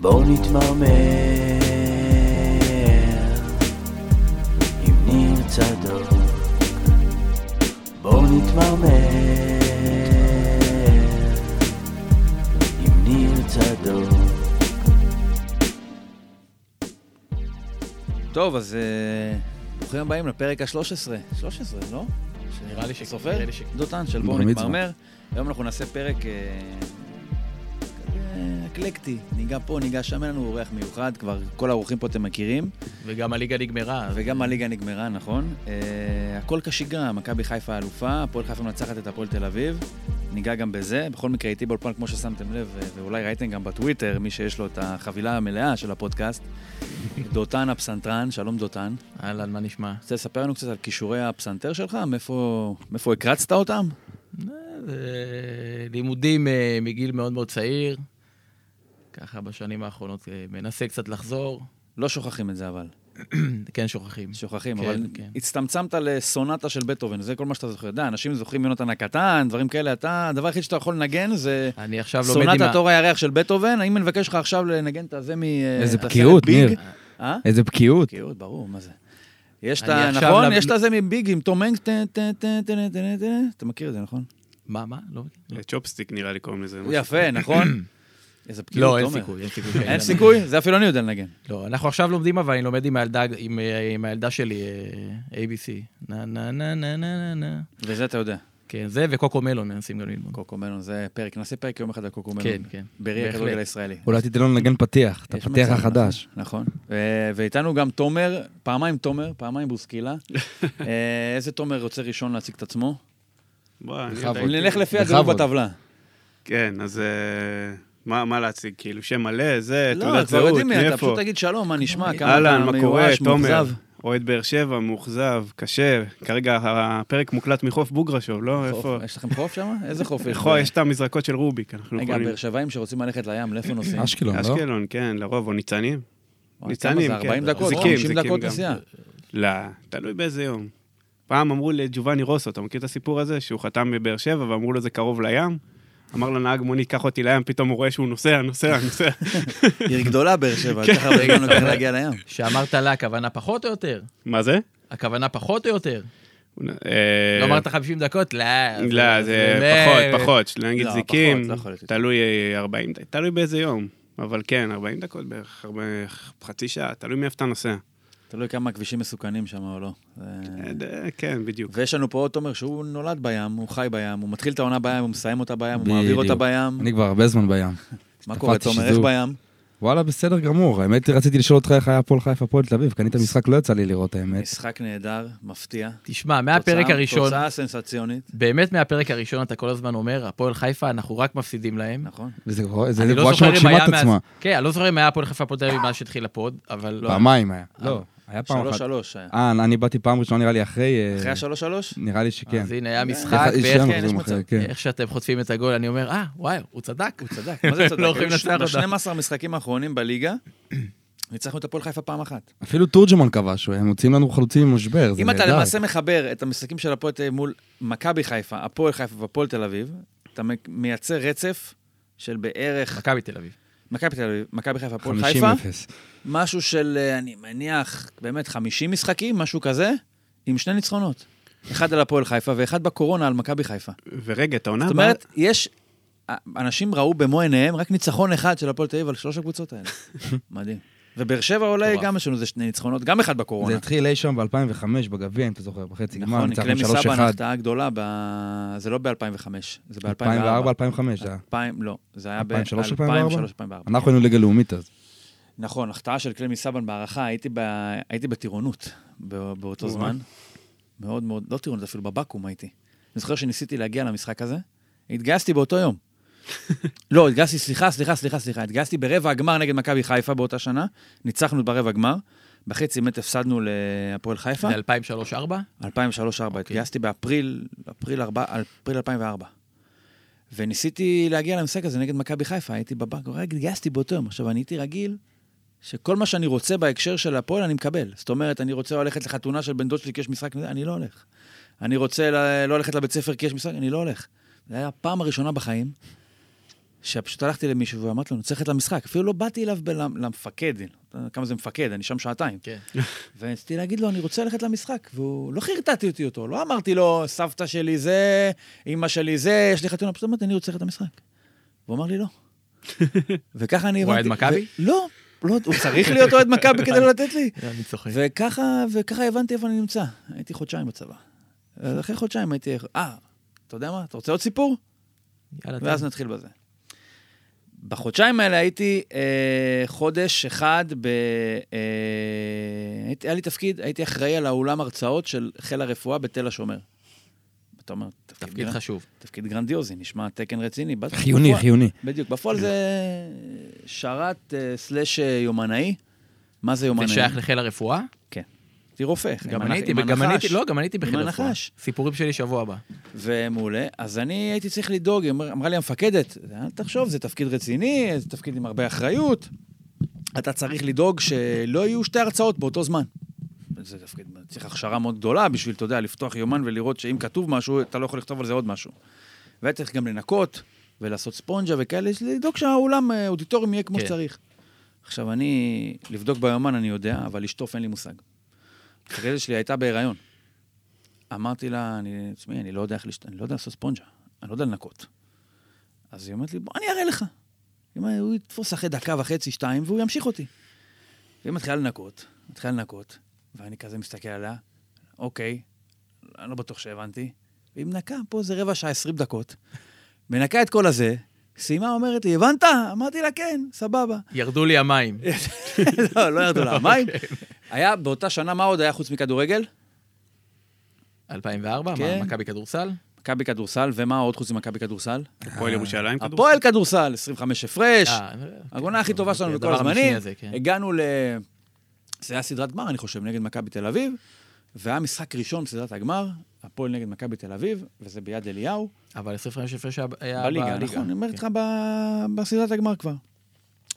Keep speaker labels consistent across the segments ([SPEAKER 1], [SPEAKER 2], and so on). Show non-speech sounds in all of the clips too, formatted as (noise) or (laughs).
[SPEAKER 1] בואו נתמרמר עם ניר צדוק. בואו נתמרמר עם ניר צדוק.
[SPEAKER 2] טוב, אז אה, ברוכים הבאים לפרק ה-13. 13, לא?
[SPEAKER 3] נראה לי שכן,
[SPEAKER 2] סופר?
[SPEAKER 3] נראה לי שכן.
[SPEAKER 2] דותן של בואו
[SPEAKER 4] בר מצווה.
[SPEAKER 2] נתמרמר. היום אנחנו נעשה פרק אה, כזה אקלקטי. ניגע פה, ניגע שם, אין לנו אורח מיוחד, כבר כל האורחים פה אתם מכירים.
[SPEAKER 3] וגם הליגה נגמרה.
[SPEAKER 2] וגם הליגה נגמרה, נכון? אה, הכל כשגרה, מכבי חיפה אלופה, הפועל חיפה מנצחת את הפועל תל אביב. ניגע גם בזה. בכל מקרה, איתי באולפן, כמו ששמתם לב, ו- ואולי ראיתם גם בטוויטר, מי שיש לו את החבילה המלאה של
[SPEAKER 3] (laughs)
[SPEAKER 2] הפודקאסט, דותן הפסנתרן, שלום דותן.
[SPEAKER 3] אהלן, מה נשמע?
[SPEAKER 2] רוצה לספר לנו קצת על כישורי הפסנתר שלך? מאיפה, מאיפה הקרצת אותם?
[SPEAKER 3] אה, לימודים אה, מגיל מאוד מאוד צעיר, ככה בשנים האחרונות אה, מנסה קצת (clears throat) לחזור.
[SPEAKER 2] לא שוכחים את זה, אבל.
[SPEAKER 3] כן, שוכחים.
[SPEAKER 2] שוכחים,
[SPEAKER 3] כן,
[SPEAKER 2] אבל
[SPEAKER 3] כן.
[SPEAKER 2] הצטמצמת לסונטה של בטהובן, זה כל מה שאתה זוכר. אתה יודע, אנשים זוכרים יונתן הקטן, דברים כאלה. אתה, הדבר היחיד שאתה יכול לנגן זה
[SPEAKER 3] אני עכשיו לא לומד עם...
[SPEAKER 2] סונטת
[SPEAKER 3] ה-
[SPEAKER 2] אור הירח של בטהובן. האם אני מבקש לך עכשיו לנגן את הזה מ... אה,
[SPEAKER 4] איזה
[SPEAKER 2] את הסרט
[SPEAKER 4] בקיאות,
[SPEAKER 2] ביג?
[SPEAKER 4] ניר.
[SPEAKER 2] אה?
[SPEAKER 4] איזה בקיאות.
[SPEAKER 2] בקיאות, ברור, מה זה. יש את
[SPEAKER 3] אני
[SPEAKER 2] ה...
[SPEAKER 3] עכשיו
[SPEAKER 2] נכון?
[SPEAKER 3] למ-
[SPEAKER 2] יש את הזה מביג עם תום הנקס. טה, טה, טה, טה, טה, טה, טה. אתה מכיר את זה, נכון?
[SPEAKER 3] מה, מה? לא מכיר.
[SPEAKER 5] צ'ופסטיק אה, נראה לי קוראים לזה. משהו.
[SPEAKER 2] יפה,
[SPEAKER 3] (clears throat)
[SPEAKER 2] נכון? איזה בקיאות,
[SPEAKER 3] לא, אין
[SPEAKER 2] תומר.
[SPEAKER 3] סיכוי, (laughs) אין סיכוי.
[SPEAKER 2] אין סיכוי? זה אפילו אני יודע לנגן.
[SPEAKER 3] לא, אנחנו עכשיו לומדים, אבל אני לומד עם הילדה, עם, אה, עם הילדה שלי, אה, ABC. נה נה נה נה נה נה נה.
[SPEAKER 2] וזה אתה יודע.
[SPEAKER 3] כן, זה וקוקו מלון מנסים גם ללמוד.
[SPEAKER 2] קוקומלון זה פרק, נעשה פרק יום אחד על קוקומלון.
[SPEAKER 3] כן, כן.
[SPEAKER 2] בראי
[SPEAKER 3] בהחלט.
[SPEAKER 2] הכדורגל הישראלי.
[SPEAKER 4] אולי תיתן לנו לנגן פתיח, את
[SPEAKER 2] יש
[SPEAKER 4] הפתיח
[SPEAKER 2] מצב,
[SPEAKER 4] החדש.
[SPEAKER 2] נכון. ו- ואיתנו גם תומר, פעמיים תומר, פעמיים
[SPEAKER 3] (laughs)
[SPEAKER 2] בוסקילה. אה, איזה תומר רוצה ראשון להציג את עצמו?
[SPEAKER 5] בוא, אני
[SPEAKER 4] בכבוד.
[SPEAKER 5] יודע.
[SPEAKER 2] נלך לפי
[SPEAKER 4] בכבוד.
[SPEAKER 2] הדירוג
[SPEAKER 5] אה,
[SPEAKER 2] בטבלה.
[SPEAKER 5] כן, אז אה, מה מה להציג? כאילו, שם מלא, זה,
[SPEAKER 2] לא,
[SPEAKER 5] תעודת
[SPEAKER 2] כבר
[SPEAKER 5] זהות,
[SPEAKER 2] יודעים מי אתה,
[SPEAKER 5] מאיפה?
[SPEAKER 2] פשוט תגיד שלום, מה נשמע, כמה
[SPEAKER 5] אהלן,
[SPEAKER 2] אתה
[SPEAKER 5] מה קורה,
[SPEAKER 2] מיואש,
[SPEAKER 5] תומר?
[SPEAKER 2] מאוכזב.
[SPEAKER 5] אוהד באר שבע, מאוכזב, קשה. כרגע הפרק מוקלט מחוף בוגרשוב, לא? איפה?
[SPEAKER 2] חוף, יש לכם חוף שם? איזה חוף יש?
[SPEAKER 5] איפה? יש את המזרקות של רוביק, אנחנו
[SPEAKER 2] רגע,
[SPEAKER 5] יכולים...
[SPEAKER 2] באר שבעים שרוצים ללכת לים, לאיפה נוסעים?
[SPEAKER 4] אשקלון, לא?
[SPEAKER 5] אשקלון, כן, לרוב, או ניצנים.
[SPEAKER 2] וואי,
[SPEAKER 5] ניצנים,
[SPEAKER 2] כמה זה, 40
[SPEAKER 5] כן.
[SPEAKER 2] דקות,
[SPEAKER 5] זיקים,
[SPEAKER 2] 50
[SPEAKER 5] זיקים
[SPEAKER 2] דקות
[SPEAKER 5] גם. (laughs)
[SPEAKER 2] נסיעה.
[SPEAKER 5] לא, תלוי באיזה יום. פעם אמרו לג'ובאני רוסו, אתה מכיר את הסיפור הזה? שהוא חתם בבאר שבע ואמרו לו זה קרוב לים? אמר לנהג מונית, קח אותי לים, פתאום הוא רואה שהוא נוסע, נוסע,
[SPEAKER 2] (laughs)
[SPEAKER 5] נוסע.
[SPEAKER 2] עיר גדולה באר שבע,
[SPEAKER 5] כן.
[SPEAKER 2] ככה הרבה זמן לוקח להגיע לים.
[SPEAKER 3] שאמרת לה, הכוונה פחות או יותר?
[SPEAKER 5] מה זה?
[SPEAKER 3] הכוונה פחות או יותר?
[SPEAKER 5] אה,
[SPEAKER 3] לא אמרת 50 דקות? לא.
[SPEAKER 5] לא, זה פחות, פחות, נגיד
[SPEAKER 2] לא,
[SPEAKER 5] זיקים,
[SPEAKER 2] פחות, לא יכול להיות.
[SPEAKER 5] תלוי אה, 40, ד- תלוי באיזה יום. אבל כן, 40 דקות בערך, הרבה- חצי שעה, תלוי מאיפה אתה נוסע.
[SPEAKER 2] תלוי כמה הכבישים מסוכנים שם או לא. זה-
[SPEAKER 5] אה, ד- כן, בדיוק.
[SPEAKER 2] ויש לנו פה עוד תומר שהוא נולד בים, הוא חי בים, הוא מתחיל את העונה בים, הוא מסיים אותה בים, הוא מעביר אותה
[SPEAKER 4] בדיוק.
[SPEAKER 2] בים.
[SPEAKER 4] אני כבר הרבה זמן בים.
[SPEAKER 2] (laughs) מה קורה,
[SPEAKER 4] קפצתי
[SPEAKER 2] תומר, איך
[SPEAKER 4] שזהו.
[SPEAKER 2] בים?
[SPEAKER 4] וואלה, בסדר גמור. האמת, היא, רציתי לשאול אותך איך היה הפועל חיפה, הפועל תל אביב. קנית משחק, לא יצא לי לראות, האמת.
[SPEAKER 2] משחק נהדר, מפתיע.
[SPEAKER 3] תשמע, מהפרק
[SPEAKER 2] תוצאה-
[SPEAKER 3] הראשון,
[SPEAKER 2] תוצאה סנסציונית,
[SPEAKER 3] באמת מהפרק הראשון אתה כל הזמן אומר, הפועל חיפה, אנחנו רק מפסידים להם.
[SPEAKER 2] נכון.
[SPEAKER 4] וזה גבוה, זה
[SPEAKER 3] אני לא
[SPEAKER 4] גבוהה
[SPEAKER 3] זוכר אם
[SPEAKER 4] שמגשימה
[SPEAKER 3] היה
[SPEAKER 4] את
[SPEAKER 3] מאז-
[SPEAKER 4] עצמה.
[SPEAKER 3] כן, אני לא זוכר אם היה הפועל חיפה הפועל תל אביב מאז שהתחיל הפוד, אבל לא.
[SPEAKER 4] פעמיים היה.
[SPEAKER 3] לא,
[SPEAKER 4] לא, היה פעם אחת.
[SPEAKER 2] שלוש שלוש היה.
[SPEAKER 4] אה, אני באתי פעם ראשונה, נראה לי, אחרי... אה,
[SPEAKER 2] אחרי השלוש
[SPEAKER 4] (laughs)
[SPEAKER 2] שלוש?
[SPEAKER 4] נראה לי שכן.
[SPEAKER 3] אז הנה, היה
[SPEAKER 4] אה,
[SPEAKER 3] משחק,
[SPEAKER 4] יש
[SPEAKER 3] ואיך
[SPEAKER 4] שם
[SPEAKER 2] כן, יש
[SPEAKER 4] מחזורים
[SPEAKER 2] מצב.
[SPEAKER 4] אחרי, כן.
[SPEAKER 3] איך שאתם חוטפים את הגול, אני אומר, אה, וואי, הוא צדק.
[SPEAKER 2] הוא צדק, מה זה צדק?
[SPEAKER 3] (laughs) לא יכולים לנצח אותה.
[SPEAKER 2] ב-12 המשחקים האחרונים
[SPEAKER 4] (clears throat)
[SPEAKER 2] בליגה, ניצחנו את הפועל חיפה פעם אחת.
[SPEAKER 4] אפילו תורג'מן כבש, הם מוציאים לנו חלוצים ממשבר, זה
[SPEAKER 2] אם אתה
[SPEAKER 4] נהדר.
[SPEAKER 2] למעשה מחבר את המשחקים של הפועל תל אביב מול מכבי חיפה, הפועל חיפה והפועל תל אביב, אתה מ- מייצר רצף של בערך
[SPEAKER 3] מכבי תל אביב.
[SPEAKER 2] מכבי תל אביב, מכבי חיפה, הפועל
[SPEAKER 4] 50
[SPEAKER 2] חיפה,
[SPEAKER 4] אפס.
[SPEAKER 2] משהו של, אה, אני מניח, באמת 50 משחקים, משהו כזה, עם שני ניצחונות. אחד על הפועל חיפה ואחד בקורונה על מכבי חיפה.
[SPEAKER 5] ורגע, את העונה
[SPEAKER 2] זאת
[SPEAKER 5] הבאה,
[SPEAKER 2] אומרת, יש... אה, אנשים ראו במו עיניהם רק ניצחון אחד של הפועל תל אביב על שלוש הקבוצות
[SPEAKER 4] (laughs)
[SPEAKER 2] האלה. מדהים. ובאר שבע אולי
[SPEAKER 3] מטורף.
[SPEAKER 2] גם יש לנו איזה שני ניצחונות, גם אחד
[SPEAKER 4] זה
[SPEAKER 2] בקורונה.
[SPEAKER 4] התחיל אי שם ב-2005 בגביע, אם אתה זוכר, בחצי גמר,
[SPEAKER 2] נכון,
[SPEAKER 4] ניצחנו
[SPEAKER 2] נקלה מסבא
[SPEAKER 4] 3-1.
[SPEAKER 2] נחתה גדולה, ב- זה לא ב-2005, זה ב-2004.
[SPEAKER 4] 2004-2005 זה היה.
[SPEAKER 2] 2000, לא, זה היה
[SPEAKER 4] אלפיים ושלוש, אלפיים וארבע?
[SPEAKER 2] ב-2003-2004.
[SPEAKER 4] אנחנו היינו ליגה לאומית אז.
[SPEAKER 2] נכון, החטאה של קלמי סבן בהערכה, הייתי, ב... הייתי בטירונות בא... באותו
[SPEAKER 5] וואו.
[SPEAKER 2] זמן. מאוד מאוד, לא טירונות, אפילו בבקו"ם הייתי. אני זוכר שניסיתי להגיע למשחק הזה, התגייסתי באותו יום. לא, התגייסתי, סליחה, סליחה, סליחה, סליחה, התגייסתי ברבע הגמר נגד מכבי חיפה באותה שנה, ניצחנו ברבע הגמר, בחצי מת הפסדנו להפועל חיפה,
[SPEAKER 3] זה 2003-2004?
[SPEAKER 2] 2003-2004, התגייסתי באפריל, אפריל, 4, אפריל 2004. וניסיתי להגיע למשחק הזה נגד מכבי חיפה, הייתי בבנק, רק התגייסתי באותו יום. עכשיו, אני הייתי רגיל שכל מה שאני רוצה בהקשר של הפועל, אני מקבל. זאת אומרת, אני רוצה ללכת לחתונה של בן דוד שלי כי יש משחק, אני לא הולך. אני רוצה ל- לא ללכת לבית ספר כי יש משחק, אני לא הולך. זו הייתה הפעם הראשונה בחיים שפשוט הלכתי למישהו ואמרתי לו, אני צריך ללכת למשחק. אפילו לא באתי אליו ב- למפקד, אתה יודע כמה זה מפקד, אני שם שעתיים.
[SPEAKER 3] כן.
[SPEAKER 2] ורציתי להגיד לו, אני רוצה ללכת למשחק, והוא, לא חרטטתי אותי אותו, לא אמרתי לו, סבתא שלי זה, אימא שלי זה, יש לי חתונה, פשוט אמרתי, אני רוצה ללכת למשחק. והוא אמר
[SPEAKER 3] (laughs)
[SPEAKER 2] לי לא. וככה אני
[SPEAKER 3] הוא
[SPEAKER 2] הבנתי.
[SPEAKER 3] אוהד מכבי?
[SPEAKER 2] ו- לא, לא, הוא צריך להיות אוהד מכבי כדי לא לתת לי.
[SPEAKER 3] (laughs) אני צוחק.
[SPEAKER 2] וככה, וככה הבנתי איפה אני נמצא. הייתי חודשיים בצבא. אז אחרי חודשיים הייתי, אה, אתה יודע מה, אתה רוצה עוד סיפור?
[SPEAKER 3] יאללה,
[SPEAKER 2] ואז נתחיל בזה. בחודשיים האלה הייתי אה, חודש אחד ב... אה, הייתי, היה לי תפקיד, הייתי אחראי על האולם הרצאות של חיל הרפואה בתל השומר. אתה אומר, תפקיד,
[SPEAKER 3] תפקיד
[SPEAKER 2] גרנ...
[SPEAKER 3] חשוב.
[SPEAKER 2] תפקיד גרנדיוזי, נשמע תקן רציני. בת-
[SPEAKER 4] חיוני,
[SPEAKER 2] בפועל-
[SPEAKER 4] חיוני.
[SPEAKER 2] בדיוק, בפועל זה שרת אה, סלאש אה, יומנאי. מה זה
[SPEAKER 3] זה
[SPEAKER 2] יומנאי?
[SPEAKER 3] שייך לחיל הרפואה?
[SPEAKER 2] הייתי רופא.
[SPEAKER 3] גם
[SPEAKER 2] עם
[SPEAKER 3] אני
[SPEAKER 2] הנ-
[SPEAKER 3] הייתי,
[SPEAKER 2] עם
[SPEAKER 3] גם אני
[SPEAKER 2] הנחש.
[SPEAKER 3] הייתי, לא, גם אני הייתי
[SPEAKER 2] עם
[SPEAKER 3] בחיל הרפואה.
[SPEAKER 2] הנחש.
[SPEAKER 3] סיפורים שלי שבוע הבא.
[SPEAKER 2] ומעולה. אז אני הייתי צריך לדאוג, היא אמר- אמרה לי המפקדת, "אל תחשוב, זה תפקיד רציני, זה תפקיד עם הרבה אחריות. אתה צריך לדאוג שלא יהיו שתי הרצאות באותו זמן. זה תפקיד, צריך הכשרה מאוד גדולה בשביל, אתה יודע, לפתוח יומן ולראות שאם כתוב משהו, אתה לא יכול לכתוב על זה עוד משהו. והיה צריך גם לנקות ולעשות ספונג'ה וכאלה, יש לדאוג שהאולם, אה, האודיטוריום יהיה כמו
[SPEAKER 3] כן.
[SPEAKER 2] שצריך. עכשיו, אני, לבדוק ביומן אני יודע, אבל לשטוף אין לי מושג. החרדת שלי הייתה בהיריון. אמרתי לה, אני, תשמעי, אני לא יודע איך לשט... אני לא יודע לעשות ספונג'ה, אני לא יודע לנקות. אז היא אומרת לי, בוא, אני אראה לך. היא אומרת, הוא יתפוס אחרי דקה וחצי, שתיים, והוא ימשיך אותי. והיא מתחילה לנקות, מתחילה לנקות, ואני כזה מסתכל עליה, אוקיי, אני לא בטוח שהבנתי. והיא מנקה פה איזה רבע שעה, עשרים דקות, מנקה את כל הזה, סיימה, אומרת לי, הבנת? אמרתי לה, כן, סבבה. (laughs)
[SPEAKER 3] ירדו לי המים.
[SPEAKER 2] לא, לא ירדו לה המים. היה, באותה שנה, מה עוד היה חוץ מכדורגל?
[SPEAKER 3] 2004,
[SPEAKER 2] כן.
[SPEAKER 3] מה, מכבי כדורסל?
[SPEAKER 2] מכבי כדורסל, ומה עוד חוץ ממכבי כדורסל?
[SPEAKER 5] הפועל
[SPEAKER 2] אה,
[SPEAKER 5] ירושלים כדור.
[SPEAKER 2] הפועל כדורסל, 25 הפרש,
[SPEAKER 3] אה,
[SPEAKER 2] הגונה הכי טובה שלנו
[SPEAKER 3] אוקיי,
[SPEAKER 2] בכל
[SPEAKER 3] הדבר המשני
[SPEAKER 2] הזמנים.
[SPEAKER 3] הזה, כן.
[SPEAKER 2] הגענו ל... זה היה סדרת גמר, אני חושב, נגד מכבי תל אביב, והיה משחק ראשון בסדרת הגמר, הפועל נגד מכבי תל אביב, וזה ביד אליהו,
[SPEAKER 3] אבל 25 הפרש היה היה
[SPEAKER 2] בליגה, נכון, אני אומר
[SPEAKER 3] כן.
[SPEAKER 2] לך ב- בסדרת הגמר כבר.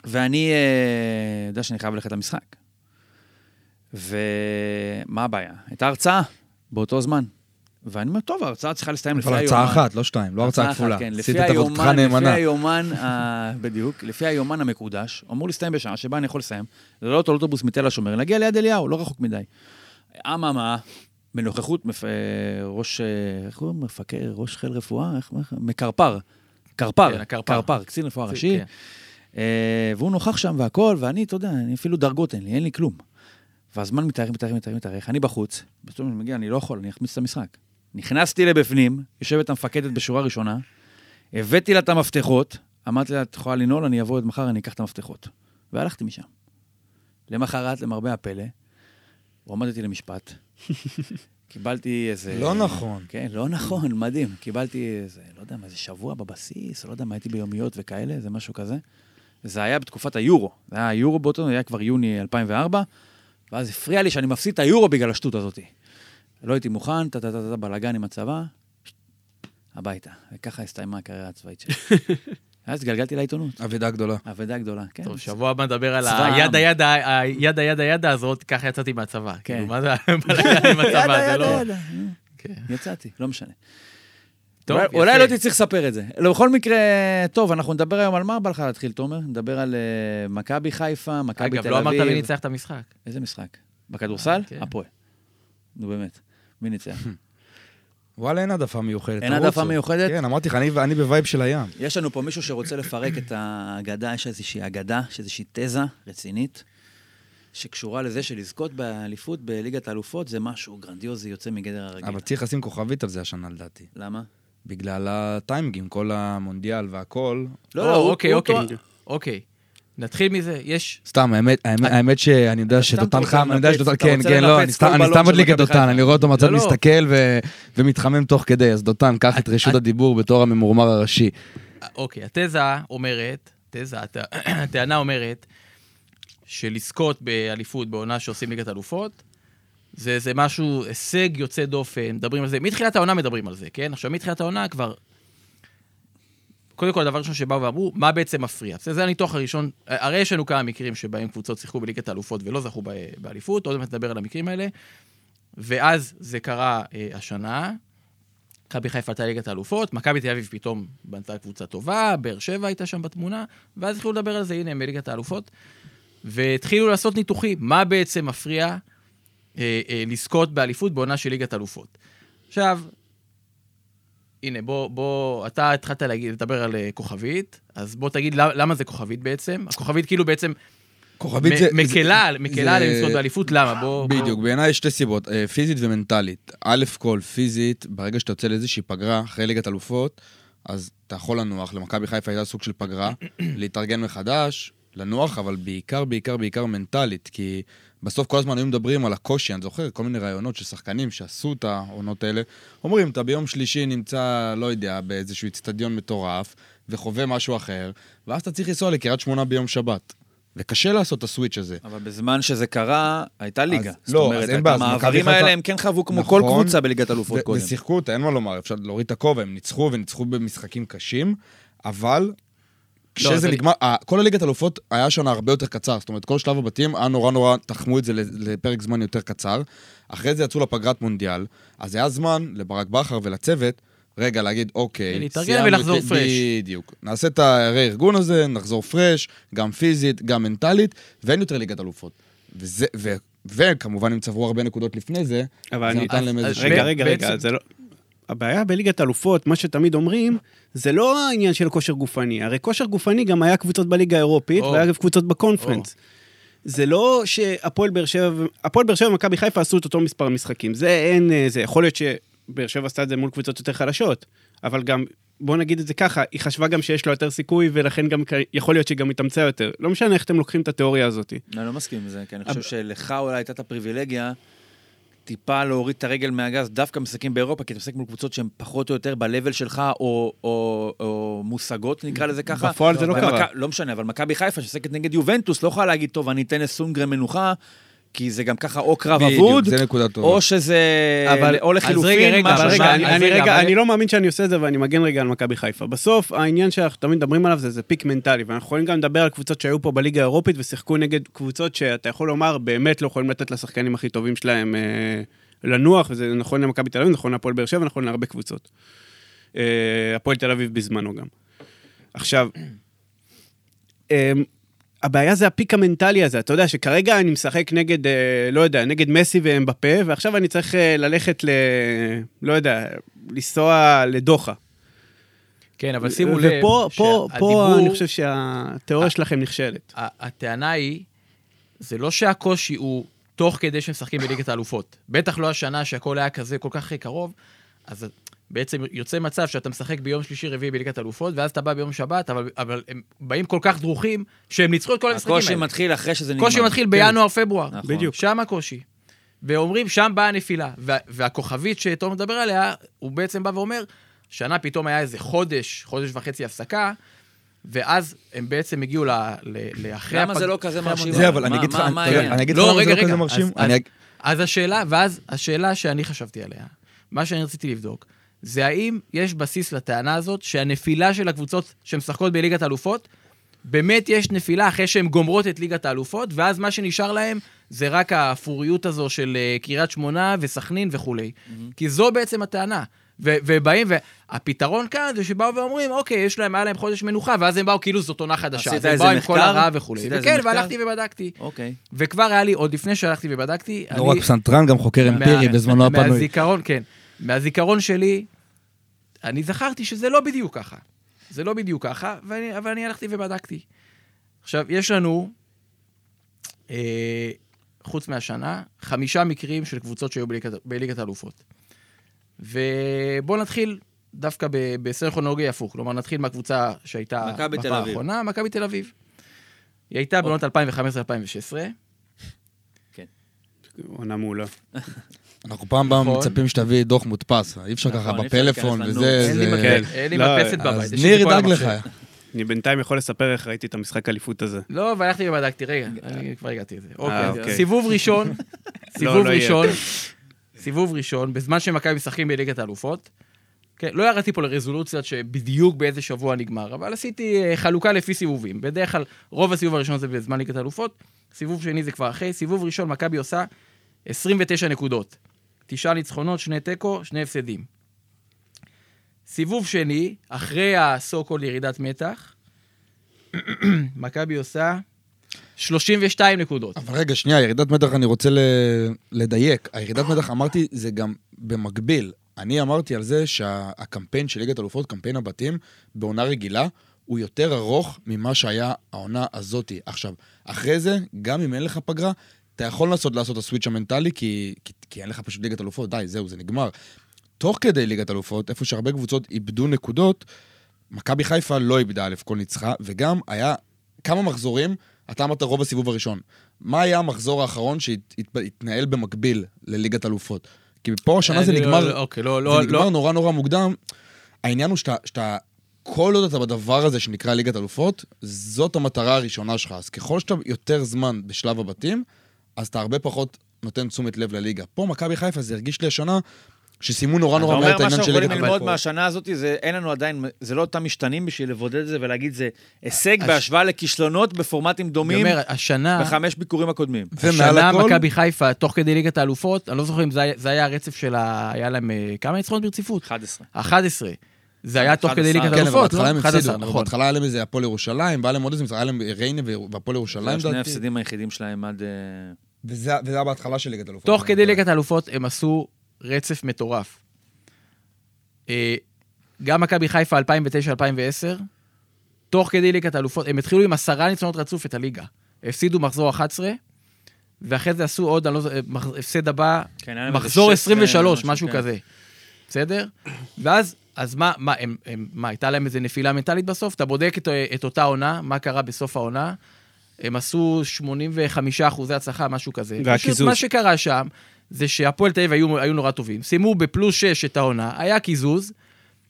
[SPEAKER 2] ואני אה, יודע שאני חייב ללכת למשחק. ומה הבעיה? הייתה הרצאה באותו זמן. ואני אומר, טוב, ההרצאה צריכה להסתיים כן, לפי
[SPEAKER 4] אבל
[SPEAKER 2] היומן.
[SPEAKER 4] הרצאה אחת, לא שתיים, לא הרצאה
[SPEAKER 2] אחת,
[SPEAKER 4] כפולה.
[SPEAKER 2] כן,
[SPEAKER 4] עשית
[SPEAKER 2] לפי
[SPEAKER 4] את עבודתך
[SPEAKER 2] היומן, לפי
[SPEAKER 4] נאמנה.
[SPEAKER 2] היומן, ה- בדיוק, לפי היומן המקודש, אמור להסתיים בשעה שבה אני יכול לסיים, לעלות על אוטובוס מתל השומר, להגיע ליד אליהו, לא רחוק מדי. אממה, בנוכחות מפ- אה, ראש, אה, איך קוראים? לו? מפקד, ראש חיל רפואה? איך, איך? מקרפר. קרפר,
[SPEAKER 3] כן, הקרפר.
[SPEAKER 2] קרפר, קצין רפואה
[SPEAKER 3] כן,
[SPEAKER 2] ראשי.
[SPEAKER 3] כן.
[SPEAKER 2] אה, והוא נוכח שם והכל, ואני, אתה יודע, אני אפילו דרגות אין לי, אין לי כלום. והזמן מתארך, מתארך, מתארך, מתארך, אני בחוץ, בסוף אני מגיע, אני לא יכול, אני אחמיץ את המשחק. נכנסתי לבפנים, יושבת המפקדת בשורה ראשונה, הבאתי לה את המפתחות, אמרתי לה, את יכולה לנעול, אני אבוא עוד מחר, אני אקח את המפתחות. והלכתי משם. למחרת, למרבה הפלא, הועמדתי למשפט, קיבלתי איזה...
[SPEAKER 4] לא נכון.
[SPEAKER 2] כן, לא נכון, מדהים. קיבלתי איזה, לא יודע מה, איזה שבוע בבסיס, לא יודע מה, הייתי ביומיות וכאלה, איזה משהו כזה. זה היה בתקופת היורו. זה היה היורו באותו, זה היה כבר יוני 2004, ואז הפריע לי שאני מפסיד את היורו בגלל השטות הזאת. לא הייתי מוכן, טה-טה-טה, בלאגן עם הצבא, הביתה. וככה הסתיימה הקריירה הצבאית
[SPEAKER 3] (laughs)
[SPEAKER 2] שלי. אז התגלגלתי לעיתונות.
[SPEAKER 4] אבדה גדולה.
[SPEAKER 2] אבדה גדולה, כן.
[SPEAKER 3] אה. טוב, שבוע הבא נדבר על
[SPEAKER 2] צבא
[SPEAKER 3] היד
[SPEAKER 2] העם.
[SPEAKER 3] היד ה- היד היד היד הזאת, ככה יצאתי מהצבא.
[SPEAKER 2] כן.
[SPEAKER 3] כאילו, מה זה (laughs) הבלגן עם הצבא, זה
[SPEAKER 2] ידה,
[SPEAKER 3] לא...
[SPEAKER 2] ידה, ידה.
[SPEAKER 3] כן.
[SPEAKER 2] יצאתי, לא משנה.
[SPEAKER 3] טוב,
[SPEAKER 2] טוב, אולי,
[SPEAKER 3] יפה.
[SPEAKER 2] אולי לא תצטרך לספר את זה. לא, בכל מקרה, טוב, אנחנו נדבר היום על מה בא לך להתחיל, תומר? נדבר על אה, מכבי חיפה, מכבי תל אביב.
[SPEAKER 3] אגב, לא אמרת מי ניצח את המשחק.
[SPEAKER 2] איזה משחק? בכדורסל?
[SPEAKER 3] אה, כן.
[SPEAKER 2] הפועל. נו באמת, מי
[SPEAKER 3] (laughs)
[SPEAKER 2] ניצח?
[SPEAKER 4] וואלה, אין העדפה מיוחדת.
[SPEAKER 2] אין
[SPEAKER 4] תרוצו.
[SPEAKER 2] העדפה מיוחדת?
[SPEAKER 4] כן, אמרתי לך, אני- אני בווייב של הים.
[SPEAKER 2] יש לנו פה מישהו שרוצה לפרק את האגדה, יש איזושהי אגדה, יש איזושהי תזה רצינית, שקשורה לזה שלזכות באליפות בליגת האלופות זה משהו גרנדיוזי יוצא מגדר הרגיל.
[SPEAKER 4] אבל צריך לשים כוכבית על זה השנה, לדעתי.
[SPEAKER 2] למה?
[SPEAKER 4] בגלל הטיימינגים, כל המונדיאל והכל.
[SPEAKER 2] לא,
[SPEAKER 3] או,
[SPEAKER 2] לא, הוא-
[SPEAKER 3] אוקיי,
[SPEAKER 2] הוא
[SPEAKER 3] אוקיי.
[SPEAKER 2] טוע-
[SPEAKER 3] אוקיי. נתחיל מזה, יש...
[SPEAKER 4] סתם, האמת, האמת, האמת שאני יודע
[SPEAKER 2] סתם
[SPEAKER 4] שדותן
[SPEAKER 2] אתה
[SPEAKER 4] חם, אני יודע
[SPEAKER 2] לנפץ,
[SPEAKER 4] שדותן,
[SPEAKER 2] אתה
[SPEAKER 4] כן,
[SPEAKER 2] רוצה
[SPEAKER 4] כן, לא,
[SPEAKER 2] לנפץ
[SPEAKER 4] אני
[SPEAKER 2] כל
[SPEAKER 4] סתם- אני
[SPEAKER 2] בלון
[SPEAKER 4] סתם
[SPEAKER 2] של
[SPEAKER 4] מדליק את
[SPEAKER 2] מכבי
[SPEAKER 4] דותן,
[SPEAKER 2] חיפה.
[SPEAKER 4] אני רואה אותו מצד
[SPEAKER 3] לא, לא.
[SPEAKER 4] מסתכל ו- ומתחמם תוך כדי, אז דותן, קח את רשות הדיבור בתור הממורמר הראשי.
[SPEAKER 3] אוקיי, התזה אומרת, תזה, הט- (clears throat) הטענה אומרת, שלזכות באליפות בעונה שעושים ליגת אלופות, זה, זה משהו, הישג יוצא דופן, מדברים על זה. מתחילת העונה מדברים על זה, כן? עכשיו, מתחילת העונה כבר... קודם כל, הדבר הראשון שבאו ואמרו, מה בעצם מפריע? זה, זה הניתוח הראשון. הרי יש לנו כמה מקרים שבהם קבוצות שיחקו בליגת האלופות ולא זכו ב- באליפות, עוד מעט נדבר על המקרים האלה. ואז זה קרה אה, השנה, מכבי חיפה עלתה ליגת האלופות, מכבי תל אביב פתאום בנתה קבוצה טובה, באר שבע הייתה שם בתמונה, ואז התחילו לדבר על זה, הנה, הם בליגת האלופות. והתחילו לעשות ניתוחים, מה בעצם מפריע אה, אה, לזכות באליפות בעונה של ליגת אלופות. עכשיו, הנה, בוא, בוא, אתה התחלת להגיד, לדבר על אה, כוכבית, אז בוא תגיד למה, למה זה כוכבית בעצם. הכוכבית כאילו בעצם
[SPEAKER 4] כוכבית
[SPEAKER 3] מ-
[SPEAKER 4] זה...
[SPEAKER 3] מקלה,
[SPEAKER 4] זה-
[SPEAKER 3] מקלה
[SPEAKER 4] זה-
[SPEAKER 3] עליהם לזכות באליפות, למה? בוא... בוא-
[SPEAKER 4] בדיוק, בעיניי יש שתי סיבות, אה, פיזית ומנטלית. א' כל, פיזית, ברגע שאתה יוצא לאיזושהי פגרה, אחרי ליגת אלופות, אז אתה יכול לנוח. למכבי חיפה הייתה סוג של פגרה, להתארגן מחדש, לנוח, אבל בעיקר, בעיקר, בעיקר מנטלית, כי בסוף כל הזמן היו מדברים על הקושי, אני זוכר כל מיני ראיונות של שחקנים שעשו את העונות האלה, אומרים, אתה ביום שלישי נמצא, לא יודע, באיזשהו אצטדיון מטורף, וחווה משהו אחר, ואז אתה צריך לנסוע לקריית שמונה ביום שבת. וקשה לעשות את הסוויץ' הזה.
[SPEAKER 2] אבל בזמן שזה קרה, הייתה ליגה. זאת
[SPEAKER 4] לא,
[SPEAKER 2] אומרת,
[SPEAKER 4] אז אין בעיה, אז מכבי
[SPEAKER 2] המעברים
[SPEAKER 4] חיפה-
[SPEAKER 2] האלה הם כן חוו כמו כל
[SPEAKER 4] נכון,
[SPEAKER 2] קבוצה בליגת אלופות
[SPEAKER 4] ו-
[SPEAKER 2] קודם.
[SPEAKER 4] ושיחקו אותה, אין מה לומר, אפשר להוריד את הכובע, הם ניצחו וניצחו במשחקים קשים, אבל כשזה
[SPEAKER 3] זה-
[SPEAKER 4] נגמר, אה, כל הליגת אלופות היה שנה הרבה יותר קצר, זאת אומרת, כל שלב הבתים היה נורא נורא, תחמו את זה ל- לפרק זמן יותר קצר, אחרי זה יצאו לפגרת מונדיאל, אז היה זמן לברק בכר ולצוות, רגע, להגיד, אוקיי,
[SPEAKER 3] להתארגן
[SPEAKER 4] סיימנו את-
[SPEAKER 3] ולחזור פרש."
[SPEAKER 4] בדיוק. נעשה את הרה-ארגון הזה, נחזור פרש, גם פיזית, גם מנטלית, ואין יותר ליגת אלופות. וזה, ו... וכמובן, הם צברו הרבה נקודות לפני זה,
[SPEAKER 5] אבל
[SPEAKER 4] זה
[SPEAKER 5] אני-
[SPEAKER 4] נתן
[SPEAKER 3] אז-
[SPEAKER 4] להם
[SPEAKER 3] אז
[SPEAKER 4] איזשהו...
[SPEAKER 5] רגע,
[SPEAKER 3] ב-
[SPEAKER 5] רגע, רגע,
[SPEAKER 3] בעצם-
[SPEAKER 5] זה לא... הבעיה בליגת אלופות, מה שתמיד אומרים, זה לא העניין של כושר גופני. הרי כושר גופני גם היה קבוצות בליגה האירופית,
[SPEAKER 3] או.
[SPEAKER 5] והיה קבוצות בקונפרנס. זה לא שהפועל באר שבע, הפועל באר שבע ומכבי חיפה עשו את אותו מספר משחקים. זה אין, אה, זה יכול להיות שבאר שבע עשתה את זה מול קבוצות יותר חלשות, אבל גם, בוא נגיד את זה ככה, היא חשבה גם שיש לה יותר סיכוי, ולכן גם כ- יכול להיות שהיא גם התאמצה יותר. לא משנה איך אתם לוקחים את התיאוריה הזאת.
[SPEAKER 2] אני לא מסכים עם זה, כי אני חושב שלך אולי הייתה את הפריבילגיה טיפה להוריד את הרגל מהגז, דווקא משחקים באירופה, כי אתה משחק מול קבוצות שהן פחות או יותר ב-level שלך, או, או, או מושגות, נקרא לזה ככה.
[SPEAKER 5] בפועל זה לא
[SPEAKER 2] אבל
[SPEAKER 5] קרה.
[SPEAKER 2] מכ- לא משנה, אבל מכבי חיפה שמשחקת נגד יובנטוס, לא יכולה להגיד, טוב, אני אתן לסונגרן מנוחה, כי זה גם ככה או קרב
[SPEAKER 4] בדיוק,
[SPEAKER 2] אבוד,
[SPEAKER 4] זה נקודה טובה.
[SPEAKER 2] או שזה...
[SPEAKER 5] אבל-
[SPEAKER 2] או
[SPEAKER 3] אז
[SPEAKER 2] לחילופין,
[SPEAKER 3] רגע, רגע,
[SPEAKER 2] משהו
[SPEAKER 5] אבל
[SPEAKER 2] ש-
[SPEAKER 5] רגע, אני,
[SPEAKER 3] אז
[SPEAKER 5] אני,
[SPEAKER 3] רגע,
[SPEAKER 5] רגע,
[SPEAKER 3] אבל-
[SPEAKER 5] אני לא מאמין שאני עושה את זה ואני מגן רגע על מכבי חיפה. בסוף העניין שאנחנו תמיד מדברים עליו זה איזה פיק מנטלי, ואנחנו יכולים גם לדבר על קבוצות שהיו פה בליגה האירופית ושיחקו נגד קבוצות שאתה יכול לומר, באמת לא יכולים לתת לשחקנים הכי טובים שלהם אה, לנוח, וזה נכון למכבי תל אביב, נכון להפועל באר שבע, נכון להרבה קבוצות. אה, הפועל תל אביב בזמנו גם. עכשיו, אמ, הבעיה זה הפיק המנטלי הזה, אתה יודע שכרגע אני משחק נגד, אה, לא יודע, נגד מסי ואמבפה, ועכשיו אני צריך אה, ללכת ל... לא יודע, לנסוע לדוחה.
[SPEAKER 3] כן, אבל שימו לב,
[SPEAKER 5] ופה פה, פה
[SPEAKER 3] שהדיבור-
[SPEAKER 5] אני חושב שהתיאוריה שלכם נכשלת.
[SPEAKER 3] ה- הטענה היא, זה לא שהקושי הוא תוך כדי שמשחקים בליגת האלופות. בטח לא השנה שהכל היה כזה כל כך קרוב, אז בעצם יוצא מצב שאתה משחק ביום שלישי-רביעי בליגת האלופות, ואז אתה בא ביום שבת, אבל, אבל הם באים כל כך דרוכים, שהם ניצחו את כל המשחקים
[SPEAKER 2] הקושי
[SPEAKER 3] האלה.
[SPEAKER 2] מתחיל אחרי שזה נגמר. כן.
[SPEAKER 3] קושי מתחיל בינואר-פברואר.
[SPEAKER 2] נכון.
[SPEAKER 5] בדיוק.
[SPEAKER 3] שם הקושי. ואומרים, שם באה הנפילה. וה, והכוכבית שתום מדבר עליה, הוא בעצם בא ואומר, שנה פתאום היה איזה חודש, חודש וחצי הפסקה, ואז הם בעצם הגיעו ל, ל, לאחרי...
[SPEAKER 2] למה זה לא כזה מרשים?
[SPEAKER 4] זה, אבל אני
[SPEAKER 2] מה-
[SPEAKER 4] אגיד לך,
[SPEAKER 2] מה-
[SPEAKER 4] אתה
[SPEAKER 2] מה
[SPEAKER 4] יודע,
[SPEAKER 2] העניין?
[SPEAKER 4] אני אגיד לך
[SPEAKER 3] לא,
[SPEAKER 4] למה זה
[SPEAKER 3] רגע,
[SPEAKER 4] לא
[SPEAKER 3] רגע.
[SPEAKER 4] כזה מרשים.
[SPEAKER 3] אז-
[SPEAKER 4] אני אג-
[SPEAKER 3] אז השאלה, ואז השאלה שאני חשבתי עליה, מה שאני רציתי לבדוק, זה האם יש בסיס לטענה הזאת שהנפילה של הקבוצות שמשחקות בליגת האלופות, באמת יש נפילה אחרי שהן גומרות את ליגת האלופות, ואז מה שנשאר להם זה רק האפוריות הזו של אה, קריית שמונה וסכנין וכולי. כי זו בעצם הטענה. ו- ובאים, והפתרון כאן זה שבאו ואומרים, אוקיי, יש להם, היה להם חודש מנוחה, ואז הם באו כאילו זאת עונה חדשה.
[SPEAKER 2] עשית
[SPEAKER 3] אז הם
[SPEAKER 2] איזה
[SPEAKER 3] באו עם כל
[SPEAKER 2] מחקר?
[SPEAKER 3] הרעה וכולי.
[SPEAKER 2] עשית איזה
[SPEAKER 3] וכן,
[SPEAKER 2] מחקר?
[SPEAKER 3] והלכתי ובדקתי.
[SPEAKER 2] אוקיי.
[SPEAKER 3] וכבר היה לי, עוד לפני שהלכתי ובדקתי,
[SPEAKER 4] לא רק פסנתרן, גם חוקר אמפירי
[SPEAKER 3] מה-
[SPEAKER 4] בזמנו לא- הפנוי.
[SPEAKER 3] מהזיכרון, כן. מהזיכרון שלי, אני זכרתי שזה לא בדיוק ככה. זה לא בדיוק ככה, ואני, אבל אני הלכתי ובדקתי. עכשיו, יש לנו, אה, חוץ מהשנה, חמישה מקרים של קבוצות שהיו בליגת, בליגת האלופות. ובואו נתחיל דווקא ב- בסרכונולוגיה הפוך. כלומר, נתחיל מהקבוצה שהייתה
[SPEAKER 2] מכבי תל
[SPEAKER 3] בפעם
[SPEAKER 2] אביב. אוקיי.
[SPEAKER 3] האחרונה, מכבי תל אביב. היא הייתה בעונות 2015-2016.
[SPEAKER 5] עונה מעולה.
[SPEAKER 4] אנחנו פעם הבאה
[SPEAKER 3] נכון.
[SPEAKER 4] מצפים שתביא דוח מודפס, אי אפשר ככה
[SPEAKER 2] נכון, אי אפשר
[SPEAKER 4] בפלאפון
[SPEAKER 2] להיכנס
[SPEAKER 4] וזה...
[SPEAKER 2] לנו.
[SPEAKER 3] אין לי
[SPEAKER 4] זה-
[SPEAKER 5] כן.
[SPEAKER 3] מדפסת- אין לי
[SPEAKER 5] לא,
[SPEAKER 3] מדפסת
[SPEAKER 5] אז
[SPEAKER 3] בבית.
[SPEAKER 4] אז
[SPEAKER 3] יש
[SPEAKER 4] ניר
[SPEAKER 3] לי פה על
[SPEAKER 4] ידאג
[SPEAKER 3] המחשב.
[SPEAKER 4] לך.
[SPEAKER 5] אני בינתיים יכול לספר איך ראיתי את המשחק אליפות הזה.
[SPEAKER 3] לא, אבל הלכתי ובדקתי, רגע, אני כבר הגעתי לזה. אוקיי,
[SPEAKER 5] אוקיי.
[SPEAKER 3] סיבוב ראשון, סיבוב
[SPEAKER 5] לא יהיה.
[SPEAKER 3] ראשון, סיבוב ראשון, בזמן שמכבי משחקים בליגת האלופות. כן, לא ירדתי פה לרזולוציות שבדיוק באיזה שבוע נגמר, אבל עשיתי אה, חלוקה לפי סיבובים. בדרך כלל, רוב הסיבוב הראשון זה בזמן ליגת האלופות, סיבוב שני זה כבר אחרי, סיבוב ראשון מכבי עושה 29 נקודות. תשעה ניצחונות, שני תיקו, שני הפסדים. סיבוב שני, אחרי הסו-קול ירידת מתח, מכבי עושה 32 נקודות.
[SPEAKER 4] אבל רגע, שנייה, ירידת מתח, אני רוצה ל... לדייק. הירידת מתח, אמרתי, זה גם במקביל. אני אמרתי על זה שהקמפיין של ליגת אלופות, קמפיין הבתים, בעונה רגילה, הוא יותר ארוך ממה שהיה העונה הזאתי. עכשיו, אחרי זה, גם אם אין לך פגרה, אתה יכול לנסות לעשות את הסוויץ' המנטלי, כי, כי, כי אין לך פשוט ליגת אלופות, די, זהו, זה נגמר. תוך כדי ליגת אלופות, איפה שהרבה קבוצות איבדו נקודות, מכבי חיפה לא איבדה אלף כל ניצחה, וגם היה כמה מחזורים, אתה אמרת רוב הסיבוב הראשון. מה היה המחזור האחרון שהתנהל במקביל לליגת אלופות? כי פה השנה זה
[SPEAKER 3] אני לא-
[SPEAKER 4] נגמר,
[SPEAKER 3] לא, אוקיי, לא,
[SPEAKER 4] זה
[SPEAKER 3] לא,
[SPEAKER 4] נגמר
[SPEAKER 3] לא.
[SPEAKER 4] נורא נורא מוקדם. העניין הוא שאתה- שאתה, כל עוד אתה בדבר הזה שנקרא ליגת אלופות, זאת המטרה הראשונה שלך. אז ככל שאתה יותר זמן בשלב הבתים, אז אתה הרבה פחות נותן תשומת לב לליגה. פה מכבי חיפה, זה הרגיש לי השנה, שסיימו נורא
[SPEAKER 2] אתה
[SPEAKER 4] נורא מהר
[SPEAKER 2] אומר
[SPEAKER 4] את
[SPEAKER 2] מה
[SPEAKER 4] העניין
[SPEAKER 2] שאנחנו
[SPEAKER 4] של ליגת
[SPEAKER 2] יכולים ללמוד
[SPEAKER 4] אלופות.
[SPEAKER 2] מהשנה הזאת, זה אין לנו עדיין, זה לא אותם משתנים בשביל לבודד את זה ולהגיד זה הישג בהשוואה לכישלונות בפורמטים
[SPEAKER 3] אני
[SPEAKER 2] דומים
[SPEAKER 3] אומר, אה, השנה,
[SPEAKER 2] בחמש ביקורים הקודמים.
[SPEAKER 4] ומעל
[SPEAKER 3] השנה
[SPEAKER 4] הכל-
[SPEAKER 3] מכבי חיפה, תוך כדי ליגת האלופות, אני לא זוכר אם זה היה- זה היה הרצף של ה... היה להם אה, כמה ניצחונות ברציפות?
[SPEAKER 2] 11.
[SPEAKER 3] 11. זה היה תוך כדי
[SPEAKER 2] 11,
[SPEAKER 3] ליגת
[SPEAKER 4] כן, אבל
[SPEAKER 3] האלופות,
[SPEAKER 4] בהתחלה
[SPEAKER 3] לא?
[SPEAKER 4] הם הפסידו.
[SPEAKER 3] 11,
[SPEAKER 4] אבל
[SPEAKER 3] נכון.
[SPEAKER 4] בהתחלה היה להם איזה הפועל ירושלים, והיה להם עוד איזה משחק, היה להם ריינה והפועל
[SPEAKER 2] זה
[SPEAKER 4] ירושלים,
[SPEAKER 2] שני
[SPEAKER 4] לדעתי.
[SPEAKER 2] ההפסדים היחידים שלהם עד... אה,
[SPEAKER 4] וזה וזה היה בהתחלה של ליגת אלופות.
[SPEAKER 3] תוך כדי ליגת האלופות הם עשו רצף מטורף. אה, גם מכבי חיפה 2009-2010, תוך כדי ליגת האלופות, הם התחילו עם עשרה ניצחונות רצוף את הליגה. הפסידו מחזור 11, ואחרי זה עשו עוד, אני לא זוכר, אה, מח- הפסד הבא,
[SPEAKER 2] כן, היה להם איזה
[SPEAKER 3] מחזור
[SPEAKER 2] שש-
[SPEAKER 3] 23,
[SPEAKER 2] משהו,
[SPEAKER 3] משהו
[SPEAKER 2] כן.
[SPEAKER 3] כזה. בסדר? ואז, אז מה, מה, הם, הם, מה, הייתה להם איזה נפילה מנטלית בסוף? אתה בודק את, את אותה עונה, מה קרה בסוף העונה, הם עשו 85 אחוזי הצלחה, משהו כזה.
[SPEAKER 5] והקיזוז.
[SPEAKER 3] פשוט מה שקרה שם, זה שהפועל תל אביב היו, היו נורא טובים. סיימו בפלוס 6 את העונה, היה קיזוז,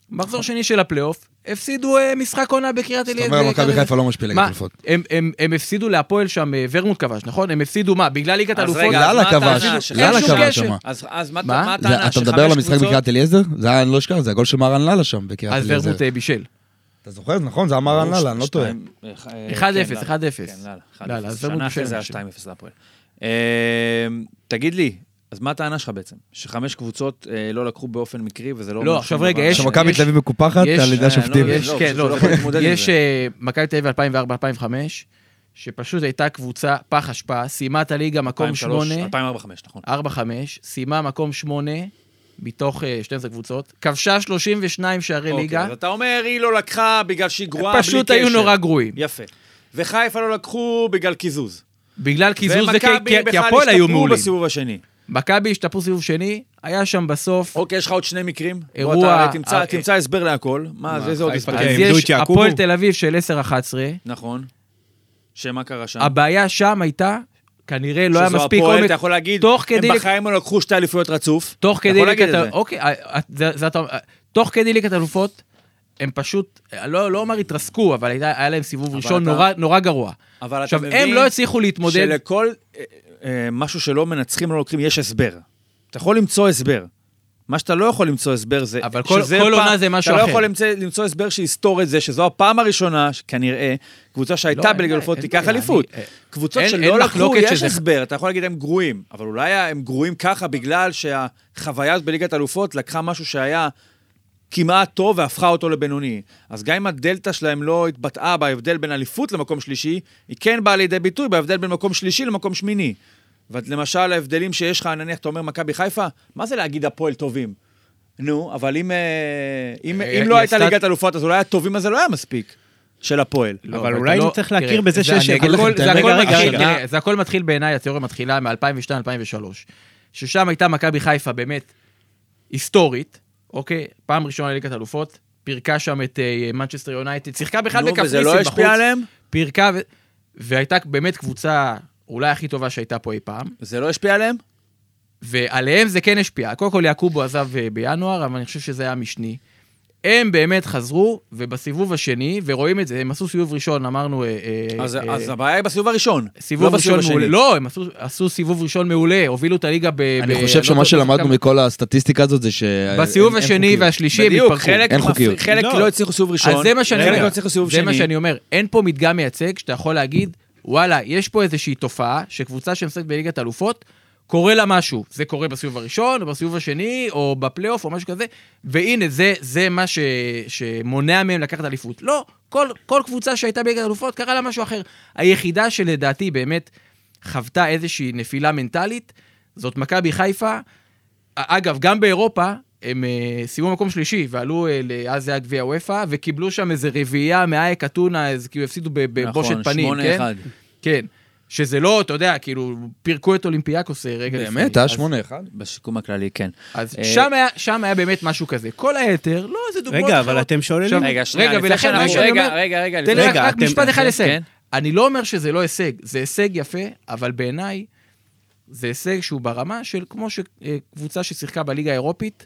[SPEAKER 3] מחזור שני של הפלייאוף, הפסידו אה, משחק עונה בקריית אליעזר.
[SPEAKER 4] זאת אומרת, מכבי
[SPEAKER 3] בקריית-
[SPEAKER 4] חיפה לא משפיע ליגת
[SPEAKER 3] מה,
[SPEAKER 4] אלופות.
[SPEAKER 3] הם, הם, הם הפסידו להפועל שם, אה, ורמוט כבש, נכון? הם הפסידו מה? בגלל ליגת
[SPEAKER 2] אז
[SPEAKER 3] אלופות?
[SPEAKER 2] רגע, אז
[SPEAKER 4] לאללה
[SPEAKER 2] מה הטענה
[SPEAKER 4] כבש,
[SPEAKER 2] שלך?
[SPEAKER 3] לאללה
[SPEAKER 2] אין שום
[SPEAKER 3] כבש
[SPEAKER 2] קשר.
[SPEAKER 4] שמה.
[SPEAKER 2] אז- אז מה
[SPEAKER 3] מה?
[SPEAKER 2] מה
[SPEAKER 4] זה-
[SPEAKER 2] הטענה?
[SPEAKER 4] אתה
[SPEAKER 2] שחמש
[SPEAKER 4] מדבר על המשחק
[SPEAKER 2] קבוצות-
[SPEAKER 4] בקריית אליעזר? זה היה, אני לא אשכח, זה הגול של מהרן לאללה שם בקריית
[SPEAKER 3] אז
[SPEAKER 4] אליעזר.
[SPEAKER 3] ורמוט אה, בישל.
[SPEAKER 4] אתה זוכר? נכון, זה היה מהרן לאללה, אני לא טועה.
[SPEAKER 2] שתיים, אה, אה,
[SPEAKER 3] 1-0,
[SPEAKER 2] כן,
[SPEAKER 3] 1-0.
[SPEAKER 2] כן, לאללה,
[SPEAKER 3] לאללה, אז
[SPEAKER 2] 1-0.
[SPEAKER 3] זה מאוד
[SPEAKER 2] שנה אחרי
[SPEAKER 3] בשם
[SPEAKER 2] זה היה
[SPEAKER 3] השם.
[SPEAKER 2] 2-0 להפועל. אה, תגיד לי, אז מה הטענה שלך בעצם? שחמש קבוצות אה, לא לקחו באופן מקרי וזה לא... אומר
[SPEAKER 3] לא,
[SPEAKER 2] שום
[SPEAKER 3] עכשיו
[SPEAKER 2] דבר?
[SPEAKER 3] רגע, יש-
[SPEAKER 4] עכשיו, מכבי
[SPEAKER 3] יש-
[SPEAKER 4] תל אביב מקופחת
[SPEAKER 3] יש-
[SPEAKER 4] על ידי
[SPEAKER 2] אה,
[SPEAKER 4] השופטים.
[SPEAKER 2] לא,
[SPEAKER 3] יש,
[SPEAKER 2] לא,
[SPEAKER 3] כן,
[SPEAKER 2] פשוט
[SPEAKER 3] לא,
[SPEAKER 2] לא
[SPEAKER 3] זה-
[SPEAKER 2] יכול להתמודד עם
[SPEAKER 3] יש
[SPEAKER 2] זה.
[SPEAKER 3] אה, מכבי תל אביב 2004-2005, שפשוט הייתה קבוצה פח אשפה, סיימה את הליגה מקום
[SPEAKER 2] 2003,
[SPEAKER 3] 8,
[SPEAKER 2] 2004-2005, נכון.
[SPEAKER 3] 4-5, סיימה מקום 8 מתוך אה, 12 קבוצות, כבשה 32 שערי
[SPEAKER 2] אוקיי,
[SPEAKER 3] ליגה,
[SPEAKER 2] אז אתה אומר, היא לא לקחה בגלל שהיא גרועה, בלי קשר.
[SPEAKER 3] פשוט היו נורא גרועים.
[SPEAKER 2] יפה. וחיפה לא לקחו בגלל קיזוז.
[SPEAKER 3] בגלל קיזוז, זה כי-
[SPEAKER 2] ומכבי
[SPEAKER 3] כי- כי
[SPEAKER 2] בכלל
[SPEAKER 3] הפועל היו
[SPEAKER 2] השתפרו
[SPEAKER 3] מעולים.
[SPEAKER 2] בסיבוב השני.
[SPEAKER 3] מכבי השתפרו סיבוב שני, היה שם בסוף,
[SPEAKER 2] אוקיי, יש לך עוד שני מקרים. בוא,
[SPEAKER 3] אירוע-
[SPEAKER 2] אתה תמצא-
[SPEAKER 3] אה,
[SPEAKER 2] תמצא הסבר להכל. מה, זה- איזה עוד
[SPEAKER 5] חיפה,
[SPEAKER 2] הסבר?
[SPEAKER 5] כן.
[SPEAKER 3] אז
[SPEAKER 5] איבדו את
[SPEAKER 3] יש
[SPEAKER 5] יעקובו.
[SPEAKER 3] הפועל תל אביב של 10-11,
[SPEAKER 2] נכון. שמה קרה שם?
[SPEAKER 3] הבעיה שם הייתה, כנראה לא היה
[SPEAKER 2] שזו
[SPEAKER 3] מספיק
[SPEAKER 2] הפועל,
[SPEAKER 3] עומק,
[SPEAKER 2] אתה יכול להגיד,
[SPEAKER 3] תוך כדי...
[SPEAKER 2] הם בחיים לא לקחו שתי אליפויות רצוף.
[SPEAKER 3] תוך
[SPEAKER 2] אתה
[SPEAKER 3] כדי
[SPEAKER 2] יכול להגיד
[SPEAKER 3] ליגת
[SPEAKER 2] את זה.
[SPEAKER 3] ה... אוקיי, אה, אה, זה- זה אתה... אה, תוך כדי ליגת אלופות, הם פשוט, אה, לא לא אומר התרסקו, אבל הייתה- היה להם סיבוב ראשון
[SPEAKER 2] אתה-
[SPEAKER 3] נורא- נורא גרוע.
[SPEAKER 2] אבל אתה
[SPEAKER 3] עכשיו, הם
[SPEAKER 2] מבין
[SPEAKER 3] לא הצליחו להתמודד,
[SPEAKER 2] שלכל אה, אה, משהו שלא מנצחים, לא לוקחים, יש הסבר. אתה יכול למצוא הסבר. מה שאתה לא יכול למצוא הסבר זה...
[SPEAKER 3] אבל כל-
[SPEAKER 2] שזה
[SPEAKER 3] כל
[SPEAKER 2] פעם-
[SPEAKER 3] עונה זה משהו
[SPEAKER 2] אתה
[SPEAKER 3] אחר.
[SPEAKER 2] לא יכול למצוא, למצוא הסבר שיסתור את זה, שזו הפעם הראשונה, ש- כנראה, קבוצה
[SPEAKER 3] לא,
[SPEAKER 2] שהייתה
[SPEAKER 3] אין
[SPEAKER 2] בליגת
[SPEAKER 3] בעיה,
[SPEAKER 2] אלופות
[SPEAKER 3] אין
[SPEAKER 2] תיקח
[SPEAKER 3] בעיה,
[SPEAKER 2] אליפות.
[SPEAKER 3] אני- אה,
[SPEAKER 2] קבוצות
[SPEAKER 3] אין-
[SPEAKER 2] שלא
[SPEAKER 3] אין
[SPEAKER 2] לקחו,
[SPEAKER 3] מחלוקת
[SPEAKER 2] יש
[SPEAKER 3] שזה-
[SPEAKER 2] הסבר, אתה יכול להגיד הם גרועים, אבל אולי הם גרועים ככה בגלל שהחוויה הזאת בליגת אלופות לקחה משהו שהיה כמעט טוב והפכה אותו לבינוני. אז גם אם הדלתא שלהם לא התבטאה בהבדל בין אליפות למקום שלישי, היא כן באה לידי ביטוי בהבדל בין מקום שלישי למקום שמיני. ולמשל, ההבדלים שיש לך, נניח, אתה אומר מכבי חיפה, מה זה להגיד הפועל טובים? נו, אבל אם, אה, אם,
[SPEAKER 3] אה,
[SPEAKER 2] אם לא
[SPEAKER 3] היא
[SPEAKER 2] הייתה
[SPEAKER 3] עשתה-
[SPEAKER 2] ליגת אלופות, אז אולי הטובים הזה לא היה מספיק של הפועל.
[SPEAKER 3] לא,
[SPEAKER 5] אבל
[SPEAKER 3] אתה
[SPEAKER 5] אולי
[SPEAKER 3] לא-
[SPEAKER 5] צריך להכיר
[SPEAKER 3] תראה,
[SPEAKER 5] בזה
[SPEAKER 3] זה-
[SPEAKER 5] שיש-
[SPEAKER 3] אני אגיד
[SPEAKER 4] הכל-
[SPEAKER 3] לכם את
[SPEAKER 4] זה
[SPEAKER 3] האמת.
[SPEAKER 5] הכל
[SPEAKER 3] רגע,
[SPEAKER 5] מתחיל,
[SPEAKER 3] רגע,
[SPEAKER 5] שנה-
[SPEAKER 3] תראה, זה הכל מתחיל בעיניי, התיאוריה מתחילה מ-2002-2003, ששם הייתה מכבי חיפה באמת היסטורית, אוקיי? פעם ראשונה לליגת אלופות, פירקה שם את אה, מנצ'סטר יונייטד, שיחקה בכלל
[SPEAKER 2] נו, וזה
[SPEAKER 3] בקפריסין
[SPEAKER 2] לא
[SPEAKER 3] בחוץ,
[SPEAKER 2] השפיע עליהם?
[SPEAKER 3] פירקה, ו... והייתה באמת קבוצה אולי הכי טובה שהייתה פה אי פעם,
[SPEAKER 2] זה לא השפיע עליהם?
[SPEAKER 3] ועליהם זה כן השפיע. קודם כל יעקובו עזב אה, בינואר, אבל אני חושב שזה היה משני. הם באמת חזרו, ובסיבוב השני, ורואים את זה, הם עשו סיבוב ראשון, אמרנו... אה, אה,
[SPEAKER 2] אז,
[SPEAKER 3] אה,
[SPEAKER 2] אז הבעיה היא בסיבוב הראשון.
[SPEAKER 3] סיבוב
[SPEAKER 2] לא בסיבוב
[SPEAKER 3] ראשון מעולה.
[SPEAKER 2] השני.
[SPEAKER 3] לא, הם עשו, עשו סיבוב ראשון מעולה, הובילו את הליגה ב... ב-
[SPEAKER 2] אה,
[SPEAKER 4] אני חושב
[SPEAKER 3] לא יודע,
[SPEAKER 4] שמה שלמדנו
[SPEAKER 3] כמה-
[SPEAKER 4] מכל הסטטיסטיקה הזאת זה ש...
[SPEAKER 3] בסיבוב
[SPEAKER 4] אין- אין
[SPEAKER 3] השני
[SPEAKER 4] חוקיות.
[SPEAKER 3] והשלישי הם
[SPEAKER 2] בדיוק,
[SPEAKER 3] התפרקו.
[SPEAKER 2] חלק,
[SPEAKER 4] אין
[SPEAKER 2] מפ-
[SPEAKER 4] חוקיות.
[SPEAKER 2] חלק
[SPEAKER 5] לא.
[SPEAKER 2] לא הצליחו סיבוב ראשון,
[SPEAKER 3] אז זה מה שאני
[SPEAKER 2] חלק
[SPEAKER 3] אומר.
[SPEAKER 2] לא הצליחו סיבוב
[SPEAKER 3] זה מה
[SPEAKER 2] שני.
[SPEAKER 3] שאני אומר. אין פה מדגם מייצג שאתה יכול להגיד, וואלה, יש פה איזושהי תופעה שקבוצה שנמצאת בליגת אלופות, קורה לה משהו. זה קורה בסיבוב הראשון, או בסיבוב השני, או בפלייאוף, או משהו כזה, והנה, זה, זה מה ש, שמונע מהם לקחת אליפות. לא, כל, כל קבוצה שהייתה בליגת אלופות, קרה לה משהו אחר. היחידה שלדעתי באמת חוותה איזושהי נפילה מנטלית, זאת מכבי חיפה. אגב, גם באירופה, הם אה, סיימו מקום שלישי, ועלו, אה, ל- אז זה היה גביע וופא, וקיבלו שם איזה רביעייה מאייק אתונה, איזה כאילו הפסידו בב- בבושת פנים,
[SPEAKER 2] נכון, שמונה
[SPEAKER 3] כן?
[SPEAKER 2] אחד.
[SPEAKER 3] כן. שזה לא, אתה יודע, כאילו, פירקו את אולימפיאקוס אה, רגע לפני.
[SPEAKER 4] באמת, היה
[SPEAKER 3] אז-
[SPEAKER 4] 8-1?
[SPEAKER 2] בשיקום הכללי, כן.
[SPEAKER 3] אז
[SPEAKER 2] אה,
[SPEAKER 3] שם היה- שם היה באמת משהו כזה. כל היתר, לא, זה דוגמאות
[SPEAKER 5] רגע,
[SPEAKER 3] אחרות.
[SPEAKER 5] אבל אתם שוללים.
[SPEAKER 3] עכשיו-
[SPEAKER 2] רגע, שנייה,
[SPEAKER 3] רגע,
[SPEAKER 2] לפני
[SPEAKER 3] ולכן
[SPEAKER 2] שאנחנו-
[SPEAKER 3] מה שאני
[SPEAKER 2] רגע,
[SPEAKER 3] אומר-
[SPEAKER 2] רגע, רגע,
[SPEAKER 3] תן לי
[SPEAKER 2] לפני-
[SPEAKER 3] רק,
[SPEAKER 5] רגע,
[SPEAKER 3] רק
[SPEAKER 5] אתם-
[SPEAKER 3] משפט אחד
[SPEAKER 5] כן,
[SPEAKER 3] לסיים.
[SPEAKER 2] כן.
[SPEAKER 3] אני לא אומר שזה לא הישג, זה הישג יפה, אבל בעיניי זה הישג שהוא ברמה של כמו שקבוצה ששיחקה בליגה האירופית,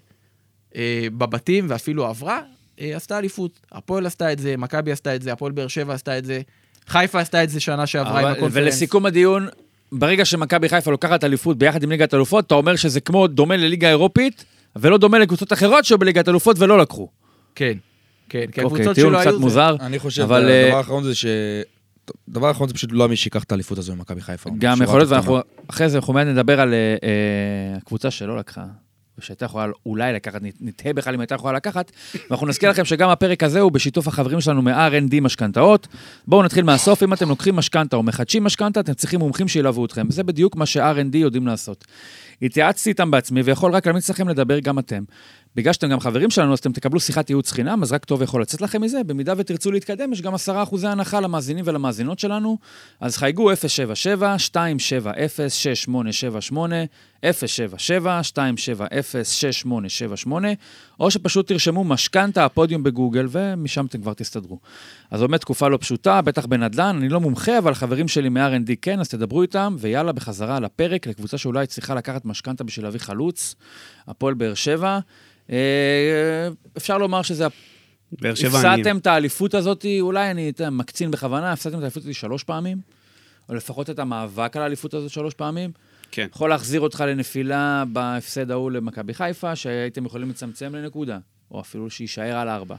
[SPEAKER 3] אה, בבתים ואפילו עברה, אה, עשתה אליפות. הפועל עשתה את זה, מכבי עשתה את זה, הפועל באר שבע עשתה את זה, חיפה עשתה את זה שנה שעברה עם
[SPEAKER 2] אבל-
[SPEAKER 3] הקונפרנס.
[SPEAKER 2] ולסיכום הדיון, ברגע שמכבי חיפה לוקחת אליפות ביחד עם ליגת אלופות, אתה אומר שזה כמו דומה לליגה האירופית, ולא דומה לקבוצות אחרות שהיו בליגת אלופות ולא לקחו.
[SPEAKER 3] כן, כן, כי
[SPEAKER 2] אוקיי,
[SPEAKER 3] הקבוצות
[SPEAKER 2] טיעון
[SPEAKER 3] שלא היו...
[SPEAKER 2] קצת
[SPEAKER 3] זה-
[SPEAKER 2] מוזר,
[SPEAKER 4] אני חושב,
[SPEAKER 2] אבל
[SPEAKER 4] הדבר
[SPEAKER 2] אה,
[SPEAKER 4] האחרון זה ש... טוב, דבר אחרון זה פשוט לא מי שיקח את האליפות הזו ממכבי חיפה.
[SPEAKER 2] גם
[SPEAKER 4] שורה
[SPEAKER 2] יכול להיות,
[SPEAKER 4] תחתונה.
[SPEAKER 2] ואנחנו אחרי זה אנחנו מיד נדבר על אה, אה, הקבוצה שלא לקחה. ושהייתה יכולה אולי לקחת, נת- נתהה בכלל אם הייתה יכולה לקחת. ואנחנו נזכיר לכם שגם הפרק הזה הוא בשיתוף החברים שלנו מ-R&D משכנתאות. בואו נתחיל מהסוף, אם אתם לוקחים משכנתה או מחדשים משכנתה, אתם צריכים מומחים שילוו אתכם. זה בדיוק מה ש-R&D יודעים לעשות. התייעצתי איתם בעצמי, ויכול רק להמליץ לכם לדבר גם אתם. בגלל שאתם גם חברים שלנו, אז אתם תקבלו שיחת ייעוץ חינם, אז רק טוב יכול לצאת לכם מזה. במידה ותרצו להתקדם, יש גם 10% הנחה למאזינים ולמאזינות שלנו. אז חייגו 077-270-6878, 077-270-6878, או שפשוט תרשמו משכנתה הפודיום בגוגל, ומשם אתם כבר תסתדרו. אז באמת תקופה לא פשוטה, בטח בנדל"ן, אני לא מומחה, אבל חברים שלי מ-R&D כן, אז תדברו איתם, ויאללה, בחזרה לפרק, לקבוצה שאולי צריכה לקחת משכנתה בשביל להביא חלוץ, הפועל באר שבע. אה, אפשר לומר שזה
[SPEAKER 5] באר שבע עניים.
[SPEAKER 2] הפסדתם את האליפות הזאת, אולי אני אתה יודע, מקצין בכוונה, הפסדתם את האליפות הזאת שלוש פעמים, או לפחות את המאבק על האליפות הזאת שלוש פעמים.
[SPEAKER 5] כן.
[SPEAKER 2] יכול להחזיר אותך לנפילה בהפסד ההוא למכבי חיפה, שהייתם יכולים לצמצם לנקודה, או אפילו שיישאר על ארבע.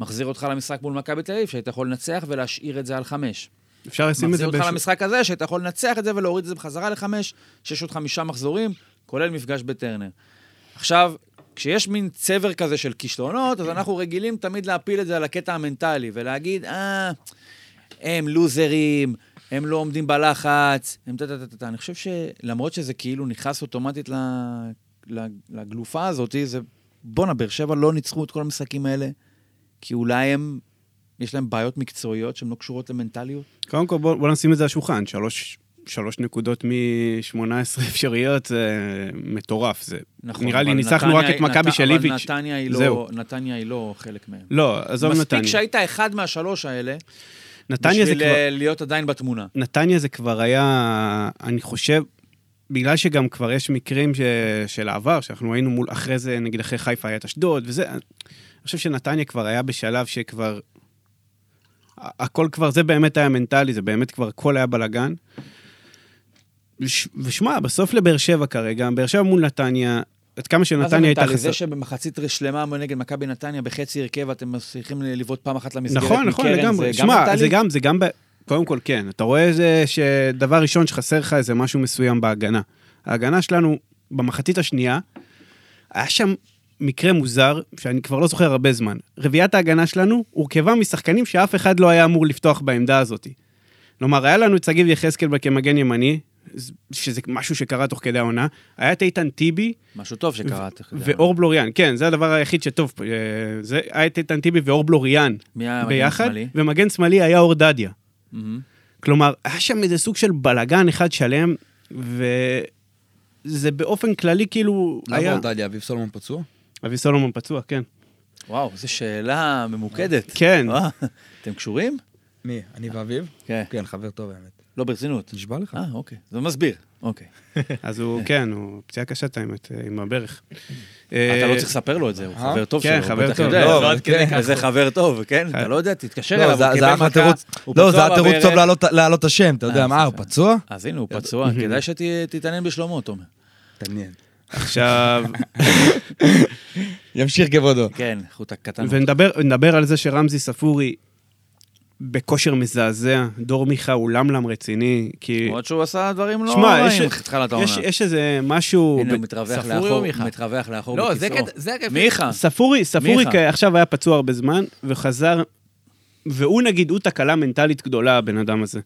[SPEAKER 2] מחזיר אותך למשחק מול מכבי תל אביב, שהיית יכול לנצח ולהשאיר את זה על חמש.
[SPEAKER 5] אפשר לשים את
[SPEAKER 2] מחזיר
[SPEAKER 5] זה
[SPEAKER 2] אותך
[SPEAKER 5] באיזשהו...
[SPEAKER 2] למשחק הזה, שאתה יכול לנצח את זה ולהוריד את זה בחזרה לחמש, שיש עוד חמישה מחזורים, כולל מפגש בטרנר. עכשיו, כשיש מין צבר כזה של כישלונות, אז אנחנו רגילים תמיד להפיל את זה על הקטע המנטלי, ולהגיד, אה, הם לוזרים, הם לא עומדים בלחץ, הם טה-טה-טה-טה. אני חושב שלמרות שזה כאילו נכנס אוטומטית ל- ל- לגלופה הזאת, זה, בואנה, באר שבע לא ניצחו את כל המשחקים האלה, כי אולי הם, יש להם בעיות מקצועיות שהן לא קשורות למנטליות.
[SPEAKER 5] קודם כל, בוא בוא נשים את זה על השולחן. שלוש... שלוש נקודות מ-18 אפשריות, זה מטורף. זה
[SPEAKER 2] נכון,
[SPEAKER 5] נראה לי
[SPEAKER 2] אבל
[SPEAKER 5] ניצחנו
[SPEAKER 2] נתניה-
[SPEAKER 5] רק את מכבי
[SPEAKER 2] נת-
[SPEAKER 5] של איביץ'.
[SPEAKER 2] אבל נתניה היא,
[SPEAKER 5] זהו.
[SPEAKER 2] לא, נתניה היא לא חלק מהם.
[SPEAKER 5] לא, עזוב נתניה.
[SPEAKER 2] מספיק שהיית אחד מהשלוש האלה,
[SPEAKER 5] נתניה זה
[SPEAKER 2] בשביל
[SPEAKER 5] כבר...
[SPEAKER 2] אה, להיות עדיין בתמונה.
[SPEAKER 5] נתניה זה כבר היה, אני חושב, בגלל שגם כבר יש מקרים ש... של העבר, שאנחנו היינו מול, אחרי זה, נגיד אחרי חיפה היה את אשדוד, וזה, אני חושב שנתניה כבר היה בשלב שכבר, ה- הכל כבר, זה באמת היה מנטלי, זה באמת כבר, הכל היה בלאגן. וש- ושמע, בסוף לבאר שבע כרגע, באר שבע מול נתניה, עד כמה
[SPEAKER 2] מה זה
[SPEAKER 5] שנתניה הייתה
[SPEAKER 2] מנטלי?
[SPEAKER 5] חסר...
[SPEAKER 2] זה שבמחצית שלמה נגד מכבי נתניה בחצי הרכב אתם צריכים לבעוט פעם אחת למסגרת
[SPEAKER 5] נכון, נכון,
[SPEAKER 2] מקרן,
[SPEAKER 5] לגמרי.
[SPEAKER 2] זה גם
[SPEAKER 5] שמע,
[SPEAKER 2] מנטלי?
[SPEAKER 5] זה גם, זה גם, ב... קודם כל כן, אתה רואה זה שדבר ראשון שחסר לך איזה משהו מסוים בהגנה. ההגנה שלנו במחצית השנייה, היה שם מקרה מוזר, שאני כבר לא זוכר הרבה זמן. רביעיית ההגנה שלנו הורכבה משחקנים שאף אחד לא היה אמור לפתוח בעמדה הזאת. כלומר, היה לנו את שגיב יחזקאל כמגן ימני, שזה משהו שקרה תוך כדי העונה, היה את איתן טיבי,
[SPEAKER 2] משהו טוב שקרה. אתה יודע.
[SPEAKER 5] ואור בלוריאן, כן, זה הדבר היחיד שטוב, פה, אה, זה היה את איתן טיבי ואור בלוריאן
[SPEAKER 2] מי היה המגן
[SPEAKER 5] ביחד,
[SPEAKER 2] השמאלי?
[SPEAKER 5] ומגן שמאלי היה אור דדיה.
[SPEAKER 2] מהמם.
[SPEAKER 5] כלומר, היה שם איזה סוג של בלאגן אחד שלם, וזה באופן כללי כאילו
[SPEAKER 4] למה
[SPEAKER 5] היה...
[SPEAKER 4] עודדיה, אביב סולומון פצוע?
[SPEAKER 5] אבי סולומון פצוע, כן. (laughs)
[SPEAKER 2] וואו, זו שאלה ממוקדת.
[SPEAKER 5] כן.
[SPEAKER 2] וואו, אתם קשורים?
[SPEAKER 4] מי? אני ואביב?
[SPEAKER 2] כן.
[SPEAKER 4] כן, חבר טוב האמת.
[SPEAKER 2] לא, ברצינות.
[SPEAKER 4] נשבע לך.
[SPEAKER 2] אה, אוקיי. זה מסביר. אוקיי.
[SPEAKER 5] אז הוא, כן, הוא פציעה קשה את האמת, אה, עם הברך.
[SPEAKER 2] אתה לא צריך לספר לו את זה, הוא
[SPEAKER 4] אה?
[SPEAKER 2] חבר טוב שלו.
[SPEAKER 5] כן,
[SPEAKER 2] הוא
[SPEAKER 5] חבר
[SPEAKER 2] בטח
[SPEAKER 5] טוב.
[SPEAKER 2] יודע.
[SPEAKER 4] לא,
[SPEAKER 2] אבל
[SPEAKER 4] עד כדי
[SPEAKER 2] כן,
[SPEAKER 4] כך.
[SPEAKER 2] איזה חבר טוב, כן?
[SPEAKER 5] חבר.
[SPEAKER 2] אתה לא יודע, תתקשר
[SPEAKER 4] לא,
[SPEAKER 2] אליו,
[SPEAKER 4] זה
[SPEAKER 2] הוא
[SPEAKER 4] זה
[SPEAKER 2] קיבל
[SPEAKER 4] אחלה
[SPEAKER 2] מכה,
[SPEAKER 4] תירוץ.
[SPEAKER 2] הוא
[SPEAKER 4] לא,
[SPEAKER 2] פצוע
[SPEAKER 4] זה התירוץ טוב
[SPEAKER 2] בברך.
[SPEAKER 4] להעלות- להעלות את השם, אתה יודע,
[SPEAKER 2] אה,
[SPEAKER 4] מה, הוא
[SPEAKER 2] סליחה.
[SPEAKER 4] פצוע?
[SPEAKER 2] אז הנה, הוא פצוע, כדאי שתתעניין בשלומו, תומר.
[SPEAKER 4] תעניין.
[SPEAKER 2] (laughs)
[SPEAKER 5] עכשיו,
[SPEAKER 4] ימשיך כבודו.
[SPEAKER 2] כן, חוט הקטן.
[SPEAKER 5] ונדבר נדבר על זה שרמזי ספורי בכושר מזעזע, דור מיכה הוא למלם רציני, כי...
[SPEAKER 2] למרות שהוא עשה דברים לא
[SPEAKER 5] שמע, יש-
[SPEAKER 2] רעים בתחילת העונה.
[SPEAKER 5] יש, יש איזה משהו...
[SPEAKER 2] הנה, הוא
[SPEAKER 5] ב-
[SPEAKER 2] מתרווח
[SPEAKER 3] ספורי
[SPEAKER 2] לאחור,
[SPEAKER 3] או מיכה?
[SPEAKER 2] מתרווח לאחור
[SPEAKER 3] לא, זה
[SPEAKER 2] בכיסאו.
[SPEAKER 3] קטע, זה הקטע.
[SPEAKER 2] מיכה,
[SPEAKER 5] ספורי, ספורי
[SPEAKER 2] אה. מיכה.
[SPEAKER 5] כ- עכשיו היה פצוע הרבה זמן, וחזר, והוא נגיד, הוא תקלה מנטלית גדולה, הבן אדם הזה.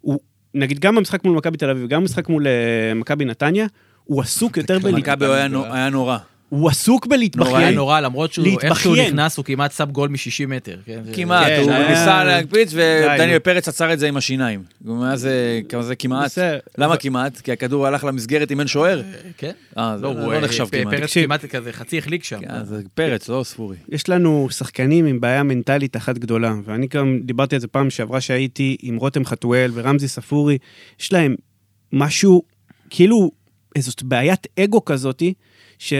[SPEAKER 5] הוא, נגיד, גם במשחק מול מכבי תל אביב, גם במשחק מול אה, מכבי נתניה, הוא עסוק יותר ב...
[SPEAKER 2] מכבי הוא היה נו- היה נורא.
[SPEAKER 5] הוא עסוק
[SPEAKER 3] נורא היה
[SPEAKER 5] בלהתבכיין.
[SPEAKER 3] נורא, למרות שהוא,
[SPEAKER 5] להתבכיין.
[SPEAKER 3] איך שהוא נכנס, הוא כמעט שם גול מ-60 מטר. כן? זה-
[SPEAKER 2] כמעט,
[SPEAKER 5] כן,
[SPEAKER 2] הוא
[SPEAKER 5] היה-
[SPEAKER 2] ניסה להקפיץ,
[SPEAKER 5] די,
[SPEAKER 2] ודניאל
[SPEAKER 5] נו.
[SPEAKER 2] פרץ עצר את זה עם השיניים. מה זה, כמה זה כמעט?
[SPEAKER 5] בסדר.
[SPEAKER 2] למה כמעט? כי הכדור הלך למסגרת אם אין שוער?
[SPEAKER 3] כן?
[SPEAKER 2] אה, זה
[SPEAKER 3] לא, הוא
[SPEAKER 2] לא
[SPEAKER 3] אה,
[SPEAKER 2] נחשב
[SPEAKER 3] פ-
[SPEAKER 2] כמעט.
[SPEAKER 3] פרץ
[SPEAKER 5] תקשיב.
[SPEAKER 3] כמעט כזה חצי החליק שם. אה,
[SPEAKER 2] כן, זה פרץ, לא ספורי.
[SPEAKER 5] יש לנו שחקנים עם בעיה מנטלית אחת גדולה, ואני גם דיברתי על זה פעם שעברה שהייתי עם רותם חתואל ורמזי ספורי, יש להם משהו, כאילו איזאת בעיית אגו כזאתי, ש,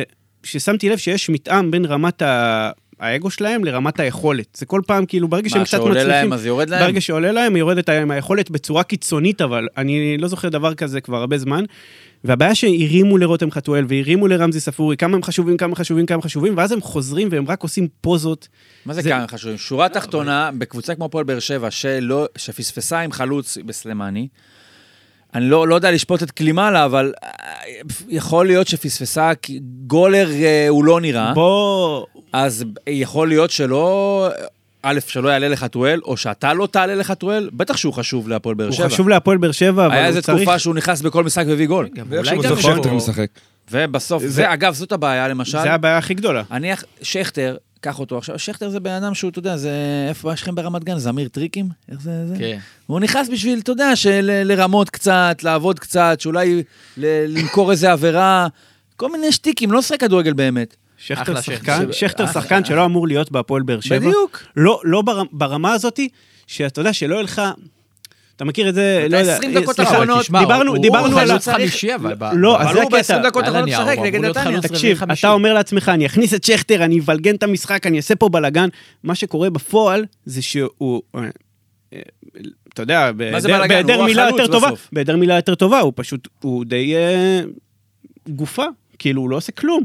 [SPEAKER 5] ששמתי לב שיש מתאם בין רמת ה... האגו שלהם לרמת היכולת. זה כל פעם, כאילו, ברגע שהם
[SPEAKER 2] מה,
[SPEAKER 5] קצת
[SPEAKER 2] שעולה
[SPEAKER 5] מצליחים...
[SPEAKER 2] להם אז יורד להם?
[SPEAKER 5] ברגע שעולה להם, יורדת להם היכולת בצורה קיצונית, אבל אני לא זוכר דבר כזה כבר הרבה זמן. והבעיה שהרימו לרותם חתואל והרימו לרמזי ספורי, כמה הם חשובים, כמה חשובים, כמה חשובים, ואז הם חוזרים והם רק עושים פוזות.
[SPEAKER 2] מה זה
[SPEAKER 5] זה- לא,
[SPEAKER 2] כאן חשובים? שורה תחתונה, בקבוצה כמו הפועל באר שבע, שלא- שפספסה עם חלוץ בסלמני, אני לא, לא יודע לשפוט את קלימאלה, אבל אה, יכול להיות שפספסה, כי גולר אה, הוא לא נראה, בוא.
[SPEAKER 5] בוא...
[SPEAKER 2] אז יכול להיות שלא, אה, א', שלא יעלה לחתואל, או שאתה לא תעלה לחתואל, בטח שהוא חשוב להפועל באר
[SPEAKER 5] הוא
[SPEAKER 2] שבע.
[SPEAKER 5] חשוב להפועל באר שבע, אבל
[SPEAKER 2] היה
[SPEAKER 5] הוא
[SPEAKER 2] איזה
[SPEAKER 5] צריך... לא-
[SPEAKER 2] תקופה שהוא נכנס בכל משחק והביא גול.
[SPEAKER 3] אולי
[SPEAKER 4] הוא
[SPEAKER 3] גם
[SPEAKER 4] זוכר
[SPEAKER 3] פה-
[SPEAKER 4] יותר משחק.
[SPEAKER 2] ובסוף, זה, אגב, זאת הבעיה, למשל.
[SPEAKER 5] זה הבעיה הכי גדולה.
[SPEAKER 2] אני, אח- שכטר, קח אותו עכשיו, שכטר זה בן אדם שהוא, אתה יודע, זה, איפה יש לכם ברמת גן? זמיר טריקים? איך זה, זה?
[SPEAKER 3] כן.
[SPEAKER 2] הוא נכנס בשביל, אתה יודע, של, לרמות קצת, לעבוד קצת, שאולי ל, למכור איזה עבירה, כל מיני שטיקים, לא שחק כדורגל באמת.
[SPEAKER 5] שכטר
[SPEAKER 3] אחלה שכטר.
[SPEAKER 5] שחקן, שכטר שחקן שלא אמור להיות בהפועל באר שבע.
[SPEAKER 2] בדיוק.
[SPEAKER 5] לא, לא בר- ברמה הזאתי, שאתה יודע שלא יהיה לך... אתה מכיר את זה, לא יודע,
[SPEAKER 2] 20 דקות
[SPEAKER 5] סליחה,
[SPEAKER 2] האחרונות,
[SPEAKER 3] תשמע,
[SPEAKER 5] דיברנו,
[SPEAKER 3] הוא- הוא
[SPEAKER 5] דיברנו על...
[SPEAKER 3] חלוץ
[SPEAKER 5] ה-
[SPEAKER 3] חמישי, אבל ב-
[SPEAKER 5] לא,
[SPEAKER 3] אבל
[SPEAKER 5] אז זה
[SPEAKER 2] הוא ב-20
[SPEAKER 5] הקטע.
[SPEAKER 2] דקות
[SPEAKER 3] על
[SPEAKER 2] האחרונות
[SPEAKER 3] הנייר,
[SPEAKER 2] משחק
[SPEAKER 3] הוא
[SPEAKER 2] נגד
[SPEAKER 3] אמור להיות
[SPEAKER 2] נתניה.
[SPEAKER 3] חלוץ.
[SPEAKER 5] לא, תקשיב,
[SPEAKER 3] וחמישי.
[SPEAKER 5] אתה אומר לעצמך, אני אכניס את שכטר, אני אבלגן את המשחק, אני אעשה פה בלאגן. מה שקורה בפועל זה שהוא... אה, אה, אתה יודע,
[SPEAKER 2] זה
[SPEAKER 5] בהיעדר-
[SPEAKER 2] בלגן?
[SPEAKER 5] בהיעדר
[SPEAKER 2] הוא
[SPEAKER 5] מילה
[SPEAKER 2] החלוץ
[SPEAKER 5] יותר טובה,
[SPEAKER 2] בסוף.
[SPEAKER 5] בהיעדר מילה יותר טובה, הוא פשוט, הוא די אה, גופה, כאילו, הוא לא עושה כלום.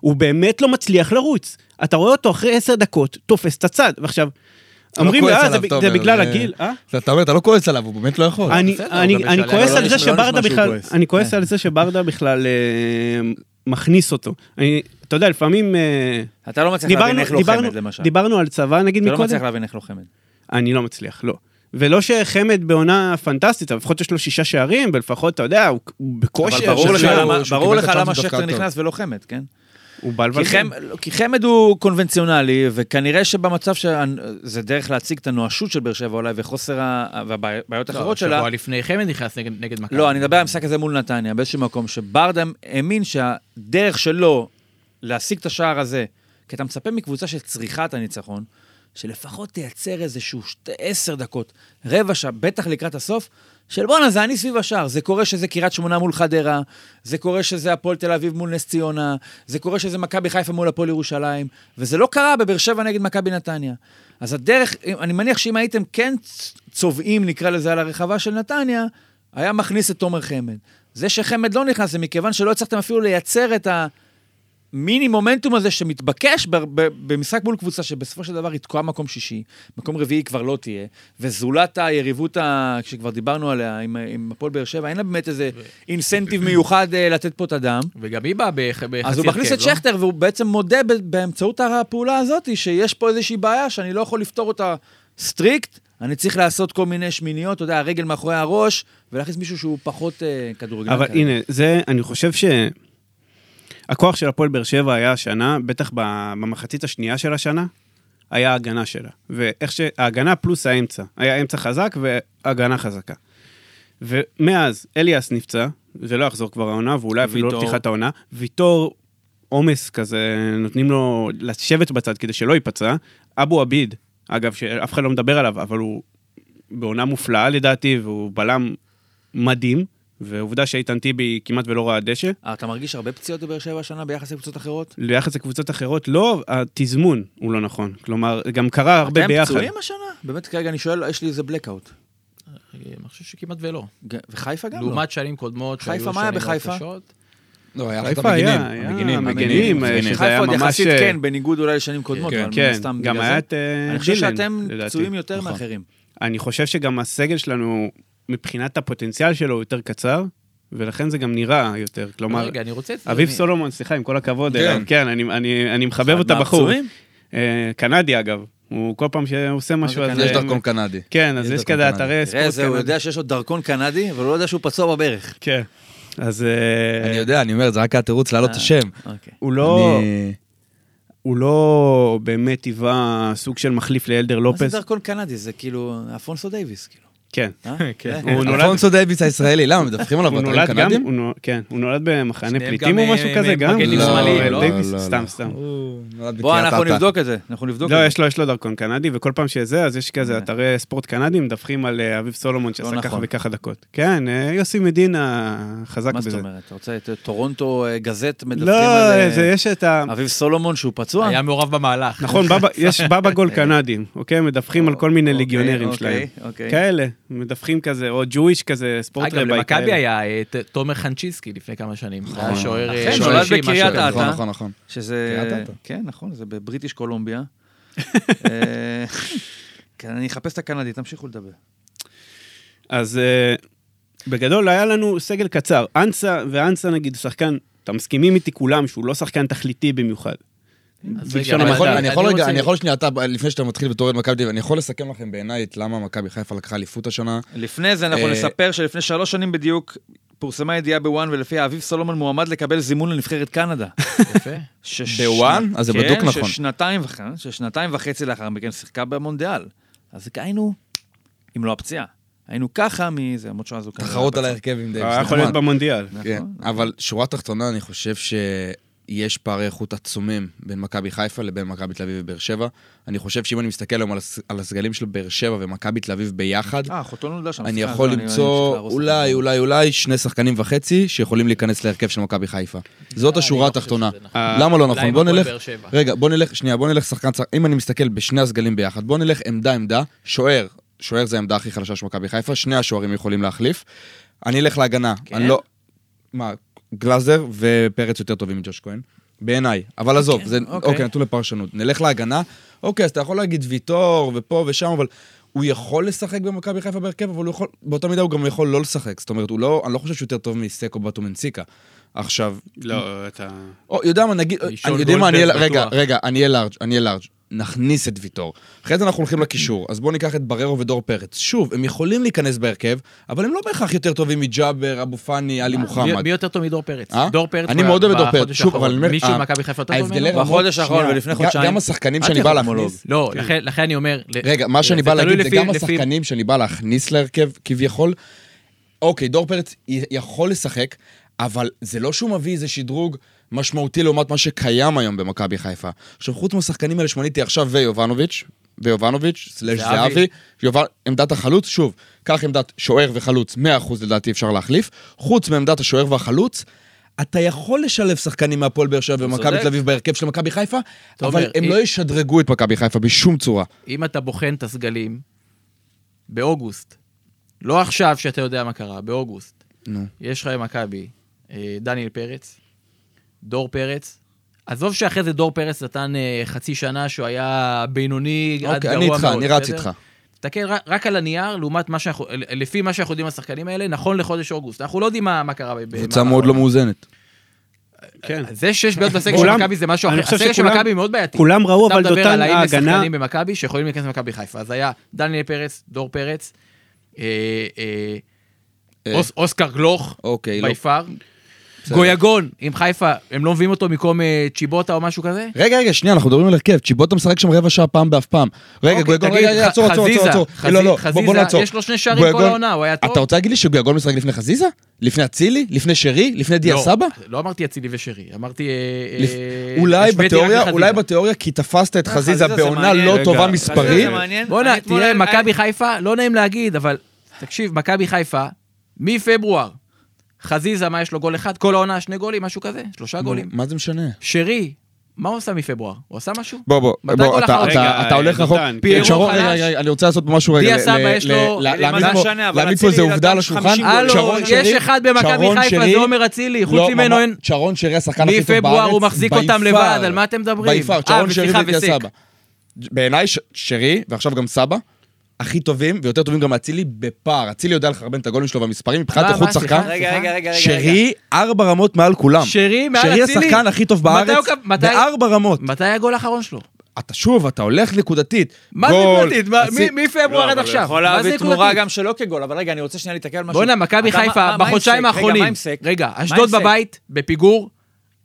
[SPEAKER 5] הוא באמת לא מצליח לרוץ. אתה רואה אותו אחרי עשר דקות, תופס את הצד, ועכשיו,
[SPEAKER 4] לא
[SPEAKER 5] אומרים,
[SPEAKER 4] כועס
[SPEAKER 5] אה,
[SPEAKER 4] עליו,
[SPEAKER 5] זה ב-
[SPEAKER 4] אתה
[SPEAKER 5] זה
[SPEAKER 4] אומר,
[SPEAKER 5] בגלל
[SPEAKER 4] זה-
[SPEAKER 5] הגיל, אה?
[SPEAKER 4] אתה אומר, אתה לא כועס עליו, הוא באמת לא יכול.
[SPEAKER 5] אני-
[SPEAKER 3] בסדר,
[SPEAKER 5] אני-
[SPEAKER 3] הוא גם
[SPEAKER 5] אני
[SPEAKER 3] בשלב-
[SPEAKER 5] כועס
[SPEAKER 3] לא
[SPEAKER 5] על זה
[SPEAKER 2] נשמע- לא
[SPEAKER 5] שברדה
[SPEAKER 2] נשמע שהוא
[SPEAKER 5] בכלל,
[SPEAKER 2] כועס.
[SPEAKER 5] אני כועס על זה שברדה בכלל אה, מכניס אותו. אני- אתה יודע, לפעמים... אה,
[SPEAKER 2] אתה לא מצליח להבין
[SPEAKER 5] דיברנו,
[SPEAKER 2] איך
[SPEAKER 5] דיברנו,
[SPEAKER 2] לוחמת, למשל.
[SPEAKER 5] דיברנו על צבא, נגיד
[SPEAKER 2] אתה לא
[SPEAKER 5] מקודם.
[SPEAKER 2] מצליח להבין איך לוחמת.
[SPEAKER 5] אני לא מצליח, לא. ולא שחמד בעונה פנטסטית, אבל לפחות יש לו שישה שערים, ולפחות, אתה יודע, הוא, הוא
[SPEAKER 2] אבל
[SPEAKER 5] בכושר.
[SPEAKER 2] ברור
[SPEAKER 4] שהוא-
[SPEAKER 2] לך
[SPEAKER 4] שהוא-
[SPEAKER 2] למה-
[SPEAKER 4] שהוא
[SPEAKER 2] ברור
[SPEAKER 4] קיבל את
[SPEAKER 2] לך למה
[SPEAKER 4] הצ'אנס דווקא
[SPEAKER 2] שכטר
[SPEAKER 4] טוב.
[SPEAKER 2] נכנס ולא חמד, כן?
[SPEAKER 5] הוא בעל
[SPEAKER 2] כי חמד- כי חמד הוא קונבנציונלי, וכנראה שבמצב ש... זה דרך להציג את הנואשות של באר שבע אולי, וחוסר ה...
[SPEAKER 5] לא,
[SPEAKER 2] והבעיות האחרות שלה.
[SPEAKER 3] לא, שבוע לפני חמד נכנס נגד נגד מכבי.
[SPEAKER 2] לא, אני מדבר על המשחק הזה מול נתניה, באיזשהו מקום, שברדה האמין שהדרך שלו להשיג את השער הזה, כי אתה מצפה מקבוצה שצריכה את הניצחון, שלפחות תייצר איזשהו שתי, עשר דקות, רבע שעה, בטח לקראת הסוף, של בואנה, זה אני סביב השער. זה קורה שזה קריית שמונה מול חדרה, זה קורה שזה הפועל תל אביב מול נס ציונה, זה קורה שזה מכבי חיפה מול הפועל ירושלים, וזה לא קרה בבאר שבע נגד מכבי נתניה. אז הדרך, אני מניח שאם הייתם כן צובעים, נקרא לזה, על הרחבה של נתניה, היה מכניס את תומר חמד. זה שחמד לא נכנס, זה מכיוון שלא הצלחתם אפילו לייצר את המיני מומנטום הזה שמתבקש ב- ב- במשחק מול קבוצה שבסופו של דבר היא תקועה מקום שישי, מקום רביעי כבר לא תהיה, וזולת היריבות ה- שכבר דיברנו עליה עם עם הפועל באר שבע, אין לה באמת איזה אינסנטיב מיוחד אה, לתת פה את הדם.
[SPEAKER 3] כן. וגם היא באה בח- בחצי
[SPEAKER 2] אז הוא מכניס
[SPEAKER 3] הרכב,
[SPEAKER 2] את
[SPEAKER 3] לא?
[SPEAKER 2] שכטר, והוא בעצם מודה ב- באמצעות הפעולה הזאת שיש פה איזושהי בעיה שאני לא יכול לפתור אותה סטריקט, אני צריך לעשות כל מיני שמיניות, אתה יודע, הרגל מאחורי הראש, ולהכניס מישהו שהוא פחות אה, כדורגלן.
[SPEAKER 5] אבל
[SPEAKER 2] כזה.
[SPEAKER 5] הנה, זה, אני חושב ש... הכוח של הפועל באר שבע היה השנה, בטח ב- במחצית השנייה של השנה, היה ההגנה שלה. ואיך ש... ההגנה פלוס האמצע. היה אמצע חזק והגנה חזקה. ומאז אליאס נפצע, זה לא יחזור כבר העונה, ואולי אפילו לא
[SPEAKER 2] ויטור.
[SPEAKER 5] פתיחת העונה. ויטור, עומס כזה, נותנים לו לשבת בצד כדי שלא ייפצע. אבו עביד, אגב, שאף אחד לא מדבר עליו, אבל הוא בעונה מופלאה לדעתי, והוא בלם מדהים, ועובדה שאיתן טיבי כמעט ולא ראה דשא.
[SPEAKER 2] אה, אתה מרגיש הרבה פציעות בבאר שבע השנה ביחס לקבוצות אחרות?
[SPEAKER 5] ליחס לקבוצות אחרות, לא, התזמון הוא לא נכון. כלומר, גם קרה הרבה ביחד.
[SPEAKER 2] אתם פצועים השנה? באמת, כרגע אני שואל, יש לי איזה בלקאוט.
[SPEAKER 3] אה, אני חושב שכמעט ולא.
[SPEAKER 2] וחיפה גם לא.
[SPEAKER 3] לעומת שנים קודמות, שהיו
[SPEAKER 2] חיפה,
[SPEAKER 3] שנים
[SPEAKER 2] מה היה בחיפה?
[SPEAKER 3] מאוד קשות.
[SPEAKER 4] לא, היה לך את
[SPEAKER 5] חיפה היה,
[SPEAKER 4] המגינים.
[SPEAKER 5] היה
[SPEAKER 4] המגינים, המגינים.
[SPEAKER 5] המגינים,
[SPEAKER 4] המגינים.
[SPEAKER 5] אה, שזה
[SPEAKER 2] חיפה
[SPEAKER 5] היה
[SPEAKER 2] עוד
[SPEAKER 5] ממש,
[SPEAKER 2] יחסית
[SPEAKER 5] אה,
[SPEAKER 2] כן, בניגוד אולי לשנים קודמות,
[SPEAKER 4] כן,
[SPEAKER 2] אבל מן
[SPEAKER 5] כן,
[SPEAKER 2] הסתם
[SPEAKER 5] גם
[SPEAKER 2] בגלל
[SPEAKER 5] היה
[SPEAKER 2] זה.
[SPEAKER 5] את אה,
[SPEAKER 2] אני חושב
[SPEAKER 5] דילן,
[SPEAKER 2] שאתם
[SPEAKER 5] לדעתי.
[SPEAKER 2] פצועים יותר
[SPEAKER 5] נכון.
[SPEAKER 2] מאחרים.
[SPEAKER 5] אני חושב שגם הסגל שלנו, מבחינת הפוטנציאל שלו, הוא יותר קצר, ולכן זה גם נראה יותר. כלומר,
[SPEAKER 3] רגע, אני רוצה... את זה,
[SPEAKER 5] אביב
[SPEAKER 3] אני-
[SPEAKER 5] סולומון, סליחה, עם כל הכבוד
[SPEAKER 4] כן.
[SPEAKER 5] אליו, כן, אני- אני אני מחבב אותה בחור. אה, קנדי, אגב. הוא כל פעם שעושה משהו,
[SPEAKER 2] זה
[SPEAKER 5] אז...
[SPEAKER 4] יש דרכון קנדי.
[SPEAKER 5] כן, אז
[SPEAKER 4] יש
[SPEAKER 5] יש
[SPEAKER 4] דרכון
[SPEAKER 5] כזה
[SPEAKER 4] קנדי.
[SPEAKER 5] אתרי
[SPEAKER 2] תראה
[SPEAKER 5] ספורט
[SPEAKER 2] איזה, הוא
[SPEAKER 5] קנדי.
[SPEAKER 2] יודע שיש לו דרכון קנדי, אבל הוא לא יודע שהוא פצוע בברך.
[SPEAKER 5] כן. אז אה,
[SPEAKER 4] אני יודע, אני אומר, זה רק התירוץ להעלות את השם.
[SPEAKER 2] אוקיי.
[SPEAKER 5] הוא לא...
[SPEAKER 4] אני-
[SPEAKER 5] הוא לא באמת היווה סוג של מחליף לאלדר
[SPEAKER 2] מה זה
[SPEAKER 5] לופס.
[SPEAKER 2] דרכון קנדי? זה כאילו אפונסו דייוויס, כאילו.
[SPEAKER 5] (laughs) כן.
[SPEAKER 2] אה? כן.
[SPEAKER 5] הוא נולד-
[SPEAKER 4] אלפונסו דייוויס הישראלי, למה מדווחים עליו
[SPEAKER 5] הוא
[SPEAKER 4] באתרים
[SPEAKER 5] נולד גם,
[SPEAKER 4] קנדים?
[SPEAKER 5] הוא נולד- כן, הוא נולד במחנה
[SPEAKER 3] שניהם
[SPEAKER 5] פליטים
[SPEAKER 3] גם,
[SPEAKER 5] או משהו
[SPEAKER 3] אה,
[SPEAKER 5] כזה גם? אה,
[SPEAKER 3] מגנים
[SPEAKER 4] לא,
[SPEAKER 3] שמאליים, לא?
[SPEAKER 5] דייוויס?
[SPEAKER 4] לא, לא,
[SPEAKER 5] סתם,
[SPEAKER 4] לא.
[SPEAKER 5] סתם.
[SPEAKER 4] הוא נולד
[SPEAKER 2] בוא,
[SPEAKER 4] בקריית
[SPEAKER 2] אנחנו
[SPEAKER 4] אתא.
[SPEAKER 2] נבדוק את זה. אנחנו נבדוק את
[SPEAKER 5] לא,
[SPEAKER 2] זה.
[SPEAKER 5] יש לו, יש לו דרכון קנדי, וכל פעם שזה, אז יש כזה אתרי ספורט קנדים, מדווחים על אה, אביב סולומון שעשה ככה
[SPEAKER 2] אה. נכון.
[SPEAKER 5] וככה דקות. כן, אה, יוסי מדינה חזק
[SPEAKER 2] מה זאת
[SPEAKER 5] בזה.
[SPEAKER 2] אומרת? אתה רוצה את אה, טורונטו אה, גזט מדווחים
[SPEAKER 5] לא,
[SPEAKER 2] על אה,
[SPEAKER 5] זה יש את ה...
[SPEAKER 2] אביב סולומון שהוא פצוע?
[SPEAKER 3] היה מעורב במהלך.
[SPEAKER 5] נכון, בבא- יש בבא
[SPEAKER 2] (laughs)
[SPEAKER 5] גול קנדים, אוקיי? מדווחים על כל מיני
[SPEAKER 2] אה. אוקיי,
[SPEAKER 5] ליגיונרים
[SPEAKER 2] אוקיי,
[SPEAKER 5] שלהם.
[SPEAKER 2] אוקיי.
[SPEAKER 5] כאלה, מדווחים כזה, או ג'ויש כזה, ספורט
[SPEAKER 3] אגב,
[SPEAKER 5] רביי
[SPEAKER 3] למכבי
[SPEAKER 5] כאלה.
[SPEAKER 3] היה אה, ת- תומר חנצ'יסקי לפני כמה שנים. היה
[SPEAKER 4] נכון.
[SPEAKER 3] שוער... אה,
[SPEAKER 5] כן,
[SPEAKER 2] אכן,
[SPEAKER 3] שוער
[SPEAKER 2] נולד
[SPEAKER 3] ראשי, משהו
[SPEAKER 2] בקריית אתא.
[SPEAKER 3] כזה.
[SPEAKER 4] נכון, נכון, נכון.
[SPEAKER 2] שזה...
[SPEAKER 4] קראת אותו.
[SPEAKER 2] כן, נכון, זה בבריטיש
[SPEAKER 5] (laughs)
[SPEAKER 2] קולומביה. אה, כן, אני אחפש את הקנדי, תמשיכו לדבר.
[SPEAKER 5] אז אה, בגדול היה לנו סגל קצר. אנסה, ואנסה נגיד שחקן, אתם מסכימים איתי כולם שהוא לא שחקן תכליתי במיוחד.
[SPEAKER 3] אז
[SPEAKER 5] בלשון
[SPEAKER 3] רגע,
[SPEAKER 4] אני יכול-
[SPEAKER 3] אבל
[SPEAKER 4] אני יכול רגע,
[SPEAKER 3] רוצה-
[SPEAKER 4] אני יכול שנייה, אתה, לפני שאתה מתחיל בתור אוהד מכבי תל אביב, אני יכול לסכם לכם בעיניי את למה מכבי חיפה לקחה אליפות השנה.
[SPEAKER 5] כן,
[SPEAKER 2] לפני זה אנחנו
[SPEAKER 4] אה,
[SPEAKER 2] נספר שלפני שלוש שנים בדיוק פורסמה ידיעה בוואן ולפיה אביב סולומון מועמד לקבל זימון לנבחרת
[SPEAKER 4] (laughs)
[SPEAKER 2] קנדה.
[SPEAKER 3] יפה.
[SPEAKER 2] שש-
[SPEAKER 4] בוואן? אז זה
[SPEAKER 2] כן,
[SPEAKER 4] בדוק נכון.
[SPEAKER 2] ששנתיים וח- ששנתיים וחצי לאחר מכן שיחקה במונדיאל. אז היינו, אם לא הפציעה, היינו ככה מזה, למרות שאז הוא כנראה לא
[SPEAKER 4] תחרות על
[SPEAKER 2] פצוע.
[SPEAKER 4] ההרכב עם דייוויס.
[SPEAKER 5] היה יכול להיות
[SPEAKER 4] נכון.
[SPEAKER 5] במונדיאל.
[SPEAKER 4] כן,
[SPEAKER 2] נכון.
[SPEAKER 4] אבל שורה תחתונה, אני חושב שיש פערי איכות עצומים בין מכבי חיפה לבין מכבי תל אביב ובאר שבע. אני חושב שאם אני מסתכל היום על הס- על הסגלים של באר שבע ומכבי תל אביב ביחד,
[SPEAKER 2] אה, חותון נולדה שם.
[SPEAKER 4] אני
[SPEAKER 2] סליחה,
[SPEAKER 4] יכול
[SPEAKER 2] לא,
[SPEAKER 4] למצוא
[SPEAKER 2] אמשיך להרוס את
[SPEAKER 4] אולי,
[SPEAKER 2] זה.
[SPEAKER 4] אולי, אולי שני שחקנים וחצי שיכולים להיכנס להרכב של מכבי חיפה. זאת
[SPEAKER 3] אני
[SPEAKER 4] השורה
[SPEAKER 3] לא חושב
[SPEAKER 4] התחתונה.
[SPEAKER 3] שזה נכון.
[SPEAKER 4] למה לא
[SPEAKER 3] אולי
[SPEAKER 4] נכון?
[SPEAKER 3] עם
[SPEAKER 4] בוא
[SPEAKER 3] הפועל
[SPEAKER 4] נלך,
[SPEAKER 3] באר שבע.
[SPEAKER 4] רגע, בוא נלך, שנייה, בוא נלך שחקן, שחק- אם אני מסתכל בשני הסגלים ביחד, בוא נלך עמדה-עמדה, שוער, שוער זה העמדה הכי חלשה של מכבי חיפה, שני השוערים יכולים להחליף. אני אלך להגנה,
[SPEAKER 3] כן?
[SPEAKER 4] אני לא... מה, גלאזר ופרץ יותר טובים מג'וש כהן, בעיניי. אבל עזוב, זה,
[SPEAKER 2] אוקיי.
[SPEAKER 4] אוקיי, נתון לפרשנות. נלך להגנה, אוקיי, אז אתה יכול להגיד ויטור ופה ושם, אבל... הוא יכול לשחק במכבי חיפה בהרכב, אבל הוא יכול, באותה מידה הוא גם יכול לא לשחק. זאת אומרת, הוא לא, אני לא חושב שהוא יותר טוב מסקו בטומנסיקה. עכשיו,
[SPEAKER 5] לא, אתה...
[SPEAKER 4] או, יודע מה, נגיד,
[SPEAKER 3] ראשון
[SPEAKER 4] אני יודע מה, אני אהיה,
[SPEAKER 3] גולדברג
[SPEAKER 4] רגע,
[SPEAKER 3] בטוח.
[SPEAKER 4] רגע, אני אהיה לארג', אני אהיה לארג', נכניס את ויטור. אחרי זה אנחנו הולכים לקישור, אז בואו ניקח את בררו ודור פרץ. שוב, הם יכולים להיכנס בהרכב, אבל הם לא בהכרח יותר טובים מג'אבר, אבו פאני, עלי
[SPEAKER 3] מי-
[SPEAKER 4] מוחמד.
[SPEAKER 3] מי יותר טוב מדור פרץ?
[SPEAKER 4] אה?
[SPEAKER 3] דור פרץ.
[SPEAKER 4] אני
[SPEAKER 3] ב-
[SPEAKER 4] מאוד אוהב את דור פרץ.
[SPEAKER 3] בחודש
[SPEAKER 4] שוב, אבל אני אומר,
[SPEAKER 3] האחרון. מישהו
[SPEAKER 4] אה,
[SPEAKER 3] במכבי חיפה יותר טוב
[SPEAKER 4] ההבדלי
[SPEAKER 3] ממנו?
[SPEAKER 4] רמות-
[SPEAKER 2] בחודש האחרון
[SPEAKER 4] שנייה,
[SPEAKER 2] ולפני
[SPEAKER 4] ג-
[SPEAKER 2] חודשיים.
[SPEAKER 4] גם השחקנים
[SPEAKER 2] אל
[SPEAKER 4] שאני
[SPEAKER 2] תהיה
[SPEAKER 4] בא
[SPEAKER 2] חכמולוג.
[SPEAKER 4] להכניס...
[SPEAKER 3] לא, לכן- לכן אני אומר... ל-
[SPEAKER 4] רגע, מה שאני
[SPEAKER 3] זה
[SPEAKER 4] בא
[SPEAKER 3] תלוי
[SPEAKER 4] להגיד זה
[SPEAKER 3] לפי-
[SPEAKER 4] גם
[SPEAKER 3] לפי-
[SPEAKER 4] השחקנים שאני בא להכניס להרכב כביכול. אוקיי, דור פרץ י- יכול לשחק, אבל זה לא שהוא מביא איזה שדרוג משמעותי לעומת מה שקיים היום במכבי חיפה. עכשיו, חוץ מהשחקנים האלה שמניתי עכשיו ויובנוביץ', ויובנוביץ', סלש
[SPEAKER 3] זהבי.
[SPEAKER 4] זהבי, יובנ... עמדת החלוץ, שוב, קח עמדת שוער וחלוץ, 100% לדעתי אפשר להחליף, חוץ מעמדת השוער והחלוץ, אתה יכול לשלב שחקנים מהפועל באר שבע ומכבי
[SPEAKER 2] צודק.
[SPEAKER 4] תל אביב בהרכב של מכבי חיפה,
[SPEAKER 3] אתה
[SPEAKER 4] אבל
[SPEAKER 3] אומר,
[SPEAKER 4] הם
[SPEAKER 3] אי-
[SPEAKER 4] לא ישדרגו את מכבי חיפה בשום צורה.
[SPEAKER 3] אם אתה בוחן את הסגלים, באוגוסט, לא עכשיו שאתה יודע מה קרה, באוגוסט,
[SPEAKER 4] נו.
[SPEAKER 3] יש לך עם מכבי אה, דניאל פרץ, דור פרץ. עזוב שאחרי זה דור פרץ נתן אה, חצי שנה שהוא היה בינוני עד גרוע מאוד.
[SPEAKER 4] אוקיי, אני איתך, אני רץ
[SPEAKER 3] בסדר?
[SPEAKER 4] איתך.
[SPEAKER 3] תסתכל רק- רק על הנייר, לעומת מה שאנחנו, לפי מה שאנחנו יודעים על השחקנים האלה, נכון לחודש אוגוסט. אנחנו לא יודעים מה מה קרה. ב-
[SPEAKER 4] קבוצה
[SPEAKER 3] במהלך
[SPEAKER 4] מאוד לא
[SPEAKER 3] העונה.
[SPEAKER 4] מאוזנת.
[SPEAKER 5] כן.
[SPEAKER 3] זה שיש בעיות בסגל של
[SPEAKER 5] כולם-
[SPEAKER 3] מכבי זה משהו
[SPEAKER 5] אני
[SPEAKER 3] אחר.
[SPEAKER 5] חושב
[SPEAKER 3] הסגל של
[SPEAKER 5] שכולם-
[SPEAKER 3] מכבי מאוד בעייתי.
[SPEAKER 5] כולם ראו, אבל
[SPEAKER 3] אתה מדבר
[SPEAKER 5] דותן
[SPEAKER 3] על האם יש
[SPEAKER 5] ההגנה...
[SPEAKER 3] שחקנים במכבי שיכולים להיכנס למכבי חיפה. אז היה דניאל פרץ, דור פרץ, אה, אה,
[SPEAKER 4] אה.
[SPEAKER 3] אוס- אוסקר גלוך,
[SPEAKER 4] אוקיי, לא.
[SPEAKER 3] ביפר. גויגון, עם חיפה, הם לא מביאים אותו במקום אה, צ'יבוטה או משהו כזה?
[SPEAKER 4] רגע, רגע, שנייה, אנחנו מדברים על הרכב. צ'יבוטה משחק שם רבע שעה פעם באף פעם. רגע,
[SPEAKER 3] אוקיי,
[SPEAKER 4] גויגון,
[SPEAKER 3] תגיד,
[SPEAKER 4] רגע, רגע,
[SPEAKER 3] ח-
[SPEAKER 4] עצור, עצור,
[SPEAKER 3] חזיזה,
[SPEAKER 4] עצור, עצור.
[SPEAKER 3] חזיזה,
[SPEAKER 4] לא, לא, בוא- בוא
[SPEAKER 3] חזיזה,
[SPEAKER 4] נעצור.
[SPEAKER 3] יש לו שני שערים כל
[SPEAKER 4] גויגון-
[SPEAKER 3] העונה, הוא היה טוב.
[SPEAKER 4] אתה רוצה להגיד לי שגויגון משחק לפני חזיזה? לפני אצילי? לפני שרי? לפני דיה
[SPEAKER 3] לא,
[SPEAKER 4] סבא?
[SPEAKER 3] לא אמרתי אצילי ושרי, אמרתי... אה,
[SPEAKER 4] לפ-
[SPEAKER 3] אה,
[SPEAKER 4] אולי
[SPEAKER 3] השוויתי רק
[SPEAKER 4] בתיאוריה,
[SPEAKER 3] לחזיזה. אה,
[SPEAKER 4] אולי בתיאוריה, כי תפסת את חזיזה
[SPEAKER 2] אה, חזיזה זה
[SPEAKER 4] בעונה
[SPEAKER 2] מעניין.
[SPEAKER 4] לא
[SPEAKER 5] רגע,
[SPEAKER 4] טובה
[SPEAKER 5] חזיזה
[SPEAKER 4] מספרית.
[SPEAKER 2] זה מעניין. כן, אני
[SPEAKER 3] בואנה,
[SPEAKER 2] אתמול-
[SPEAKER 3] תראה,
[SPEAKER 2] אני-
[SPEAKER 3] מכבי חיפה, לא נעים להגיד, אבל תקשיב, מכבי חיפה, מפברואר, חזיזה, מה יש לו? גול אחד? כל העונה, שני גולים, משהו כזה? שלושה גולים.
[SPEAKER 4] מה זה משנה?
[SPEAKER 3] שרי, מה הוא עשה מפברואר? הוא עשה משהו?
[SPEAKER 4] בוא, בוא,
[SPEAKER 3] מתי
[SPEAKER 4] בוא,
[SPEAKER 3] כל
[SPEAKER 4] אתה-
[SPEAKER 3] החלוץ?
[SPEAKER 4] אתה-
[SPEAKER 5] רגע,
[SPEAKER 4] אתה הולך
[SPEAKER 5] אה,
[SPEAKER 4] רחוק.
[SPEAKER 5] דותן.
[SPEAKER 4] רגע, שרון,
[SPEAKER 3] חלש.
[SPEAKER 4] רגע, רגע, אני רוצה לעשות משהו רגע.
[SPEAKER 3] אה, דיה
[SPEAKER 4] ל-
[SPEAKER 3] סבא,
[SPEAKER 4] ל-
[SPEAKER 3] יש
[SPEAKER 4] ל-
[SPEAKER 3] לו-
[SPEAKER 4] ל-
[SPEAKER 3] אליניב
[SPEAKER 4] להעמיד פה-
[SPEAKER 2] משנה, אבל
[SPEAKER 4] להעמיד פה איזה
[SPEAKER 2] אצילי
[SPEAKER 4] עובדה
[SPEAKER 2] נתן
[SPEAKER 4] על השולחן.
[SPEAKER 2] 50 גולים.
[SPEAKER 3] הלו,
[SPEAKER 4] שרון
[SPEAKER 3] יש
[SPEAKER 4] שרי-
[SPEAKER 3] אחד במכבי
[SPEAKER 4] שרון
[SPEAKER 3] חיפה,
[SPEAKER 4] שרי-
[SPEAKER 3] זה עומר אצילי,
[SPEAKER 4] לא,
[SPEAKER 3] חוץ ממנו
[SPEAKER 4] ממש-
[SPEAKER 3] אין...
[SPEAKER 4] שרון שרי השחקן הכי טוב בארץ.
[SPEAKER 3] מפברואר הוא מחזיק
[SPEAKER 4] by
[SPEAKER 3] אותם
[SPEAKER 4] far.
[SPEAKER 3] לבד, על מה אתם מדברים?
[SPEAKER 4] by far,
[SPEAKER 3] אה,
[SPEAKER 4] שרון שרי
[SPEAKER 3] וסליחה,
[SPEAKER 4] ודיה
[SPEAKER 3] וסק.
[SPEAKER 4] סבא. בעיניי ש- שרי, ועכשיו גם סבא, הכי טובים, ויותר טובים גם מאצילי, בפער. אצילי יודע לחרבן את הגולים שלו והמספרים, מבחינת
[SPEAKER 3] מה,
[SPEAKER 4] איכות
[SPEAKER 3] מה,
[SPEAKER 4] שחקן,
[SPEAKER 3] סליחה?
[SPEAKER 2] רגע, רגע, רגע, רגע.
[SPEAKER 4] שרי ארבע רמות מעל כולם.
[SPEAKER 3] שרי מעל
[SPEAKER 4] שרי
[SPEAKER 3] אצילי?
[SPEAKER 4] השחקן הכי טוב
[SPEAKER 3] מתי
[SPEAKER 4] בארץ,
[SPEAKER 3] הוא קפ- מתי-
[SPEAKER 4] בארבע רמות.
[SPEAKER 3] מתי הגול האחרון שלו?
[SPEAKER 4] אתה שוב, אתה הולך נקודתית.
[SPEAKER 3] מה זה
[SPEAKER 4] גול,
[SPEAKER 3] נקודתית? מה-
[SPEAKER 4] אצי-
[SPEAKER 3] מי- מפברואר
[SPEAKER 5] לא,
[SPEAKER 3] עד
[SPEAKER 5] אבל
[SPEAKER 3] עכשיו?
[SPEAKER 2] יכול
[SPEAKER 3] מה זה
[SPEAKER 2] להביא תמורה
[SPEAKER 3] נקודתית?
[SPEAKER 2] גם שלא כגול, אבל רגע, אני רוצה שנייה להתקל על משהו.
[SPEAKER 3] בואנה, מכבי
[SPEAKER 2] אתה- מה- מה-
[SPEAKER 3] חיפה
[SPEAKER 2] מה עם
[SPEAKER 3] בחודשיים
[SPEAKER 2] סק? רגע,
[SPEAKER 3] האחרונים,
[SPEAKER 2] מה עם סק?
[SPEAKER 3] רגע,
[SPEAKER 2] מה עם
[SPEAKER 3] אשדוד
[SPEAKER 2] סק?
[SPEAKER 3] בבית, בפיגור,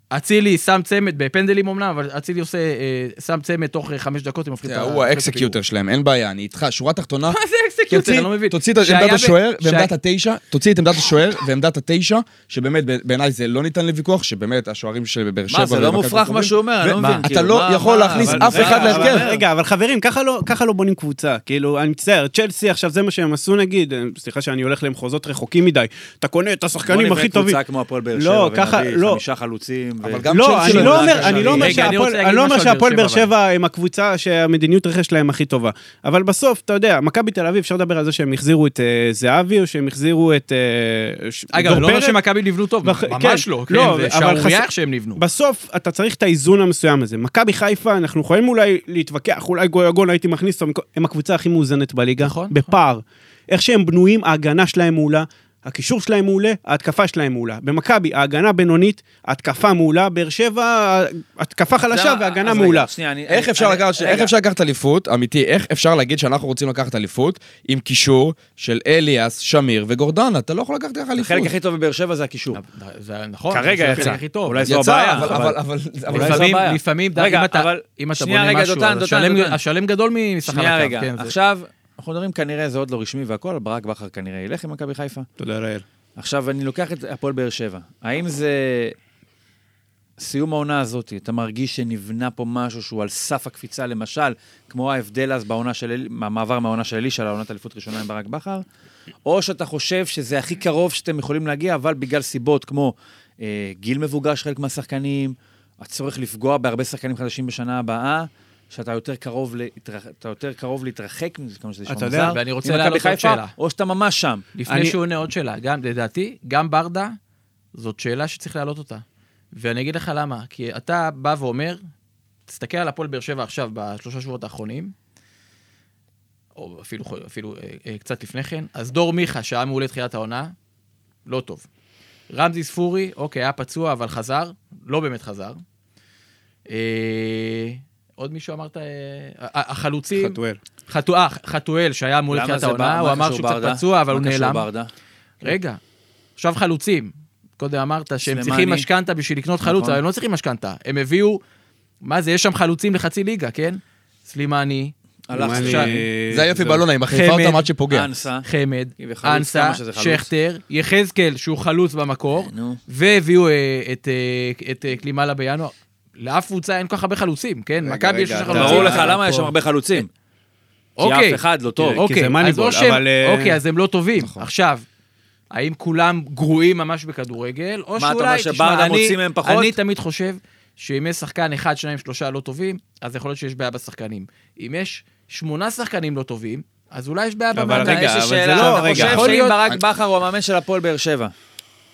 [SPEAKER 3] אצילי שם צמד, בפנדלים אמנם, אבל אצילי עושה, אה, שם צמד תוך אה, חמש דקות, הם מפחיד את
[SPEAKER 4] אתה-
[SPEAKER 3] ה-
[SPEAKER 4] הוא
[SPEAKER 3] את
[SPEAKER 4] האקסקיוטר שלהם, אין בעיה, אני איתך. שורה תחתונה, כן,
[SPEAKER 3] הפיגור. מה זה אקסקיוטר?
[SPEAKER 4] תוציא-
[SPEAKER 3] אני לא מבין.
[SPEAKER 4] תוציא את
[SPEAKER 3] שהיה
[SPEAKER 4] עמדת
[SPEAKER 3] ב-
[SPEAKER 4] השוער
[SPEAKER 3] שהיה-
[SPEAKER 4] ועמדת התשע, תוציא את עמדת השוער ועמדת התשע, שבאמת ב- בעיניי זה לא ניתן לוויכוח, שבאמת השוערים של באר שבע...
[SPEAKER 2] מה, זה לא
[SPEAKER 4] ומכבי
[SPEAKER 2] מופרך
[SPEAKER 4] טובים.
[SPEAKER 2] מה שהוא אומר, אני לא
[SPEAKER 4] ו-
[SPEAKER 2] מבין.
[SPEAKER 4] אתה
[SPEAKER 2] כאילו,
[SPEAKER 4] לא
[SPEAKER 2] מה-
[SPEAKER 4] יכול
[SPEAKER 2] מה-
[SPEAKER 4] להכניס
[SPEAKER 2] אבל-
[SPEAKER 4] אף
[SPEAKER 2] רגע,
[SPEAKER 4] אחד לא
[SPEAKER 2] אבל-
[SPEAKER 4] להרכב.
[SPEAKER 5] רגע, אבל חברים, ככה לא- ככה לא בונים קבוצה. כאילו, אני מצטער, צ'לסי עכשיו, זה מה שהם עשו נגיד, אה, סליחה שאני הולך למחוזות רחוקים מדי. אתה קונה את
[SPEAKER 2] בוא
[SPEAKER 5] השחקנים
[SPEAKER 2] נבנה
[SPEAKER 5] הכי טובים.
[SPEAKER 2] קבוצה כמו הפועל באר שבע,
[SPEAKER 5] לא, ככה,
[SPEAKER 2] ונביא
[SPEAKER 5] לא.
[SPEAKER 2] חמישה חלוצים. ו-
[SPEAKER 4] אבל גם
[SPEAKER 5] לא,
[SPEAKER 4] צ'לסי
[SPEAKER 5] אני
[SPEAKER 4] לא
[SPEAKER 5] לא אומר,
[SPEAKER 4] יודעת
[SPEAKER 5] אני לא אומר
[SPEAKER 3] רגע, אני
[SPEAKER 5] שהפועל-
[SPEAKER 3] רוצה להגיד
[SPEAKER 5] אני לא אומר
[SPEAKER 3] משהו על
[SPEAKER 5] שהפועל
[SPEAKER 3] באר
[SPEAKER 5] באר
[SPEAKER 3] שבע,
[SPEAKER 5] שבע הם הקבוצה שהמדיניות רכש שלהם הכי טובה. אבל בסוף, אתה יודע, מכבי תל אביב, אפשר לדבר על זה שהם החזירו את אה, זהבי, או שהם החזירו את... אה, ש-
[SPEAKER 3] אגב,
[SPEAKER 5] דור
[SPEAKER 3] לא אומר
[SPEAKER 5] פרץ.
[SPEAKER 3] שמכבי נבנו טוב,
[SPEAKER 5] ואח-
[SPEAKER 3] ממש
[SPEAKER 5] כן,
[SPEAKER 3] לא, כן,
[SPEAKER 5] לא,
[SPEAKER 3] זה
[SPEAKER 5] אבל
[SPEAKER 3] שערורייה
[SPEAKER 5] חס-
[SPEAKER 3] איך שהם נבנו.
[SPEAKER 5] בסוף אתה צריך את האיזון המסוים הזה. מכבי חיפה, אנחנו יכולים אולי להתווכח, אולי גויגון הייתי מכניס אותם, הם הקבוצה הכי מאוזנת בליגה,
[SPEAKER 3] נכון,
[SPEAKER 5] בפער. איך שהם בנויים, ההגנה שלהם מעולה, הקישור שלהם מעולה, ההתקפה שלהם מעולה. במכבי, ההגנה בינונית, התקפה מעולה, באר שבע, התקפה חלשה
[SPEAKER 2] זה-
[SPEAKER 5] והגנה
[SPEAKER 2] לא, אז רגע,
[SPEAKER 5] לא, מעולה.
[SPEAKER 2] שנייה, אני-
[SPEAKER 4] איך
[SPEAKER 2] אני-
[SPEAKER 4] אפשר
[SPEAKER 2] אני-
[SPEAKER 4] לקחת- ש- איך
[SPEAKER 2] רגע,
[SPEAKER 4] אפשר לקחת אליפות, אמיתי, איך אפשר להגיד שאנחנו רוצים לקחת אליפות עם קישור של אליאס, שמיר וגורדנה? אתה לא יכול לקחת ככה אליפות.
[SPEAKER 2] החלק הכי טוב בבאר שבע זה הקישור.
[SPEAKER 3] זה נכון,
[SPEAKER 2] כרגע
[SPEAKER 3] זה
[SPEAKER 2] יצא.
[SPEAKER 3] הכי טוב.
[SPEAKER 2] אולי זו
[SPEAKER 4] יצא,
[SPEAKER 2] הבעיה.
[SPEAKER 4] אבל- אבל... אבל- אבל-
[SPEAKER 2] אולי זו
[SPEAKER 3] לפעמים,
[SPEAKER 2] הבעיה.
[SPEAKER 3] לפעמים,
[SPEAKER 2] רגע,
[SPEAKER 3] אם אתה,
[SPEAKER 2] אבל-
[SPEAKER 3] אם אתה
[SPEAKER 2] שנייה,
[SPEAKER 3] בונה
[SPEAKER 2] רגע,
[SPEAKER 3] משהו,
[SPEAKER 2] דותן,
[SPEAKER 3] אז
[SPEAKER 2] דותן,
[SPEAKER 3] השלם-
[SPEAKER 2] דותן.
[SPEAKER 3] השלם גדול משחר
[SPEAKER 2] שנייה,
[SPEAKER 3] הקו,
[SPEAKER 2] רגע.
[SPEAKER 3] כן, זה-
[SPEAKER 2] עכשיו, אנחנו מדברים כנראה, זה עוד לא רשמי והכל, אבל ברק בכר כנראה ילך עם מכבי חיפה.
[SPEAKER 5] תודה לאל.
[SPEAKER 2] עכשיו, אני לוקח את הפועל באר שבע. האם זה... סיום העונה הזאת, אתה מרגיש שנבנה פה משהו שהוא על סף הקפיצה, למשל, כמו ההבדל אז בעונה של... אל- מהמעבר מהעונה של אלישע לעונת אליפות ראשונה עם ברק בכר, או שאתה חושב שזה הכי קרוב שאתם יכולים להגיע, אבל בגלל סיבות כמו אה, גיל מבוגר של חלק מהשחקנים, הצורך לפגוע בהרבה שחקנים חדשים בשנה הבאה, שאתה יותר קרוב, להתרח... אתה יותר קרוב להתרחק מזה, כמה שזה
[SPEAKER 5] אתה
[SPEAKER 2] נשמע
[SPEAKER 5] יודע,
[SPEAKER 2] מוזר,
[SPEAKER 3] ואני רוצה
[SPEAKER 2] עם מכבי
[SPEAKER 3] להעלות עוד
[SPEAKER 2] חיפה,
[SPEAKER 3] שאלה.
[SPEAKER 2] או שאתה ממש שם.
[SPEAKER 3] לפני
[SPEAKER 2] אני-
[SPEAKER 3] שהוא עונה עוד שאלה, גם, לדעתי, גם ברדה, זאת שאלה שצריך להעלות אותה. ואני אגיד לך למה, כי אתה בא ואומר, תסתכל על הפועל באר שבע עכשיו, בשלושה שבועות האחרונים, או אפילו, אפילו אה, אה, קצת לפני כן, אז דור מיכה, שהיה מעולה תחילת העונה, לא טוב. רמזי ספורי, אוקיי, היה פצוע, אבל חזר, לא באמת חזר. אה, עוד מישהו אמרת? אה, ה- ה- החלוצים...
[SPEAKER 5] חתואל.
[SPEAKER 3] חתו- אה, חתואל, שהיה מול
[SPEAKER 2] למה
[SPEAKER 3] תחילת
[SPEAKER 2] זה בר-
[SPEAKER 3] העונה,
[SPEAKER 2] מה
[SPEAKER 3] הוא אמר
[SPEAKER 2] קשור
[SPEAKER 3] שהוא קצת
[SPEAKER 2] ברדה?
[SPEAKER 3] פצוע, אבל הוא
[SPEAKER 2] מה קשור
[SPEAKER 3] נעלם.
[SPEAKER 2] ברדה?
[SPEAKER 3] רגע, עכשיו חלוצים. קודם אמרת שהם
[SPEAKER 2] סלימני.
[SPEAKER 3] צריכים משכנתה בשביל לקנות חלוץ,
[SPEAKER 2] נכון.
[SPEAKER 3] אבל הם לא צריכים משכנתה. הם הביאו, מה זה, יש שם חלוצים לחצי ליגה, כן? סלימני,
[SPEAKER 2] הלך
[SPEAKER 5] מה,
[SPEAKER 2] עכשיו.
[SPEAKER 5] אני-
[SPEAKER 4] זה היופי באלונה, היא מחריפה
[SPEAKER 3] חמד,
[SPEAKER 4] אותם עד שפוגע.
[SPEAKER 2] אנסה.
[SPEAKER 3] חמד,
[SPEAKER 2] וחלוץ,
[SPEAKER 3] אנסה,
[SPEAKER 2] כמה שזה אה, חלוץ. אה,
[SPEAKER 3] שכטר, יחזקאל, שהוא חלוץ במקור,
[SPEAKER 2] נו.
[SPEAKER 3] והביאו אה, את, אה, את אה, קלימאלה בינואר. לאף קבוצה אין כל כך הרבה חלוצים, כן?
[SPEAKER 4] רגע,
[SPEAKER 3] מכבי יש
[SPEAKER 4] רגע,
[SPEAKER 3] שלושה
[SPEAKER 4] אתה-
[SPEAKER 3] חלוצים.
[SPEAKER 2] ברור לך
[SPEAKER 4] אה,
[SPEAKER 2] למה יש שם הרבה חלוצים.
[SPEAKER 3] אוקיי.
[SPEAKER 2] כי אף אחד לא טוב.
[SPEAKER 5] כי זה
[SPEAKER 3] אוקיי, אז
[SPEAKER 5] מאניבול,
[SPEAKER 3] או שהם-
[SPEAKER 5] אבל, אה,
[SPEAKER 3] אוקיי, אז הם לא טובים.
[SPEAKER 4] נכון.
[SPEAKER 3] עכשיו, האם כולם גרועים ממש בכדורגל, או
[SPEAKER 2] אתה אומר
[SPEAKER 3] שאולי,
[SPEAKER 2] שברדה
[SPEAKER 3] אני-
[SPEAKER 2] מוציא מהם פחות?
[SPEAKER 3] אני תמיד חושב שאם יש שחקן אחד, שניים, שלושה לא טובים, אז יכול להיות שיש בעיה בשחקנים. אם יש שמונה שחקנים לא טובים, אז אולי יש בעיה
[SPEAKER 5] אבל
[SPEAKER 3] במאמן.
[SPEAKER 5] רגע,
[SPEAKER 2] אוקיי, יש לי
[SPEAKER 5] אבל זה
[SPEAKER 2] שאלה,
[SPEAKER 5] לא-
[SPEAKER 2] אתה
[SPEAKER 5] רגע,
[SPEAKER 2] חושב
[SPEAKER 3] יכול
[SPEAKER 2] שאם
[SPEAKER 3] להיות-
[SPEAKER 2] ברק בכר הוא המאמן של הפועל באר שבע,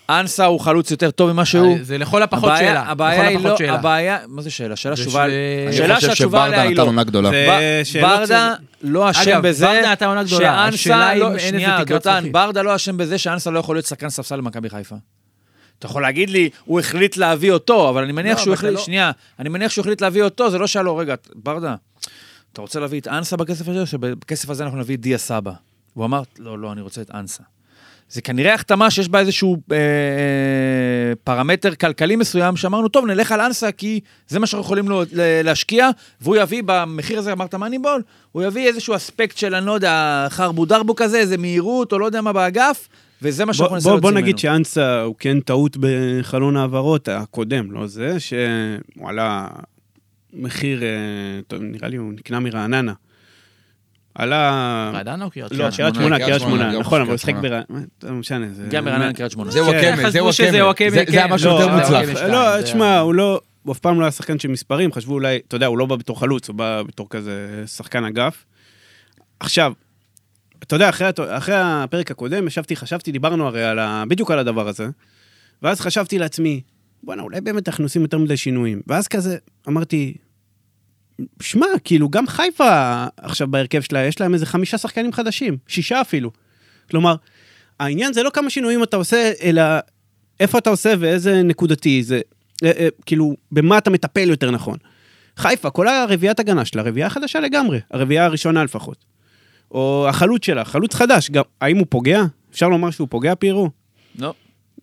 [SPEAKER 2] אנסה הוא חלוץ יותר טוב ממה שהוא?
[SPEAKER 3] זה לכל הפחות
[SPEAKER 2] הבעיה-
[SPEAKER 3] שאלה.
[SPEAKER 2] הבעיה
[SPEAKER 3] לכל
[SPEAKER 2] היא
[SPEAKER 3] הפחות
[SPEAKER 2] לא...
[SPEAKER 3] שאלה.
[SPEAKER 2] הבעיה... מה זה שאלה? שאלה
[SPEAKER 3] זה
[SPEAKER 2] תשובה...
[SPEAKER 3] ש-
[SPEAKER 4] אני
[SPEAKER 2] השאלה
[SPEAKER 4] חושב
[SPEAKER 2] שהתשובה
[SPEAKER 4] שברדה
[SPEAKER 2] עליה היא
[SPEAKER 4] נתן
[SPEAKER 2] לא.
[SPEAKER 4] עונה גדולה.
[SPEAKER 5] זה-
[SPEAKER 2] ב-
[SPEAKER 5] שאלות
[SPEAKER 2] ברדה לא אשם
[SPEAKER 3] אגב,
[SPEAKER 2] בזה,
[SPEAKER 3] ברדה נתן עונה גדולה, השאלה
[SPEAKER 2] שאנסה
[SPEAKER 3] אם אין
[SPEAKER 2] לא,
[SPEAKER 3] איזה
[SPEAKER 2] שנייה,
[SPEAKER 3] תקרת
[SPEAKER 2] דותן,
[SPEAKER 3] זכוכית.
[SPEAKER 2] ברדה לא אשם בזה שאנסה לא יכול להיות שחקן ספסל למכבי חיפה. אתה יכול להגיד לי, הוא החליט להביא אותו, אבל אני מניח
[SPEAKER 3] לא,
[SPEAKER 2] שהוא
[SPEAKER 3] אבל זה
[SPEAKER 2] החליט,
[SPEAKER 3] לא-
[SPEAKER 2] שנייה, אני מניח שהוא החליט להביא אותו, זה לא שהיה לו, רגע, ת- ברדה, אתה רוצה להביא את אנסה בכסף הזה, או שבכסף הזה אנחנו נביא את דיה סבא? והוא אמר, לא, לא, אני רוצה את אנסה. זה כנראה החתמה שיש בה איזשהו אה, אה, פרמטר כלכלי מסוים, שאמרנו, טוב, נלך על אנסה, כי זה מה שאנחנו יכולים לו, ל- להשקיע, והוא יביא במחיר הזה, אמרת מאניבול, הוא יביא איזשהו אספקט של, אני לא יודע, חרבו דרבו כזה, איזה מהירות, או לא יודע מה באגף, וזה מה שאנחנו
[SPEAKER 5] בוא,
[SPEAKER 2] ננסה
[SPEAKER 5] בוא,
[SPEAKER 2] להוציא
[SPEAKER 5] בוא
[SPEAKER 2] ממנו.
[SPEAKER 5] נגיד שאנסה הוא כן טעות בחלון ההעברות הקודם, לא זה, שהוא עלה מחיר, אה, טוב, נראה לי הוא נקנה מרעננה. עלה...
[SPEAKER 3] רעננה או קריית
[SPEAKER 5] לא,
[SPEAKER 3] שמונה?
[SPEAKER 5] קריית שמונה, קריית שמונה,
[SPEAKER 4] גם
[SPEAKER 5] נכון, אבל הוא
[SPEAKER 4] קריית
[SPEAKER 5] שיחק
[SPEAKER 4] שמונה.
[SPEAKER 5] ברעננה, לא משנה. זה-
[SPEAKER 2] גם כן, ברעננה, קריית שמונה.
[SPEAKER 4] זהו הקמא,
[SPEAKER 3] חשבו
[SPEAKER 4] זהו
[SPEAKER 3] שזה
[SPEAKER 4] הקמא.
[SPEAKER 3] וואקמה,
[SPEAKER 4] זה- זה
[SPEAKER 3] כן.
[SPEAKER 4] היה משהו
[SPEAKER 5] לא,
[SPEAKER 4] יותר
[SPEAKER 5] אבל-
[SPEAKER 4] מוצלח.
[SPEAKER 3] וואקמה.
[SPEAKER 5] לא,
[SPEAKER 3] זה-
[SPEAKER 5] תשמע, הוא לא... הוא אף פעם לא היה שחקן של מספרים, חשבו אולי, אתה יודע, הוא לא בא בתור חלוץ, הוא בא בתור כזה שחקן אגף. עכשיו, אתה יודע, אחרי, הת- אחרי הפרק הקודם, ישבתי, חשבתי, דיברנו הרי על ה, בדיוק על הדבר הזה, ואז חשבתי לעצמי, בואנה, אולי באמת אנחנו עושים יותר מדי שינויים. ואז כזה, אמרתי, שמע, כאילו, גם חיפה עכשיו בהרכב שלה, יש להם איזה חמישה שחקנים חדשים, שישה אפילו. כלומר, העניין זה לא כמה שינויים אתה עושה, אלא איפה אתה עושה ואיזה נקודתי זה. אה, אה, כאילו, במה אתה מטפל יותר נכון. חיפה, כל הרביעיית הגנה שלה, רביעייה חדשה לגמרי, הרביעייה הראשונה לפחות. או החלוץ שלה, חלוץ חדש, גם, האם הוא פוגע? אפשר לומר שהוא פוגע, פירו?
[SPEAKER 2] לא.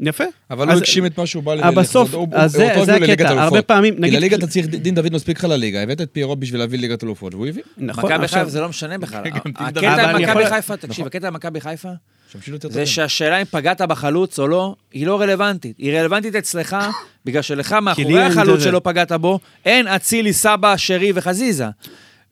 [SPEAKER 5] יפה.
[SPEAKER 4] אבל הוא
[SPEAKER 5] אז-
[SPEAKER 4] הגשים את מה שהוא בא ל-
[SPEAKER 5] אבל בסוף,
[SPEAKER 4] לכבודו, הוא-
[SPEAKER 5] אז
[SPEAKER 4] הוא-
[SPEAKER 5] זה-
[SPEAKER 4] אותו
[SPEAKER 5] זה
[SPEAKER 4] הביאו לליגת
[SPEAKER 5] הקטע,
[SPEAKER 4] אלופות.
[SPEAKER 5] הרבה פעמים,
[SPEAKER 4] כי
[SPEAKER 5] נגיד-
[SPEAKER 4] לליגה אתה צריך, דין דוד מספיק לך לליגה, הבאת את פיירו בשביל להביא לליגת אלופות, והוא הביא.
[SPEAKER 5] נכון,
[SPEAKER 2] מכבי
[SPEAKER 5] עכשיו-
[SPEAKER 2] חיפה זה לא משנה בכלל.
[SPEAKER 5] (laughs)
[SPEAKER 4] גם תמדוד.
[SPEAKER 5] אבל
[SPEAKER 2] הקטע עם
[SPEAKER 5] אני
[SPEAKER 2] מכבי
[SPEAKER 5] יכול- נכון.
[SPEAKER 2] חיפה, תקשיב, הקטע עם מכבי חיפה,
[SPEAKER 4] שמשילו יותר
[SPEAKER 2] זה
[SPEAKER 4] טובים.
[SPEAKER 2] שהשאלה אם פגעת בחלוץ או לא, היא לא רלוונטית. היא רלוונטית
[SPEAKER 5] (laughs)
[SPEAKER 2] אצלך, בגלל שלך
[SPEAKER 5] לי
[SPEAKER 2] מאחורי
[SPEAKER 5] אין
[SPEAKER 2] החלוץ
[SPEAKER 5] זה.
[SPEAKER 2] שלא פגעת בו, אין אצילי, סבא, שרי וחזיזה.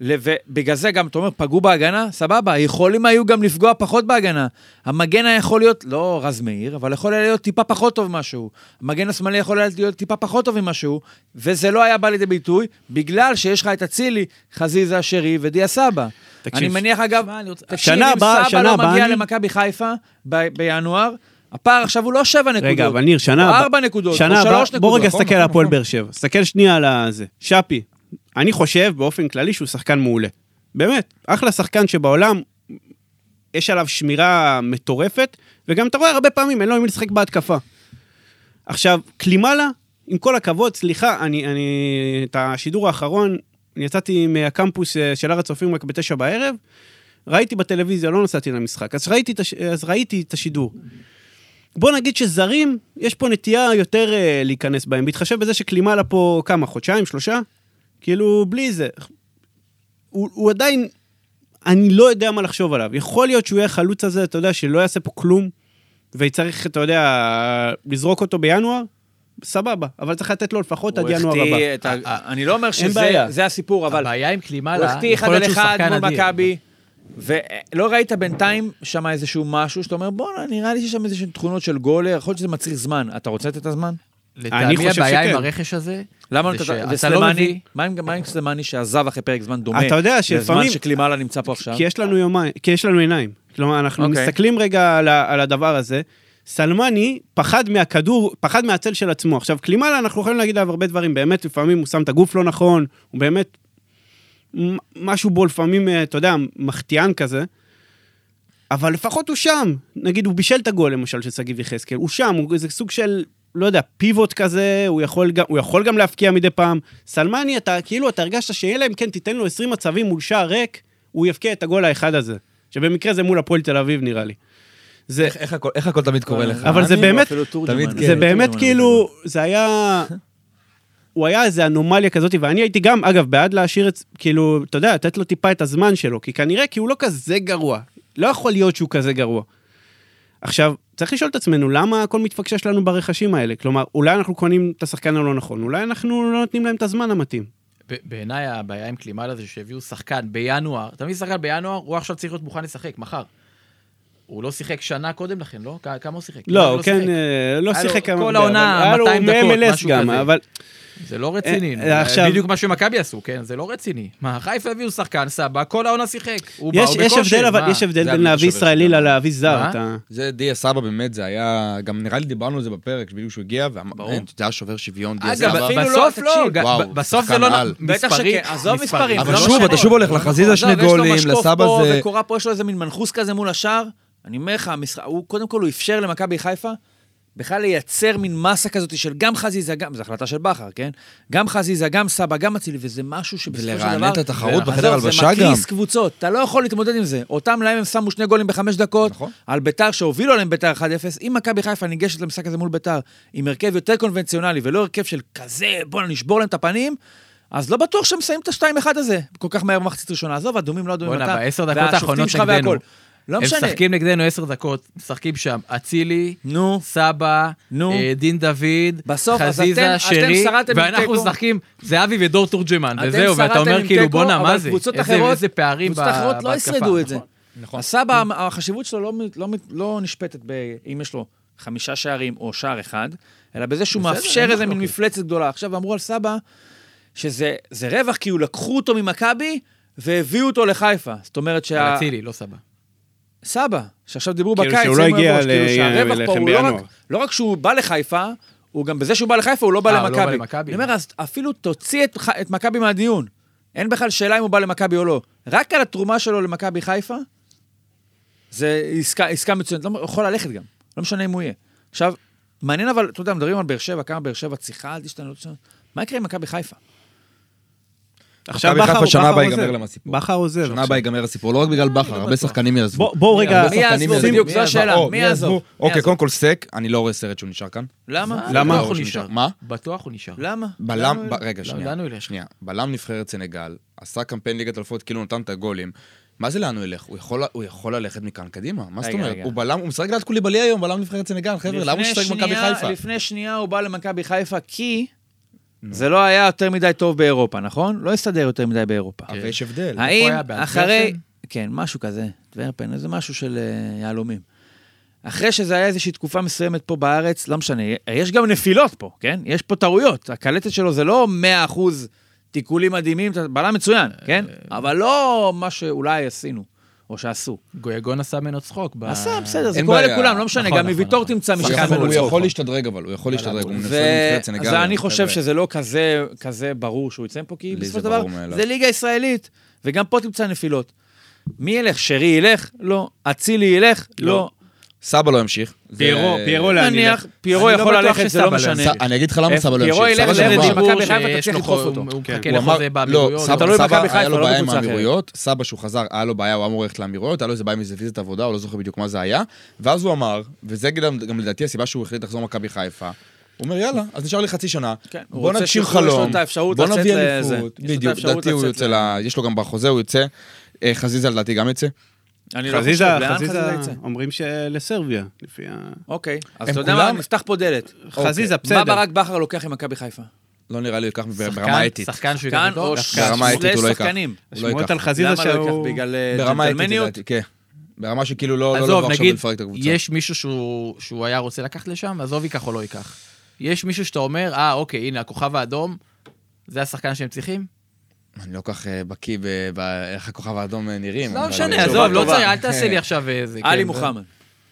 [SPEAKER 2] ל- ובגלל זה גם, אתה אומר, פגעו בהגנה, סבבה, יכולים היו גם לפגוע פחות בהגנה. המגן היה יכול להיות, לא רז מאיר, אבל יכול היה להיות טיפה פחות טוב משהו. המגן השמאלי יכול היה להיות טיפה פחות טוב ממשהו, וזה לא היה בא לידי ביטוי, בגלל שיש לך את אצילי, חזיזה, שרי ודיה סבא.
[SPEAKER 5] תקשיב.
[SPEAKER 2] אני מניח, אגב, תקשיב,
[SPEAKER 5] שנה
[SPEAKER 2] אם
[SPEAKER 5] הבאה-
[SPEAKER 2] סבא
[SPEAKER 5] שנה
[SPEAKER 2] לא
[SPEAKER 5] הבאה
[SPEAKER 2] מגיע
[SPEAKER 5] אני-
[SPEAKER 2] למכבי חיפה ב- בינואר, הפער עכשיו הוא לא שבע נקודות.
[SPEAKER 5] רגע, אבל ניר, שנה
[SPEAKER 2] הוא
[SPEAKER 5] הבאה-
[SPEAKER 2] ארבע נקודות, הוא
[SPEAKER 5] שנה הבאה,
[SPEAKER 2] שלוש
[SPEAKER 5] בוא
[SPEAKER 2] נקודות. לא
[SPEAKER 5] רגע
[SPEAKER 4] נכון,
[SPEAKER 5] נסתכל
[SPEAKER 4] נכון,
[SPEAKER 5] על הפועל
[SPEAKER 4] נכון.
[SPEAKER 5] באר שבע. סתכל שנייה על הזה. שפי, אני חושב באופן כללי שהוא שחקן מעולה. באמת, אחלה שחקן שבעולם, יש עליו שמירה מטורפת, וגם אתה רואה הרבה פעמים, אין לו עם מי לשחק בהתקפה. עכשיו, קלימלה, עם כל הכבוד, סליחה, אני, אני, את השידור האחרון, אני יצאתי מהקמפוס אה, של הר הצופים רק בתשע בערב, ראיתי בטלוויזיה, לא נסעתי למשחק, אז ראיתי, את הש- אז ראיתי את השידור. בוא נגיד שזרים, יש פה נטייה יותר אה, להיכנס בהם, בהתחשב בזה שקלימלה פה כמה, חודשיים, שלושה? כאילו, בלי זה. הוא, הוא עדיין, אני לא יודע מה לחשוב עליו. יכול להיות שהוא יהיה החלוץ הזה, אתה יודע, שלא יעשה פה כלום, וצריך, אתה יודע, לזרוק אותו בינואר, סבבה, אבל צריך לתת לו לפחות עד
[SPEAKER 2] הוא
[SPEAKER 5] ינואר הבא.
[SPEAKER 2] החטיא את ה- אני לא אומר שזה
[SPEAKER 5] בעיה.
[SPEAKER 2] זה הסיפור, אבל
[SPEAKER 3] הבעיה עם קלימה
[SPEAKER 2] הוא
[SPEAKER 3] לה,
[SPEAKER 2] החטיא אחד
[SPEAKER 3] יכול
[SPEAKER 2] על
[SPEAKER 3] להיות שהוא
[SPEAKER 2] אחד
[SPEAKER 3] שחקן
[SPEAKER 2] מול
[SPEAKER 3] אדיר.
[SPEAKER 2] מכבי, ולא ראית בינתיים שם איזשהו משהו שאתה אומר, בואנה, נראה לי שיש שם איזשהן תכונות של גולר, יכול להיות שזה מצריך זמן. אתה רוצה לתת את הזמן?
[SPEAKER 5] אני
[SPEAKER 3] לטעמי
[SPEAKER 5] חושב
[SPEAKER 3] הבעיה עם
[SPEAKER 5] שכן.
[SPEAKER 3] הרכש הזה,
[SPEAKER 2] למה
[SPEAKER 3] זה
[SPEAKER 2] אתה...
[SPEAKER 3] שאתה לא מביא...
[SPEAKER 2] וסלמני? מה עם- מה עם סלמני שעזב אחרי פרק זמן דומה?
[SPEAKER 5] אתה יודע
[SPEAKER 2] לזמן
[SPEAKER 5] שלפעמים-
[SPEAKER 2] שקלימאלה נמצא פה עכשיו?
[SPEAKER 5] כי יש לנו יומיים, כי יש לנו עיניים. כלומר, אנחנו okay.
[SPEAKER 2] אוקיי.
[SPEAKER 5] מסתכלים רגע על, ה- על הדבר הזה. סלמני פחד מהכדור, פחד מהצל של עצמו. עכשיו, קלימלה, אנחנו יכולים להגיד עליו הרבה דברים. באמת, לפעמים הוא שם את הגוף לא נכון, הוא באמת... מ- משהו בו לפעמים, אה, אתה יודע, מחטיאן כזה. אבל לפחות הוא שם. נגיד, הוא בישל את הגול, למשל, של שגיב יחזקאל. הוא שם, הוא איזה סוג של, לא יודע, פיבוט כזה, הוא יכול, גם, הוא יכול גם להפקיע מדי פעם. סלמני, אתה כאילו, אתה הרגשת שאלא אם כן תיתן לו 20 מצבים מול שער ריק, הוא יבקיע את הגול האחד הזה. שבמקרה זה מול הפועל תל אביב, נראה לי. זה,
[SPEAKER 4] איך הכל- איך הכל תמיד
[SPEAKER 2] אה.
[SPEAKER 4] קורה לך?
[SPEAKER 5] אבל זה
[SPEAKER 3] לא,
[SPEAKER 2] מאמין, או
[SPEAKER 5] באמת-
[SPEAKER 2] אפילו תורג'מן.
[SPEAKER 4] תמיד כן.
[SPEAKER 5] זה באמת
[SPEAKER 2] תורג'מן.
[SPEAKER 5] כאילו, זה היה... הוא היה איזה אנומליה כזאת, ואני הייתי גם, אגב, בעד להשאיר את, כאילו, אתה יודע, לתת לו טיפה את הזמן שלו, כי כנראה, כי הוא לא כזה גרוע. לא יכול להיות שהוא כזה גרוע. עכשיו, צריך לשאול את עצמנו, למה הכל מתפקשש לנו ברכשים האלה? כלומר, אולי אנחנו קונים את השחקן הלא נכון, אולי אנחנו לא נותנים להם את הזמן המתאים.
[SPEAKER 3] ב- בעיניי הבעיה עם קלימלה זה שהביאו שחקן בינואר, אתה מבין שחקן בינואר, הוא עכשיו צריך להיות מוכן לשחק, מחר. הוא לא שיחק שנה קודם לכן, לא? כ- כמה הוא שיחק?
[SPEAKER 5] לא, הוא
[SPEAKER 3] שיחק.
[SPEAKER 5] כן, אה, לא
[SPEAKER 3] היה לו
[SPEAKER 5] שיחק כמה...
[SPEAKER 3] כל
[SPEAKER 5] הרבה,
[SPEAKER 3] העונה
[SPEAKER 5] אבל היה לו
[SPEAKER 3] 200 דקות,
[SPEAKER 5] מ-MLS
[SPEAKER 3] משהו
[SPEAKER 5] גם,
[SPEAKER 3] כזה.
[SPEAKER 5] אבל
[SPEAKER 3] זה לא רציני.
[SPEAKER 5] אה,
[SPEAKER 3] זה
[SPEAKER 5] עכשיו-
[SPEAKER 3] בדיוק מה שמכבי עשו, כן? זה לא רציני. מה, חיפה הביאו שחקן, סבא, כל העונה שיחק. הוא בא,
[SPEAKER 5] יש-
[SPEAKER 3] הוא
[SPEAKER 5] יש
[SPEAKER 3] בכושר,
[SPEAKER 5] הבדל, אבל
[SPEAKER 3] מה?
[SPEAKER 5] יש הבדל
[SPEAKER 4] זה
[SPEAKER 5] בין
[SPEAKER 4] אני
[SPEAKER 5] להביא
[SPEAKER 4] חושב,
[SPEAKER 5] ישראלי
[SPEAKER 4] גם.
[SPEAKER 5] ללהביא זר.
[SPEAKER 3] מה?
[SPEAKER 5] אתה-
[SPEAKER 4] זה דיה סבא באמת, זה היה, גם נראה לי דיברנו על זה בפרק, בדיוק שהוא הגיע, ואמר, "אין, זה היה שובר שוויון, דיה
[SPEAKER 3] אגב,
[SPEAKER 4] סבא.
[SPEAKER 2] אפילו לא,
[SPEAKER 3] בסוף לא,
[SPEAKER 2] תקשיב.
[SPEAKER 3] ג-
[SPEAKER 4] וואו,
[SPEAKER 3] ב- בסוף זה
[SPEAKER 4] שחקן
[SPEAKER 3] לא...
[SPEAKER 4] על.
[SPEAKER 2] בטח
[SPEAKER 3] מספרים,
[SPEAKER 2] שכן, עזוב מספרים.
[SPEAKER 4] אבל
[SPEAKER 2] זה לא
[SPEAKER 4] שוב,
[SPEAKER 2] משנה.
[SPEAKER 4] אתה שוב הולך לחזיזה
[SPEAKER 2] עזוב,
[SPEAKER 4] שני
[SPEAKER 2] יש לו
[SPEAKER 4] גולים,
[SPEAKER 2] משקוף
[SPEAKER 4] לסבא
[SPEAKER 2] פה
[SPEAKER 4] זה-
[SPEAKER 2] וקורה פה, יש לו איזה מין מנחוס כזה מול השער. אני אומר לך, המשחק- הוא קודם כל, הוא אפשר למכבי חיפה בכלל לייצר מין מסה כזאת של גם חזיזה, גם, זו החלטה של בכר, כן? גם חזיזה, גם סבא, גם אצילי, וזה משהו שבסופו של
[SPEAKER 4] ולרענן
[SPEAKER 2] דבר...
[SPEAKER 4] את התחרות
[SPEAKER 2] עזוב,
[SPEAKER 4] בחדר הלבשה
[SPEAKER 2] זה
[SPEAKER 4] גם.
[SPEAKER 2] מקריס קבוצות, אתה לא יכול להתמודד עם זה. אותם להם הם שמו שני גולים בחמש דקות,
[SPEAKER 4] נכון.
[SPEAKER 2] על ביתר שהובילו עליהם ביתר 1-0. אם מכבי חיפה ניגשת למשחק הזה מול ביתר עם הרכב יותר קונבנציונלי ולא הרכב של כזה, בוא'נה, נשבור להם את הפנים, אז לא בטוח שהם מסיימים את ה-2-1 הזה כל כך מהר במחצית ראשונה. עזוב, אדומים לא אדומים.
[SPEAKER 3] בוא'נה,
[SPEAKER 2] אתה-
[SPEAKER 3] בעשר דקות
[SPEAKER 2] והשופטים
[SPEAKER 3] האחרונות
[SPEAKER 2] שלך
[SPEAKER 3] נגדנו.
[SPEAKER 2] והכל. לא
[SPEAKER 3] הם
[SPEAKER 2] משנה.
[SPEAKER 3] משחקים נגדנו עשר דקות, משחקים שם. אצילי,
[SPEAKER 2] נו,
[SPEAKER 3] סבא,
[SPEAKER 2] נו.
[SPEAKER 3] אה, דין דוד,
[SPEAKER 2] בסוף, אז אתם-
[SPEAKER 3] חזיזה,
[SPEAKER 2] אז
[SPEAKER 3] שרי,
[SPEAKER 2] אתם שרדתם עם
[SPEAKER 3] ואנחנו
[SPEAKER 2] תיקו.
[SPEAKER 3] משחקים זהבי ודור תורג'מן,
[SPEAKER 2] אתם
[SPEAKER 3] וזהו, ואתה
[SPEAKER 2] שרדתם
[SPEAKER 3] אומר
[SPEAKER 2] עם
[SPEAKER 3] כאילו,
[SPEAKER 2] תיקו,
[SPEAKER 3] בואנה,
[SPEAKER 2] אבל
[SPEAKER 3] מה זה?
[SPEAKER 2] קבוצות
[SPEAKER 3] איזה-
[SPEAKER 2] אחרות-
[SPEAKER 3] איזה פערים
[SPEAKER 2] קבוצות
[SPEAKER 3] ב-
[SPEAKER 2] אחרות לא
[SPEAKER 3] בהתקפה,
[SPEAKER 2] ישרדו את זה.
[SPEAKER 3] נכון.
[SPEAKER 4] נכון.
[SPEAKER 2] הסבא, החשיבות שלו לא, מ- לא, מ- לא נשפטת ב- אם יש לו חמישה שערים או שער אחד, אלא בזה שהוא
[SPEAKER 3] בסדר, אין
[SPEAKER 2] מאפשר איזה מין
[SPEAKER 3] מחלוקת.
[SPEAKER 2] מפלצת גדולה. עכשיו אמרו על סבא שזה זה רווח, כאילו לקחו אותו ממכבי והביאו אותו לחיפה. זאת אומרת
[SPEAKER 3] אבל
[SPEAKER 2] שה...
[SPEAKER 3] אצילי, לא סבא.
[SPEAKER 2] סבא, שעכשיו דיברו
[SPEAKER 5] כאילו
[SPEAKER 2] בקיץ,
[SPEAKER 5] שהוא לא
[SPEAKER 2] הם
[SPEAKER 5] הגיע
[SPEAKER 2] אמרו, כאילו
[SPEAKER 5] ל-
[SPEAKER 2] שהרווח פה
[SPEAKER 5] אליכם
[SPEAKER 2] הוא לא
[SPEAKER 5] בינואר.
[SPEAKER 2] רק, לא רק שהוא בא לחיפה, הוא גם בזה שהוא בא לחיפה, הוא לא בא
[SPEAKER 3] אה, הוא לא בא
[SPEAKER 2] למכבי.
[SPEAKER 3] למכבי.
[SPEAKER 2] אני אומר, אז אפילו תוציא את, ח- את מכבי מהדיון. אין בכלל שאלה אם הוא בא למכבי או לא. רק על התרומה שלו למכבי חיפה, זה עסקה, עסקה מצוינת. לא, מ- הוא יכול ללכת גם, לא משנה אם הוא יהיה. עכשיו, מעניין אבל, אתה יודע, מדברים על באר שבע, כמה באר שבע צריכה להשתנות. מה יקרה עם מכבי חיפה?
[SPEAKER 5] עכשיו
[SPEAKER 4] מכבי
[SPEAKER 5] בכר
[SPEAKER 4] חיפה שנה
[SPEAKER 5] בכר
[SPEAKER 4] הבאה
[SPEAKER 5] עוזב.
[SPEAKER 4] ייגמר להם הסיפור.
[SPEAKER 5] בכר עוזב.
[SPEAKER 4] שנה
[SPEAKER 5] עכשיו.
[SPEAKER 4] הבאה ייגמר הסיפור, לא רק בגלל בכר, הרבה שחקנים יעזבו.
[SPEAKER 5] בוא- בואו רגע,
[SPEAKER 4] הרבה
[SPEAKER 2] מי
[SPEAKER 4] שחקנים
[SPEAKER 2] יעזבו?
[SPEAKER 4] יעזבו.
[SPEAKER 2] בדיוק, זו
[SPEAKER 4] מי
[SPEAKER 2] השאלה,
[SPEAKER 4] יעזבו?
[SPEAKER 2] מי
[SPEAKER 4] או,
[SPEAKER 2] יעזוב? מי
[SPEAKER 4] אוקיי,
[SPEAKER 2] יעזוב?
[SPEAKER 4] קודם כל סק, אני לא רואה סרט שהוא נשאר כאן.
[SPEAKER 2] למה?
[SPEAKER 5] למה?
[SPEAKER 3] בטוח הוא
[SPEAKER 4] שהוא
[SPEAKER 3] נשאר.
[SPEAKER 4] נשאר. מה?
[SPEAKER 3] בטוח הוא נשאר.
[SPEAKER 2] למה?
[SPEAKER 4] בלם,
[SPEAKER 3] הגענו
[SPEAKER 4] ב-
[SPEAKER 3] אליו.
[SPEAKER 4] רגע,
[SPEAKER 3] לא,
[SPEAKER 4] שנייה.
[SPEAKER 3] הגענו אליו.
[SPEAKER 4] שנייה. בלם נבחרת סנגל, עשה קמפיין ליגת אלפות, כאילו נתן את הגולים. מה זה לאן הוא ילך? הוא יכול- הוא יכול ללכת מכאן קדימה, מה זאת
[SPEAKER 2] רגע,
[SPEAKER 4] אומרת?
[SPEAKER 2] רגע.
[SPEAKER 4] הוא בלם, הוא משחק ליד קוליבאלי היום, בלם נבחרת סנגל, חבר'ה, למה הוא
[SPEAKER 2] לפני
[SPEAKER 4] משחק במכבי
[SPEAKER 2] שנייה-
[SPEAKER 4] חיפה?
[SPEAKER 2] לפני שנייה הוא בא למכבי חיפה כי זה לא היה יותר מדי טוב באירופה, נכון? לא הסתדר יותר מדי באירופה.
[SPEAKER 4] כן.
[SPEAKER 2] אוקיי.
[SPEAKER 4] אבל יש הבדל.
[SPEAKER 2] האם
[SPEAKER 3] היה? באנטוורפן?
[SPEAKER 2] אחרי... כן, משהו כזה, טוורפן, איזה משהו של אה, יהלומים. אחרי שזה היה איזושהי תקופה מסוימת פה בארץ, לא משנה, יש גם נפילות פה, כן? יש פה טעויות. הקלטת שלו זה לא 100% תיקולים מדהימים, אתה- בלם מצוין,
[SPEAKER 4] אה,
[SPEAKER 2] כן? אבל לא מה שאולי עשינו, או שעשו.
[SPEAKER 3] גויגון עשה ממנו צחוק. ב-
[SPEAKER 2] עשה, בסדר, זה
[SPEAKER 4] אה, אין
[SPEAKER 2] קורה
[SPEAKER 4] בעיה.
[SPEAKER 2] לכולם, לא משנה,
[SPEAKER 3] נכון,
[SPEAKER 2] גם
[SPEAKER 3] נכון,
[SPEAKER 2] מוויטור
[SPEAKER 3] נכון.
[SPEAKER 2] תמצא
[SPEAKER 4] הוא
[SPEAKER 2] מישהו.
[SPEAKER 4] יכול-
[SPEAKER 2] אחר
[SPEAKER 4] הוא
[SPEAKER 2] לצחוק.
[SPEAKER 4] יכול להשתדרג אבל, הוא יכול להשתדרג, הוא מנסה לנבחרת סנגל.
[SPEAKER 2] אז אני
[SPEAKER 4] היום,
[SPEAKER 2] חושב
[SPEAKER 4] חבר'ה.
[SPEAKER 2] שזה לא כזה, כזה ברור שהוא יצא מפה, כי
[SPEAKER 4] לי
[SPEAKER 2] בסופו
[SPEAKER 4] זה
[SPEAKER 2] של דבר
[SPEAKER 4] ברור מאליו.
[SPEAKER 2] זה ליגה ישראלית, וגם פה תמצא נפילות. מי ילך? שרי ילך? לא. אצילי ילך? לא.
[SPEAKER 4] סבא לא ימשיך. זה-
[SPEAKER 5] פיירו, פיירו לאן ילך?
[SPEAKER 2] נניח, פיירו
[SPEAKER 3] אני לא
[SPEAKER 2] יכול
[SPEAKER 3] בטוח
[SPEAKER 2] ללכת, זה לא
[SPEAKER 3] שסבא לא
[SPEAKER 2] משנה.
[SPEAKER 4] ס- אני אגיד לך למה
[SPEAKER 2] איפה-
[SPEAKER 4] סבא לא
[SPEAKER 2] פיירו
[SPEAKER 4] ימשיך.
[SPEAKER 2] ילך
[SPEAKER 4] סבא
[SPEAKER 2] לארץ
[SPEAKER 4] שעבר-
[SPEAKER 2] עם
[SPEAKER 3] אמר
[SPEAKER 2] מכבי חיפה, אתה
[SPEAKER 3] שיש
[SPEAKER 2] צריך
[SPEAKER 3] לו
[SPEAKER 2] לדחוף
[SPEAKER 3] חו-
[SPEAKER 2] אותו.
[SPEAKER 3] הוא
[SPEAKER 4] כן,
[SPEAKER 3] מחכה
[SPEAKER 4] הוא אמר-
[SPEAKER 3] לחוזה באמירויות.
[SPEAKER 4] לא,
[SPEAKER 2] זה תלוי
[SPEAKER 4] סבא, סבא
[SPEAKER 2] במכבי
[SPEAKER 4] היה
[SPEAKER 2] חיפה,
[SPEAKER 4] לו
[SPEAKER 2] לא
[SPEAKER 4] בעיה עם
[SPEAKER 2] בקבוצה אחרת.
[SPEAKER 4] האמירויות, סבא שהוא חזר, היה לו בעיה, הוא היה אמור ללכת לאמירויות, היה לו איזה בעיה עם איזה ויזת עבודה, הוא לא זוכר בדיוק מה זה היה, ואז הוא אמר, וזה גם גם לדעתי הסיבה שהוא החליט לחזור למכבי חיפה, הוא אומר יאללה, אז נשאר לי חצי שנה,
[SPEAKER 2] כן, הוא
[SPEAKER 4] בוא
[SPEAKER 2] רוצה
[SPEAKER 4] נגשים
[SPEAKER 2] שחרור, יש לו
[SPEAKER 4] חלום,
[SPEAKER 2] את האפשרות
[SPEAKER 4] בוא
[SPEAKER 2] לצאת
[SPEAKER 4] נביא
[SPEAKER 2] לזה.
[SPEAKER 4] אליפות,
[SPEAKER 2] יש לו את
[SPEAKER 4] בדיוק,
[SPEAKER 2] האפשרות
[SPEAKER 4] לדעתי הוא
[SPEAKER 2] לצאת
[SPEAKER 4] יוצא, ל- יש לו גם בחוזה, הוא יוצא, אה, חזיזה לדעתי גם יצא,
[SPEAKER 2] אני לא
[SPEAKER 5] חזיזה,
[SPEAKER 2] חושב, לאן
[SPEAKER 5] חזיזה,
[SPEAKER 2] יצא?
[SPEAKER 5] אומרים שלסרביה, לפי ה...
[SPEAKER 2] אוקיי, אז
[SPEAKER 4] הם
[SPEAKER 2] אתה יודע מה,
[SPEAKER 4] כולם-
[SPEAKER 2] נפתח פה דלת. אוקיי.
[SPEAKER 5] חזיזה,
[SPEAKER 2] מה
[SPEAKER 5] בסדר.
[SPEAKER 2] ברק בכר לוקח עם מכבי חיפה?
[SPEAKER 4] לא נראה לי הוא ייקח
[SPEAKER 3] שחקן-
[SPEAKER 4] ברמה אתית,
[SPEAKER 3] שחקן שהוא
[SPEAKER 2] כאן
[SPEAKER 3] ייקח
[SPEAKER 2] או
[SPEAKER 3] איתו.
[SPEAKER 4] ברמה האתית הוא לא ייקח.
[SPEAKER 2] שחקנים?
[SPEAKER 4] הוא לא
[SPEAKER 5] שמועות
[SPEAKER 4] ייקח.
[SPEAKER 5] על חזיזה
[SPEAKER 2] למה לא ייקח?
[SPEAKER 5] שהוא...
[SPEAKER 2] בגלל
[SPEAKER 4] ברמה אתית
[SPEAKER 2] ג'נטלמניות?
[SPEAKER 4] לדעתי, כן, ברמה שכאילו לא לא לבוא
[SPEAKER 3] עזוב,
[SPEAKER 4] עכשיו
[SPEAKER 3] נגיד,
[SPEAKER 4] ולפרק את הקבוצה,
[SPEAKER 3] יש מישהו שהוא- שהוא היה רוצה לקחת לשם, עזוב ייקח או לא ייקח. יש מישהו שאתה אומר, אה, אוקיי, הנה, הכוכב האדום, זה השחקן שהם צריכים?
[SPEAKER 4] אני לא כל כך אה, בקיא ב- ב- איך הכוכב האדום אה, נראים,
[SPEAKER 3] לא
[SPEAKER 4] אבל-
[SPEAKER 3] משנה,
[SPEAKER 4] אה,
[SPEAKER 3] עזוב, לא
[SPEAKER 2] טובה.
[SPEAKER 3] צריך, אל תעשה (laughs) לי עכשיו איזה...
[SPEAKER 2] עלי
[SPEAKER 3] כן, זה-
[SPEAKER 2] מוחמד.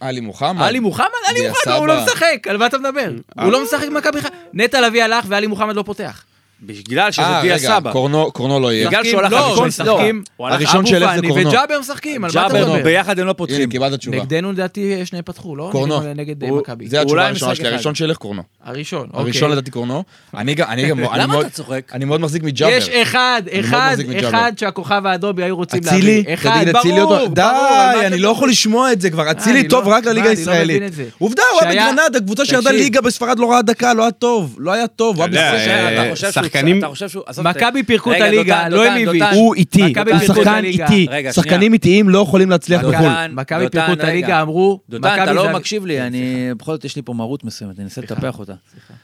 [SPEAKER 4] עלי מוחמד,
[SPEAKER 3] עלי מוחמד? עלי
[SPEAKER 4] דיה
[SPEAKER 3] מוחמד, הוא לא
[SPEAKER 4] סבא.
[SPEAKER 3] משחק, על מה אתה מדבר? הוא לא משחק במכבי חיפה. נטע לביא הלך ועלי מוחמד לא פותח.
[SPEAKER 2] בגלל שזה
[SPEAKER 4] אה,
[SPEAKER 2] דיה
[SPEAKER 4] רגע,
[SPEAKER 2] סבא.
[SPEAKER 4] קורנו- קורנו לא יהיה.
[SPEAKER 2] בגלל שהוא הלך
[SPEAKER 3] לא,
[SPEAKER 2] הראשון,
[SPEAKER 3] משחקים,
[SPEAKER 2] לא, הוא הלך
[SPEAKER 4] הראשון
[SPEAKER 3] אבו
[SPEAKER 4] שילך זה
[SPEAKER 3] פאני
[SPEAKER 4] קורנו.
[SPEAKER 3] וג'אבר משחקים, על מה אתה
[SPEAKER 2] ג'אבר,
[SPEAKER 3] מדבר?
[SPEAKER 2] ביחד הם לא פותחים.
[SPEAKER 4] הנה, קיבלת תשובה.
[SPEAKER 3] נגדנו לדעתי שניהם פתחו, לא?
[SPEAKER 4] קורנו.
[SPEAKER 3] נגד- נגד אה,
[SPEAKER 2] הוא-
[SPEAKER 3] מכבי.
[SPEAKER 2] אולי
[SPEAKER 4] זה התשובה הראשונה
[SPEAKER 2] משחק
[SPEAKER 4] שלי,
[SPEAKER 2] אחד.
[SPEAKER 4] הראשון שילך קורנו.
[SPEAKER 3] הראשון, אוקיי.
[SPEAKER 4] הראשון לדעתי קורנו. אני גם, אני גם, אני
[SPEAKER 2] למה
[SPEAKER 4] מאוד,
[SPEAKER 2] אתה צוחק?
[SPEAKER 4] אני מאוד מחזיק מג'אבר.
[SPEAKER 3] יש אחד,
[SPEAKER 4] מאוד
[SPEAKER 3] אחד,
[SPEAKER 4] מחזיק מג'אבר.
[SPEAKER 3] אחד שהכוכב האדום היו רוצים להביא.
[SPEAKER 4] אצילי,
[SPEAKER 3] אחד,
[SPEAKER 4] אתה תגיד
[SPEAKER 3] ברור,
[SPEAKER 4] אצילי אותו-
[SPEAKER 3] ברור,
[SPEAKER 4] די,
[SPEAKER 3] על מה
[SPEAKER 4] אני
[SPEAKER 3] אתה-
[SPEAKER 4] לא יכול לשמוע את זה כבר. אצילי
[SPEAKER 3] אני
[SPEAKER 4] טוב
[SPEAKER 3] לא-
[SPEAKER 4] רק
[SPEAKER 3] מה,
[SPEAKER 4] לליגה
[SPEAKER 3] אני לא
[SPEAKER 4] הישראלית.
[SPEAKER 3] מבין את זה.
[SPEAKER 4] עובדה, הוא היה
[SPEAKER 3] שהיה-
[SPEAKER 4] בגרנדה, קבוצה שירדה
[SPEAKER 3] תקשיב.
[SPEAKER 4] ליגה בספרד לא ראה דקה, לא היה טוב, לא היה טוב. הוא היה
[SPEAKER 5] יודע,
[SPEAKER 2] אתה
[SPEAKER 4] בסדר.
[SPEAKER 2] חושב-
[SPEAKER 5] אה,
[SPEAKER 2] אתה חושב שהוא-
[SPEAKER 5] שחקנים-
[SPEAKER 2] אתה חושב שהוא... עזוב,
[SPEAKER 3] מכבי פירקו את
[SPEAKER 2] רגע,
[SPEAKER 3] הליגה,
[SPEAKER 2] דותן,
[SPEAKER 3] לא
[SPEAKER 2] דותן,
[SPEAKER 3] הם הביאו.
[SPEAKER 2] דותן.
[SPEAKER 4] הוא איטי,
[SPEAKER 3] מכבי
[SPEAKER 4] הוא
[SPEAKER 3] פירקו את
[SPEAKER 4] שחקן
[SPEAKER 3] הליגה.
[SPEAKER 4] איטי.
[SPEAKER 2] רגע, שנייה.
[SPEAKER 4] שחקנים איטיים לא יכולים להצליח
[SPEAKER 2] דותן,
[SPEAKER 4] בחו"ל.
[SPEAKER 3] מכבי
[SPEAKER 2] דותן,
[SPEAKER 3] פירקו את
[SPEAKER 2] רגע.
[SPEAKER 3] הליגה, אמרו,
[SPEAKER 2] דותן, אתה
[SPEAKER 3] מכבי כן,
[SPEAKER 2] לא
[SPEAKER 3] זה-
[SPEAKER 2] מקשיב לי, אני... בכל זאת יש לי פה מרות מסוימת, אני אנסה לטפח
[SPEAKER 3] (laughs)
[SPEAKER 2] אותה.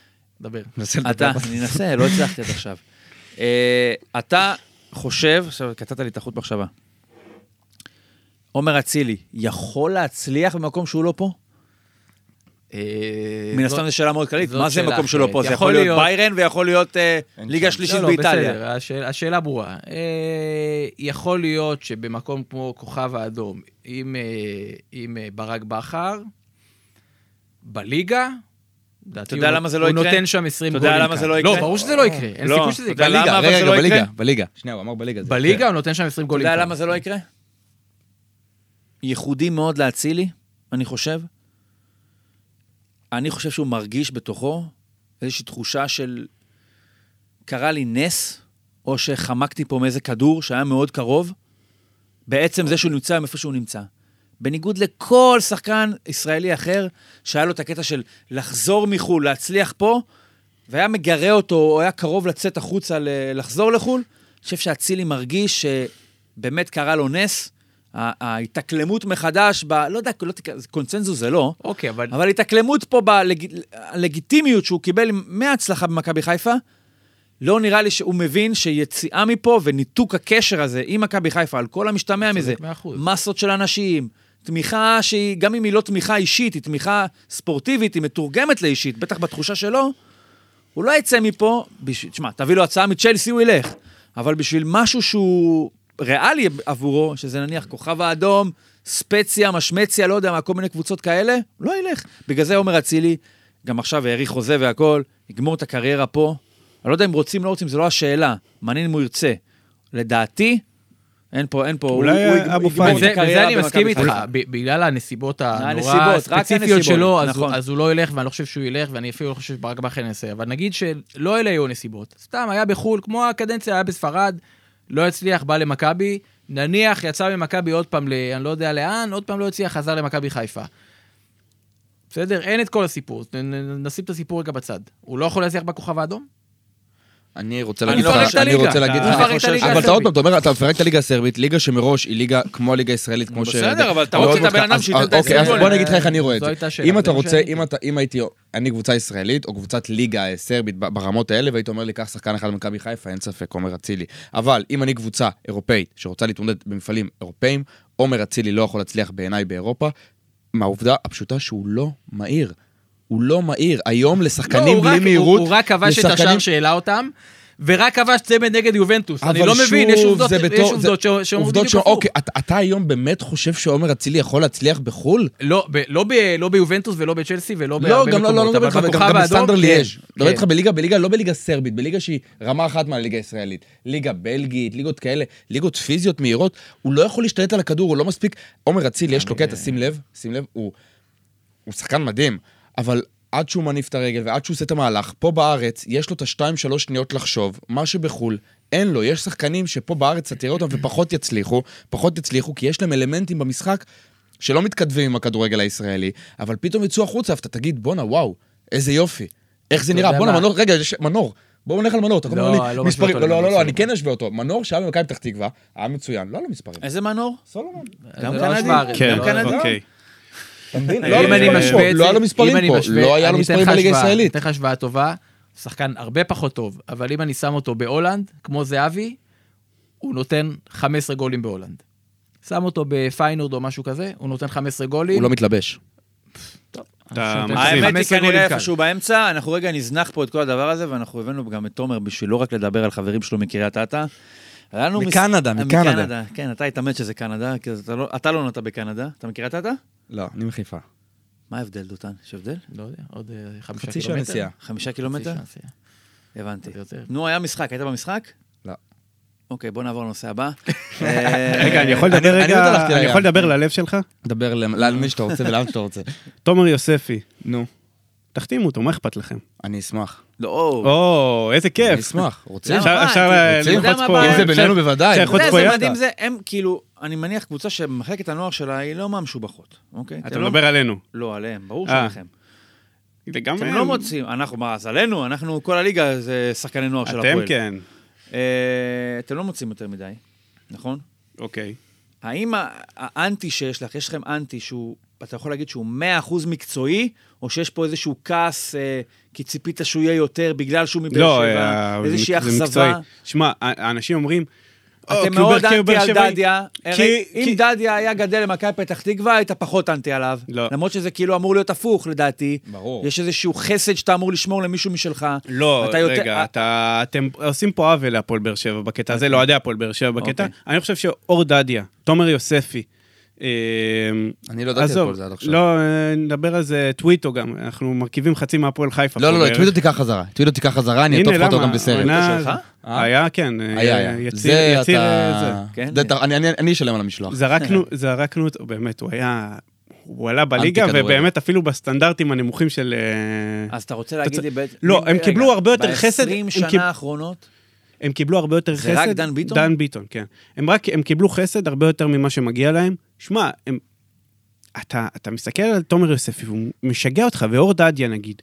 [SPEAKER 4] (laughs)
[SPEAKER 3] דבר.
[SPEAKER 2] אתה, אני אנסה, לא הצלחתי עד עכשיו. אה, אתה חושב, עכשיו קטעת לי את החוט מחשבה. עומר אצילי יכול להצליח במקום שהוא לא פה?
[SPEAKER 3] אה, לא,
[SPEAKER 2] מן
[SPEAKER 3] זאת-
[SPEAKER 2] הסתם זו שאלה מאוד כללית,
[SPEAKER 3] זאת
[SPEAKER 2] מה זה
[SPEAKER 3] שאלה
[SPEAKER 2] מקום שלא
[SPEAKER 3] אחרת.
[SPEAKER 2] פה? זה
[SPEAKER 3] יכול
[SPEAKER 2] יכול להיות
[SPEAKER 3] להיות-
[SPEAKER 2] ביירן ויכול להיות אה, ליגה שלישית
[SPEAKER 3] לא, לא,
[SPEAKER 2] באיטליה.
[SPEAKER 3] בסדר, השאל, השאלה ברורה. אה, יכול להיות שבמקום כמו כוכב האדום, עם, אה, עם אה, ברק בכר, בליגה, אתה
[SPEAKER 2] יודע למה זה לא יקרה?
[SPEAKER 3] הוא נותן שם 20
[SPEAKER 2] אתה
[SPEAKER 3] גולים.
[SPEAKER 2] יודע למה
[SPEAKER 3] כאן.
[SPEAKER 2] זה לא יקרה?
[SPEAKER 3] לא, ברור שזה לא יקרה. אין
[SPEAKER 2] לא,
[SPEAKER 3] סיכוי שזה
[SPEAKER 2] אתה
[SPEAKER 3] יקרה.
[SPEAKER 2] יודע למה,
[SPEAKER 4] בליגה,
[SPEAKER 2] אבל
[SPEAKER 4] רגע,
[SPEAKER 2] זה לא
[SPEAKER 4] רגע,
[SPEAKER 2] יקרה?
[SPEAKER 4] בליגה, בליגה. שנייה, הוא אמר בליגה. זה
[SPEAKER 3] בליגה לא
[SPEAKER 4] יקרה.
[SPEAKER 3] הוא נותן שם 20
[SPEAKER 2] אתה
[SPEAKER 3] גולים.
[SPEAKER 2] יודע
[SPEAKER 3] כאן.
[SPEAKER 2] למה זה לא יקרה? ייחודי מאוד לאצילי, אני חושב. אני חושב שהוא מרגיש בתוכו איזושהי תחושה של... קרה לי נס, או שחמקתי פה מאיזה כדור שהיה מאוד קרוב, בעצם זה שהוא נמצא איפה שהוא נמצא. בניגוד לכל שחקן ישראלי אחר, שהיה לו את הקטע של לחזור מחו"ל, להצליח פה, והיה מגרה אותו, או היה קרוב לצאת החוצה, ל- לחזור לחו"ל, אני חושב שאצילי מרגיש שבאמת קרה לו נס. ה- ההתאקלמות מחדש, ב... לא יודע, לא תקרא, קונצנזוס זה לא,
[SPEAKER 3] אוקיי, אבל...
[SPEAKER 2] אבל התאקלמות פה בלגיטימיות שהוא קיבל מההצלחה במכבי חיפה, לא נראה לי שהוא מבין שיציאה מפה וניתוק הקשר הזה עם מכבי חיפה, על כל המשתמע מזה,
[SPEAKER 3] מאה אחוז.
[SPEAKER 2] מסות של אנשים, תמיכה שהיא, גם אם היא לא תמיכה אישית, היא תמיכה ספורטיבית, היא מתורגמת לאישית, בטח בתחושה שלו, הוא לא יצא מפה, בשביל, תשמע, תביא לו הצעה מצ'לסי, הוא ילך. אבל בשביל משהו שהוא ריאלי עבורו, שזה נניח כוכב האדום, ספציה, משמציה, לא יודע מה, כל מיני קבוצות כאלה, הוא לא ילך. בגלל זה עומר אצילי, גם עכשיו האריך חוזה והכול, יגמור את הקריירה פה. אני לא יודע אם רוצים, לא רוצים, זה לא השאלה. מעניין אם הוא ירצה. לדעתי, אין פה, אין פה,
[SPEAKER 5] אולי
[SPEAKER 2] הוא- הוא יג-
[SPEAKER 5] אבו
[SPEAKER 2] יגמור
[SPEAKER 5] פאני.
[SPEAKER 2] את
[SPEAKER 3] בזה בזה
[SPEAKER 2] הקריירה
[SPEAKER 3] אני
[SPEAKER 2] במכבי
[SPEAKER 3] מסכים איתך,
[SPEAKER 2] חיפה.
[SPEAKER 3] ב- בגלל הנסיבות הנורא
[SPEAKER 2] הנסיבות, רק
[SPEAKER 3] הספציפיות
[SPEAKER 2] הנסיבות,
[SPEAKER 3] שלו, אז הוא-
[SPEAKER 2] נכון.
[SPEAKER 3] אז הוא לא ילך, ואני לא חושב שהוא ילך, ואני אפילו לא חושב שברק בכר ינסה, אבל נגיד שלא אלה היו הנסיבות. סתם, היה בחו"ל, כמו הקדנציה, היה בספרד, לא הצליח, בא למכבי, נניח יצא ממכבי עוד פעם ל... אני לא יודע לאן, עוד פעם לא הצליח, חזר למכבי חיפה. בסדר? אין את כל הסיפור, נ- נ- נשים את הסיפור רגע בצד. הוא לא יכול להצליח בכוכב האדום?
[SPEAKER 4] אני רוצה
[SPEAKER 2] אני
[SPEAKER 4] להגיד
[SPEAKER 2] לא
[SPEAKER 4] לך,
[SPEAKER 2] מפרק את
[SPEAKER 4] אני
[SPEAKER 3] הליגה.
[SPEAKER 4] רוצה להגיד
[SPEAKER 5] אתה-
[SPEAKER 4] לך,
[SPEAKER 5] אני
[SPEAKER 3] מפרק את הליגה
[SPEAKER 4] אבל אתה
[SPEAKER 3] הסרבית.
[SPEAKER 4] עוד פעם, אתה אומר, אתה מפרק את הליגה הסרבית, ליגה שמראש היא ליגה כמו הליגה הישראלית, כמו ש...
[SPEAKER 2] בסדר, אבל אתה
[SPEAKER 4] מאוד
[SPEAKER 2] רוצה את
[SPEAKER 4] מאוד
[SPEAKER 2] הבן
[SPEAKER 4] קל.
[SPEAKER 2] אדם
[SPEAKER 4] אז-
[SPEAKER 2] שייתן את
[SPEAKER 4] אוקיי, אז
[SPEAKER 2] ה-20
[SPEAKER 4] בוא
[SPEAKER 2] גול.
[SPEAKER 4] אני אגיד לך איך אני רואה את
[SPEAKER 3] זו הייתה
[SPEAKER 4] זה.
[SPEAKER 3] השאלה,
[SPEAKER 4] אם
[SPEAKER 3] זה
[SPEAKER 4] אתה
[SPEAKER 3] מה
[SPEAKER 4] רוצה,
[SPEAKER 3] שעניתי.
[SPEAKER 4] אם אתה- אם הייתי, אני קבוצה ישראלית, או קבוצת ליגה הסרבית ב- ברמות האלה, והיית אומר לי, קח שחקן אחד במכבי חיפה, אין ספק, עומר אצילי. אבל אם אני קבוצה אירופאית שרוצה להתמודד במפעלים אירופאיים, עומר אצילי לא יכול להצליח בעיניי באירופה, מהעובדה הפשוטה שהוא לא מהיר. הוא לא מהיר. היום
[SPEAKER 3] לא,
[SPEAKER 4] לשחקנים
[SPEAKER 3] הוא
[SPEAKER 4] בלי
[SPEAKER 3] רק-
[SPEAKER 4] מהירות...
[SPEAKER 3] הוא- הוא רק כבש את השער
[SPEAKER 4] לשחקנים-
[SPEAKER 3] שהעלה אותם, ורק כבש צמד נגד יובנטוס. אני
[SPEAKER 4] אבל
[SPEAKER 3] לא מבין, יש
[SPEAKER 4] שוב,
[SPEAKER 3] עובדות
[SPEAKER 4] זה
[SPEAKER 3] יש
[SPEAKER 4] בתור- זה-
[SPEAKER 3] עובדות ש- שאומרות
[SPEAKER 4] עובדות
[SPEAKER 3] בדיוק
[SPEAKER 4] ש...
[SPEAKER 3] הפוך.
[SPEAKER 4] אוקיי, אתה- אתה היום באמת חושב שעומר אצילי יכול להצליח בחו"ל?
[SPEAKER 3] לא, ב- לא ב- לא ביובנטוס ולא בצ'לסי ולא
[SPEAKER 4] לא,
[SPEAKER 3] בהרבה
[SPEAKER 4] גם לא,
[SPEAKER 3] מקומות.
[SPEAKER 4] לא, לא מדבר
[SPEAKER 3] אבל
[SPEAKER 4] איתך, וגם-
[SPEAKER 3] בכוכב
[SPEAKER 4] גם
[SPEAKER 3] האדום,
[SPEAKER 4] בסטנדר
[SPEAKER 3] כן,
[SPEAKER 4] ליאז'. מדבר
[SPEAKER 3] כן.
[SPEAKER 4] איתך בליגה, בליגה, לא בליגה סרבית, בליגה שהיא רמה אחת מהליגה הישראלית. ליגה בלגית, ליגות כאלה, ליגות פיזיות מהירות, הוא לא יכול להשתלט על הכדור, הוא לא מספיק. עומר אצילי,
[SPEAKER 3] אה.
[SPEAKER 4] יש לו קטע, שים לב, שים לב, הוא... הוא שחקן מדהים, אבל עד שהוא מניף את הרגל ועד שהוא עושה את המהלך, פה בארץ יש לו את השתיים, שלוש שניות לחשוב, מה שבחו"ל אין לו. יש שחקנים שפה בארץ אתה תראה אותם ופחות יצליחו, פחות יצליחו, כי יש להם אלמנטים במשחק שלא מתכתבים עם הכדורגל הישראלי, אבל פתאום יצאו החוצה ואתה תגיד, בואנה, וואו, איזה יופי. איך זה
[SPEAKER 3] אתה
[SPEAKER 4] נראה?
[SPEAKER 3] יודע
[SPEAKER 4] בואנה,
[SPEAKER 3] מה?
[SPEAKER 4] מנור, רגע, יש- מנור. בואו נלך על מנור, אתה כל הזמן
[SPEAKER 3] לא,
[SPEAKER 4] אומר
[SPEAKER 3] אני
[SPEAKER 4] לי
[SPEAKER 3] לא
[SPEAKER 4] מספרים.
[SPEAKER 3] משווה אותו
[SPEAKER 4] לא, לא, לא,
[SPEAKER 3] למנור
[SPEAKER 4] לא, אני כן אשווה אותו. מנור שהיה במכבי פתח תקווה, היה מצוין, לא על
[SPEAKER 3] אה,
[SPEAKER 4] המספרים.
[SPEAKER 2] איזה מנור?
[SPEAKER 4] סולומון.
[SPEAKER 2] גם
[SPEAKER 3] זה לא
[SPEAKER 2] קנדי?
[SPEAKER 3] השוואה, זה
[SPEAKER 5] כן,
[SPEAKER 3] לא-
[SPEAKER 2] קנדי?
[SPEAKER 5] אוקיי.
[SPEAKER 4] אתה מבין?
[SPEAKER 2] אם
[SPEAKER 4] לא על
[SPEAKER 3] אם אני
[SPEAKER 4] המספרים פה,
[SPEAKER 3] משווה את זה,
[SPEAKER 4] לא היה לו מספרים
[SPEAKER 3] אם אני
[SPEAKER 4] פה,
[SPEAKER 3] משווה-
[SPEAKER 4] לא היה
[SPEAKER 3] אני
[SPEAKER 4] לו
[SPEAKER 3] אתן
[SPEAKER 4] מספרים
[SPEAKER 3] לך
[SPEAKER 4] בליגה
[SPEAKER 3] השוואה, אני
[SPEAKER 4] הישראלית.
[SPEAKER 3] אתן לך השוואה טובה, שחקן הרבה פחות טוב, אבל אם אני שם אותו בהולנד, כמו זהבי, הוא נותן 15 גולים בהולנד. שם אותו בפיינורד או משהו כזה, הוא נותן 15 גולים.
[SPEAKER 4] הוא לא מתלבש.
[SPEAKER 5] אתה
[SPEAKER 3] אני חושב
[SPEAKER 5] מגזים.
[SPEAKER 2] האמת היא
[SPEAKER 3] 15
[SPEAKER 2] כנראה
[SPEAKER 3] גולים קל.
[SPEAKER 2] איפשהו באמצע, אנחנו רגע נזנח פה את כל הדבר הזה, ואנחנו הבאנו גם את תומר בשביל לא רק לדבר על חברים שלו מקריית אתא. היה לנו מס-
[SPEAKER 4] מקנדה,
[SPEAKER 2] מקנדה.
[SPEAKER 4] מקנדה.
[SPEAKER 2] כן, אתה התאמת שזה קנדה, כי אתה לא- אתה לא נולדת בקנדה. אתה מקריית אתא?
[SPEAKER 4] לא, אני מחיפה.
[SPEAKER 2] מה ההבדל, דותן? יש הבדל?
[SPEAKER 3] לא יודע, עוד אה, חמישה
[SPEAKER 4] חצי שעה
[SPEAKER 3] קילומטר.
[SPEAKER 4] נסיעה.
[SPEAKER 2] חמישה קילומטר?
[SPEAKER 3] חצי שעה נסיעה.
[SPEAKER 2] הבנתי.
[SPEAKER 3] יותר.
[SPEAKER 2] נו, היה משחק, היית במשחק?
[SPEAKER 4] לא.
[SPEAKER 2] אוקיי, בוא נעבור לנושא
[SPEAKER 5] (laughs)
[SPEAKER 2] הבא. אה,
[SPEAKER 5] אה, רגע, אני יכול לדבר
[SPEAKER 4] אני- אני עוד
[SPEAKER 5] רגע,
[SPEAKER 4] הלכתי
[SPEAKER 5] אני
[SPEAKER 4] לים.
[SPEAKER 5] יכול לדבר ללב שלך?
[SPEAKER 4] דבר למי שאתה רוצה ולאן שאתה רוצה.
[SPEAKER 5] תומר יוספי,
[SPEAKER 4] נו.
[SPEAKER 5] תחתימו אותו, מה אכפת לכם?
[SPEAKER 4] אני אשמח.
[SPEAKER 2] לא,
[SPEAKER 5] או, איזה
[SPEAKER 4] אני
[SPEAKER 5] כיף.
[SPEAKER 4] אשמח. רוצים?
[SPEAKER 2] למה?
[SPEAKER 5] אפשר-
[SPEAKER 2] מה,
[SPEAKER 5] אפשר
[SPEAKER 2] אתה-
[SPEAKER 5] ל-
[SPEAKER 4] רוצים?
[SPEAKER 5] ללחוץ
[SPEAKER 2] אתה יודע מה
[SPEAKER 5] פה.
[SPEAKER 2] הבעיה?
[SPEAKER 4] אם זה
[SPEAKER 5] אפשר-
[SPEAKER 4] בינינו בוודאי.
[SPEAKER 5] אפשר לחוץ
[SPEAKER 2] אתה יודע
[SPEAKER 5] פה
[SPEAKER 2] איזה
[SPEAKER 5] ידה.
[SPEAKER 2] מדהים זה? הם כאילו, אני מניח קבוצה שמחלקת הנוער שלה היא לא מהמשובחות, אוקיי?
[SPEAKER 5] אתה
[SPEAKER 2] אתם לא-
[SPEAKER 5] מדבר עלינו.
[SPEAKER 2] לא, עליהם, ברור
[SPEAKER 5] אה.
[SPEAKER 2] שלכם.
[SPEAKER 5] גם
[SPEAKER 2] אתם
[SPEAKER 5] הם.
[SPEAKER 2] לא מוצאים, אנחנו, מה, אז עלינו, אנחנו, כל הליגה זה שחקני נוער של
[SPEAKER 5] אתם
[SPEAKER 2] הפועל.
[SPEAKER 5] כן.
[SPEAKER 2] אה, אתם לא מוצאים יותר מדי, נכון?
[SPEAKER 5] אוקיי.
[SPEAKER 2] האם ה- האנטי שיש לך, יש לכם אנטי שהוא, אתה יכול להגיד שהוא 100% מקצועי, או שיש פה איזשהו כעס, אה, כי ציפית שהוא יהיה יותר בגלל שהוא מבאר
[SPEAKER 5] לא,
[SPEAKER 2] שבע,
[SPEAKER 5] אה,
[SPEAKER 2] איזושהי
[SPEAKER 5] זה מקצועי.
[SPEAKER 2] אכזבה?
[SPEAKER 5] שמע, ה- האנשים אומרים... "אה, "או, כי
[SPEAKER 2] אתם
[SPEAKER 5] הוא
[SPEAKER 2] מאוד
[SPEAKER 5] באר- אוקיי, כי הוא
[SPEAKER 2] אנטי
[SPEAKER 5] באר
[SPEAKER 2] על
[SPEAKER 5] שבעי".
[SPEAKER 2] דדיה. הרי
[SPEAKER 5] כי-
[SPEAKER 2] אם
[SPEAKER 5] כי-
[SPEAKER 2] דדיה היה גדל למכבי פתח תקווה, היית פחות אנטי עליו.
[SPEAKER 5] לא.
[SPEAKER 2] למרות שזה כאילו אמור להיות הפוך, לדעתי.
[SPEAKER 4] ברור.
[SPEAKER 2] יש איזשהו חסד שאתה אמור לשמור למישהו משלך.
[SPEAKER 5] לא,
[SPEAKER 2] אתה יותר- אה,
[SPEAKER 5] רגע, אתה- אתם עושים פה עוול להפועל באר שבע בקטע הזה, לאוהדי הפועל באר שבע בקטע.
[SPEAKER 2] אוקיי.
[SPEAKER 5] אני חושב שאור דדיה, תומר יוספי, אה,
[SPEAKER 4] אני לא ידעתי על
[SPEAKER 5] עזוב,
[SPEAKER 4] כל זה עד עכשיו.
[SPEAKER 5] לא, אה, נדבר על זה טוויטו גם, אנחנו מרכיבים חצי מהפועל חיפה.
[SPEAKER 4] לא,
[SPEAKER 5] פה
[SPEAKER 4] לא, לא,
[SPEAKER 5] בערך.
[SPEAKER 4] תמיד אותי קח חזרה. תמיד אותי קח חזרה, אני אטוף
[SPEAKER 5] אוקיי. הנה,
[SPEAKER 4] אותו
[SPEAKER 5] למה?
[SPEAKER 4] גם בסרט.
[SPEAKER 5] העונה-
[SPEAKER 2] שלך?
[SPEAKER 4] אה?
[SPEAKER 5] היה, כן.
[SPEAKER 4] היה, היה.
[SPEAKER 5] יציר,
[SPEAKER 4] זה
[SPEAKER 5] יציר, אה,
[SPEAKER 4] אתה-
[SPEAKER 5] זה.
[SPEAKER 2] כן.
[SPEAKER 4] זה אתה- אני- אני- אני אשלם על המשלוח.
[SPEAKER 5] זרקנו, זרקנו אותו, באמת, הוא היה... הוא עלה בליגה,
[SPEAKER 4] אנטי כדורגל.
[SPEAKER 5] ובאמת אפילו בסטנדרצים הנמוכים של... אה,
[SPEAKER 2] אז אתה רוצה להגיד לי... בעצם-
[SPEAKER 5] לא, הם
[SPEAKER 2] רגע,
[SPEAKER 5] קיבלו הרבה יותר חסד,
[SPEAKER 2] ב-20
[SPEAKER 5] הם
[SPEAKER 2] שנה
[SPEAKER 5] קיב-
[SPEAKER 2] האחרונות,
[SPEAKER 5] הם קיבלו הרבה יותר
[SPEAKER 2] זה
[SPEAKER 5] חסד.
[SPEAKER 2] רק דן ביטון?
[SPEAKER 5] דן ביטון, כן. הם רק, הם קיבלו חסד הרבה יותר ממה שמגיע להם. שמע, הם... אתה, אתה מסתכל על תומר יוספי, והוא משגע אותך, ואור דדיה נגיד.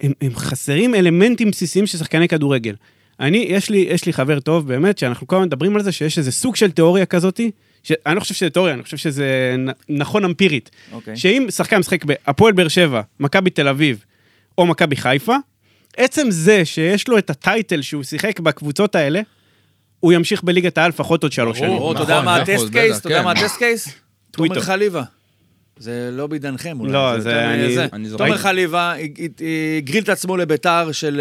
[SPEAKER 5] הם, הם חסרים אלמנטים בסיסיים של שחקני כדורגל. אני, יש לי, יש לי חבר טוב, באמת, שאנחנו כל הזמן מדברים על זה, שיש איזה סוג של תיאוריה כזאתי, שאני לא חושב שזה תיאוריה, אני חושב שזה נ- נכון אמפירית.
[SPEAKER 2] אוקיי.
[SPEAKER 5] שאם שחקן משחק בהפועל באר שבע, מכבי תל אביב או מכבי חיפה, עצם זה שיש לו את הטייטל שהוא שיחק בקבוצות האלה, הוא ימשיך בליגת העל לפחות עוד שלוש שנים.
[SPEAKER 2] או, אתה
[SPEAKER 4] נכון,
[SPEAKER 2] יודע מה
[SPEAKER 4] זה
[SPEAKER 2] הטסט
[SPEAKER 4] נכון,
[SPEAKER 2] קייס?
[SPEAKER 4] בטח,
[SPEAKER 2] אתה יודע
[SPEAKER 4] כן.
[SPEAKER 2] מה הטסט קייס?
[SPEAKER 5] טוויטר.
[SPEAKER 2] תומר חליבה. זה לא בעידנכם, אולי.
[SPEAKER 5] לא, זה
[SPEAKER 2] יותר
[SPEAKER 5] אני-
[SPEAKER 2] מזה.
[SPEAKER 4] אני זוכר.
[SPEAKER 2] תומר חליבה הג- הג- הגריל את עצמו לביתר של...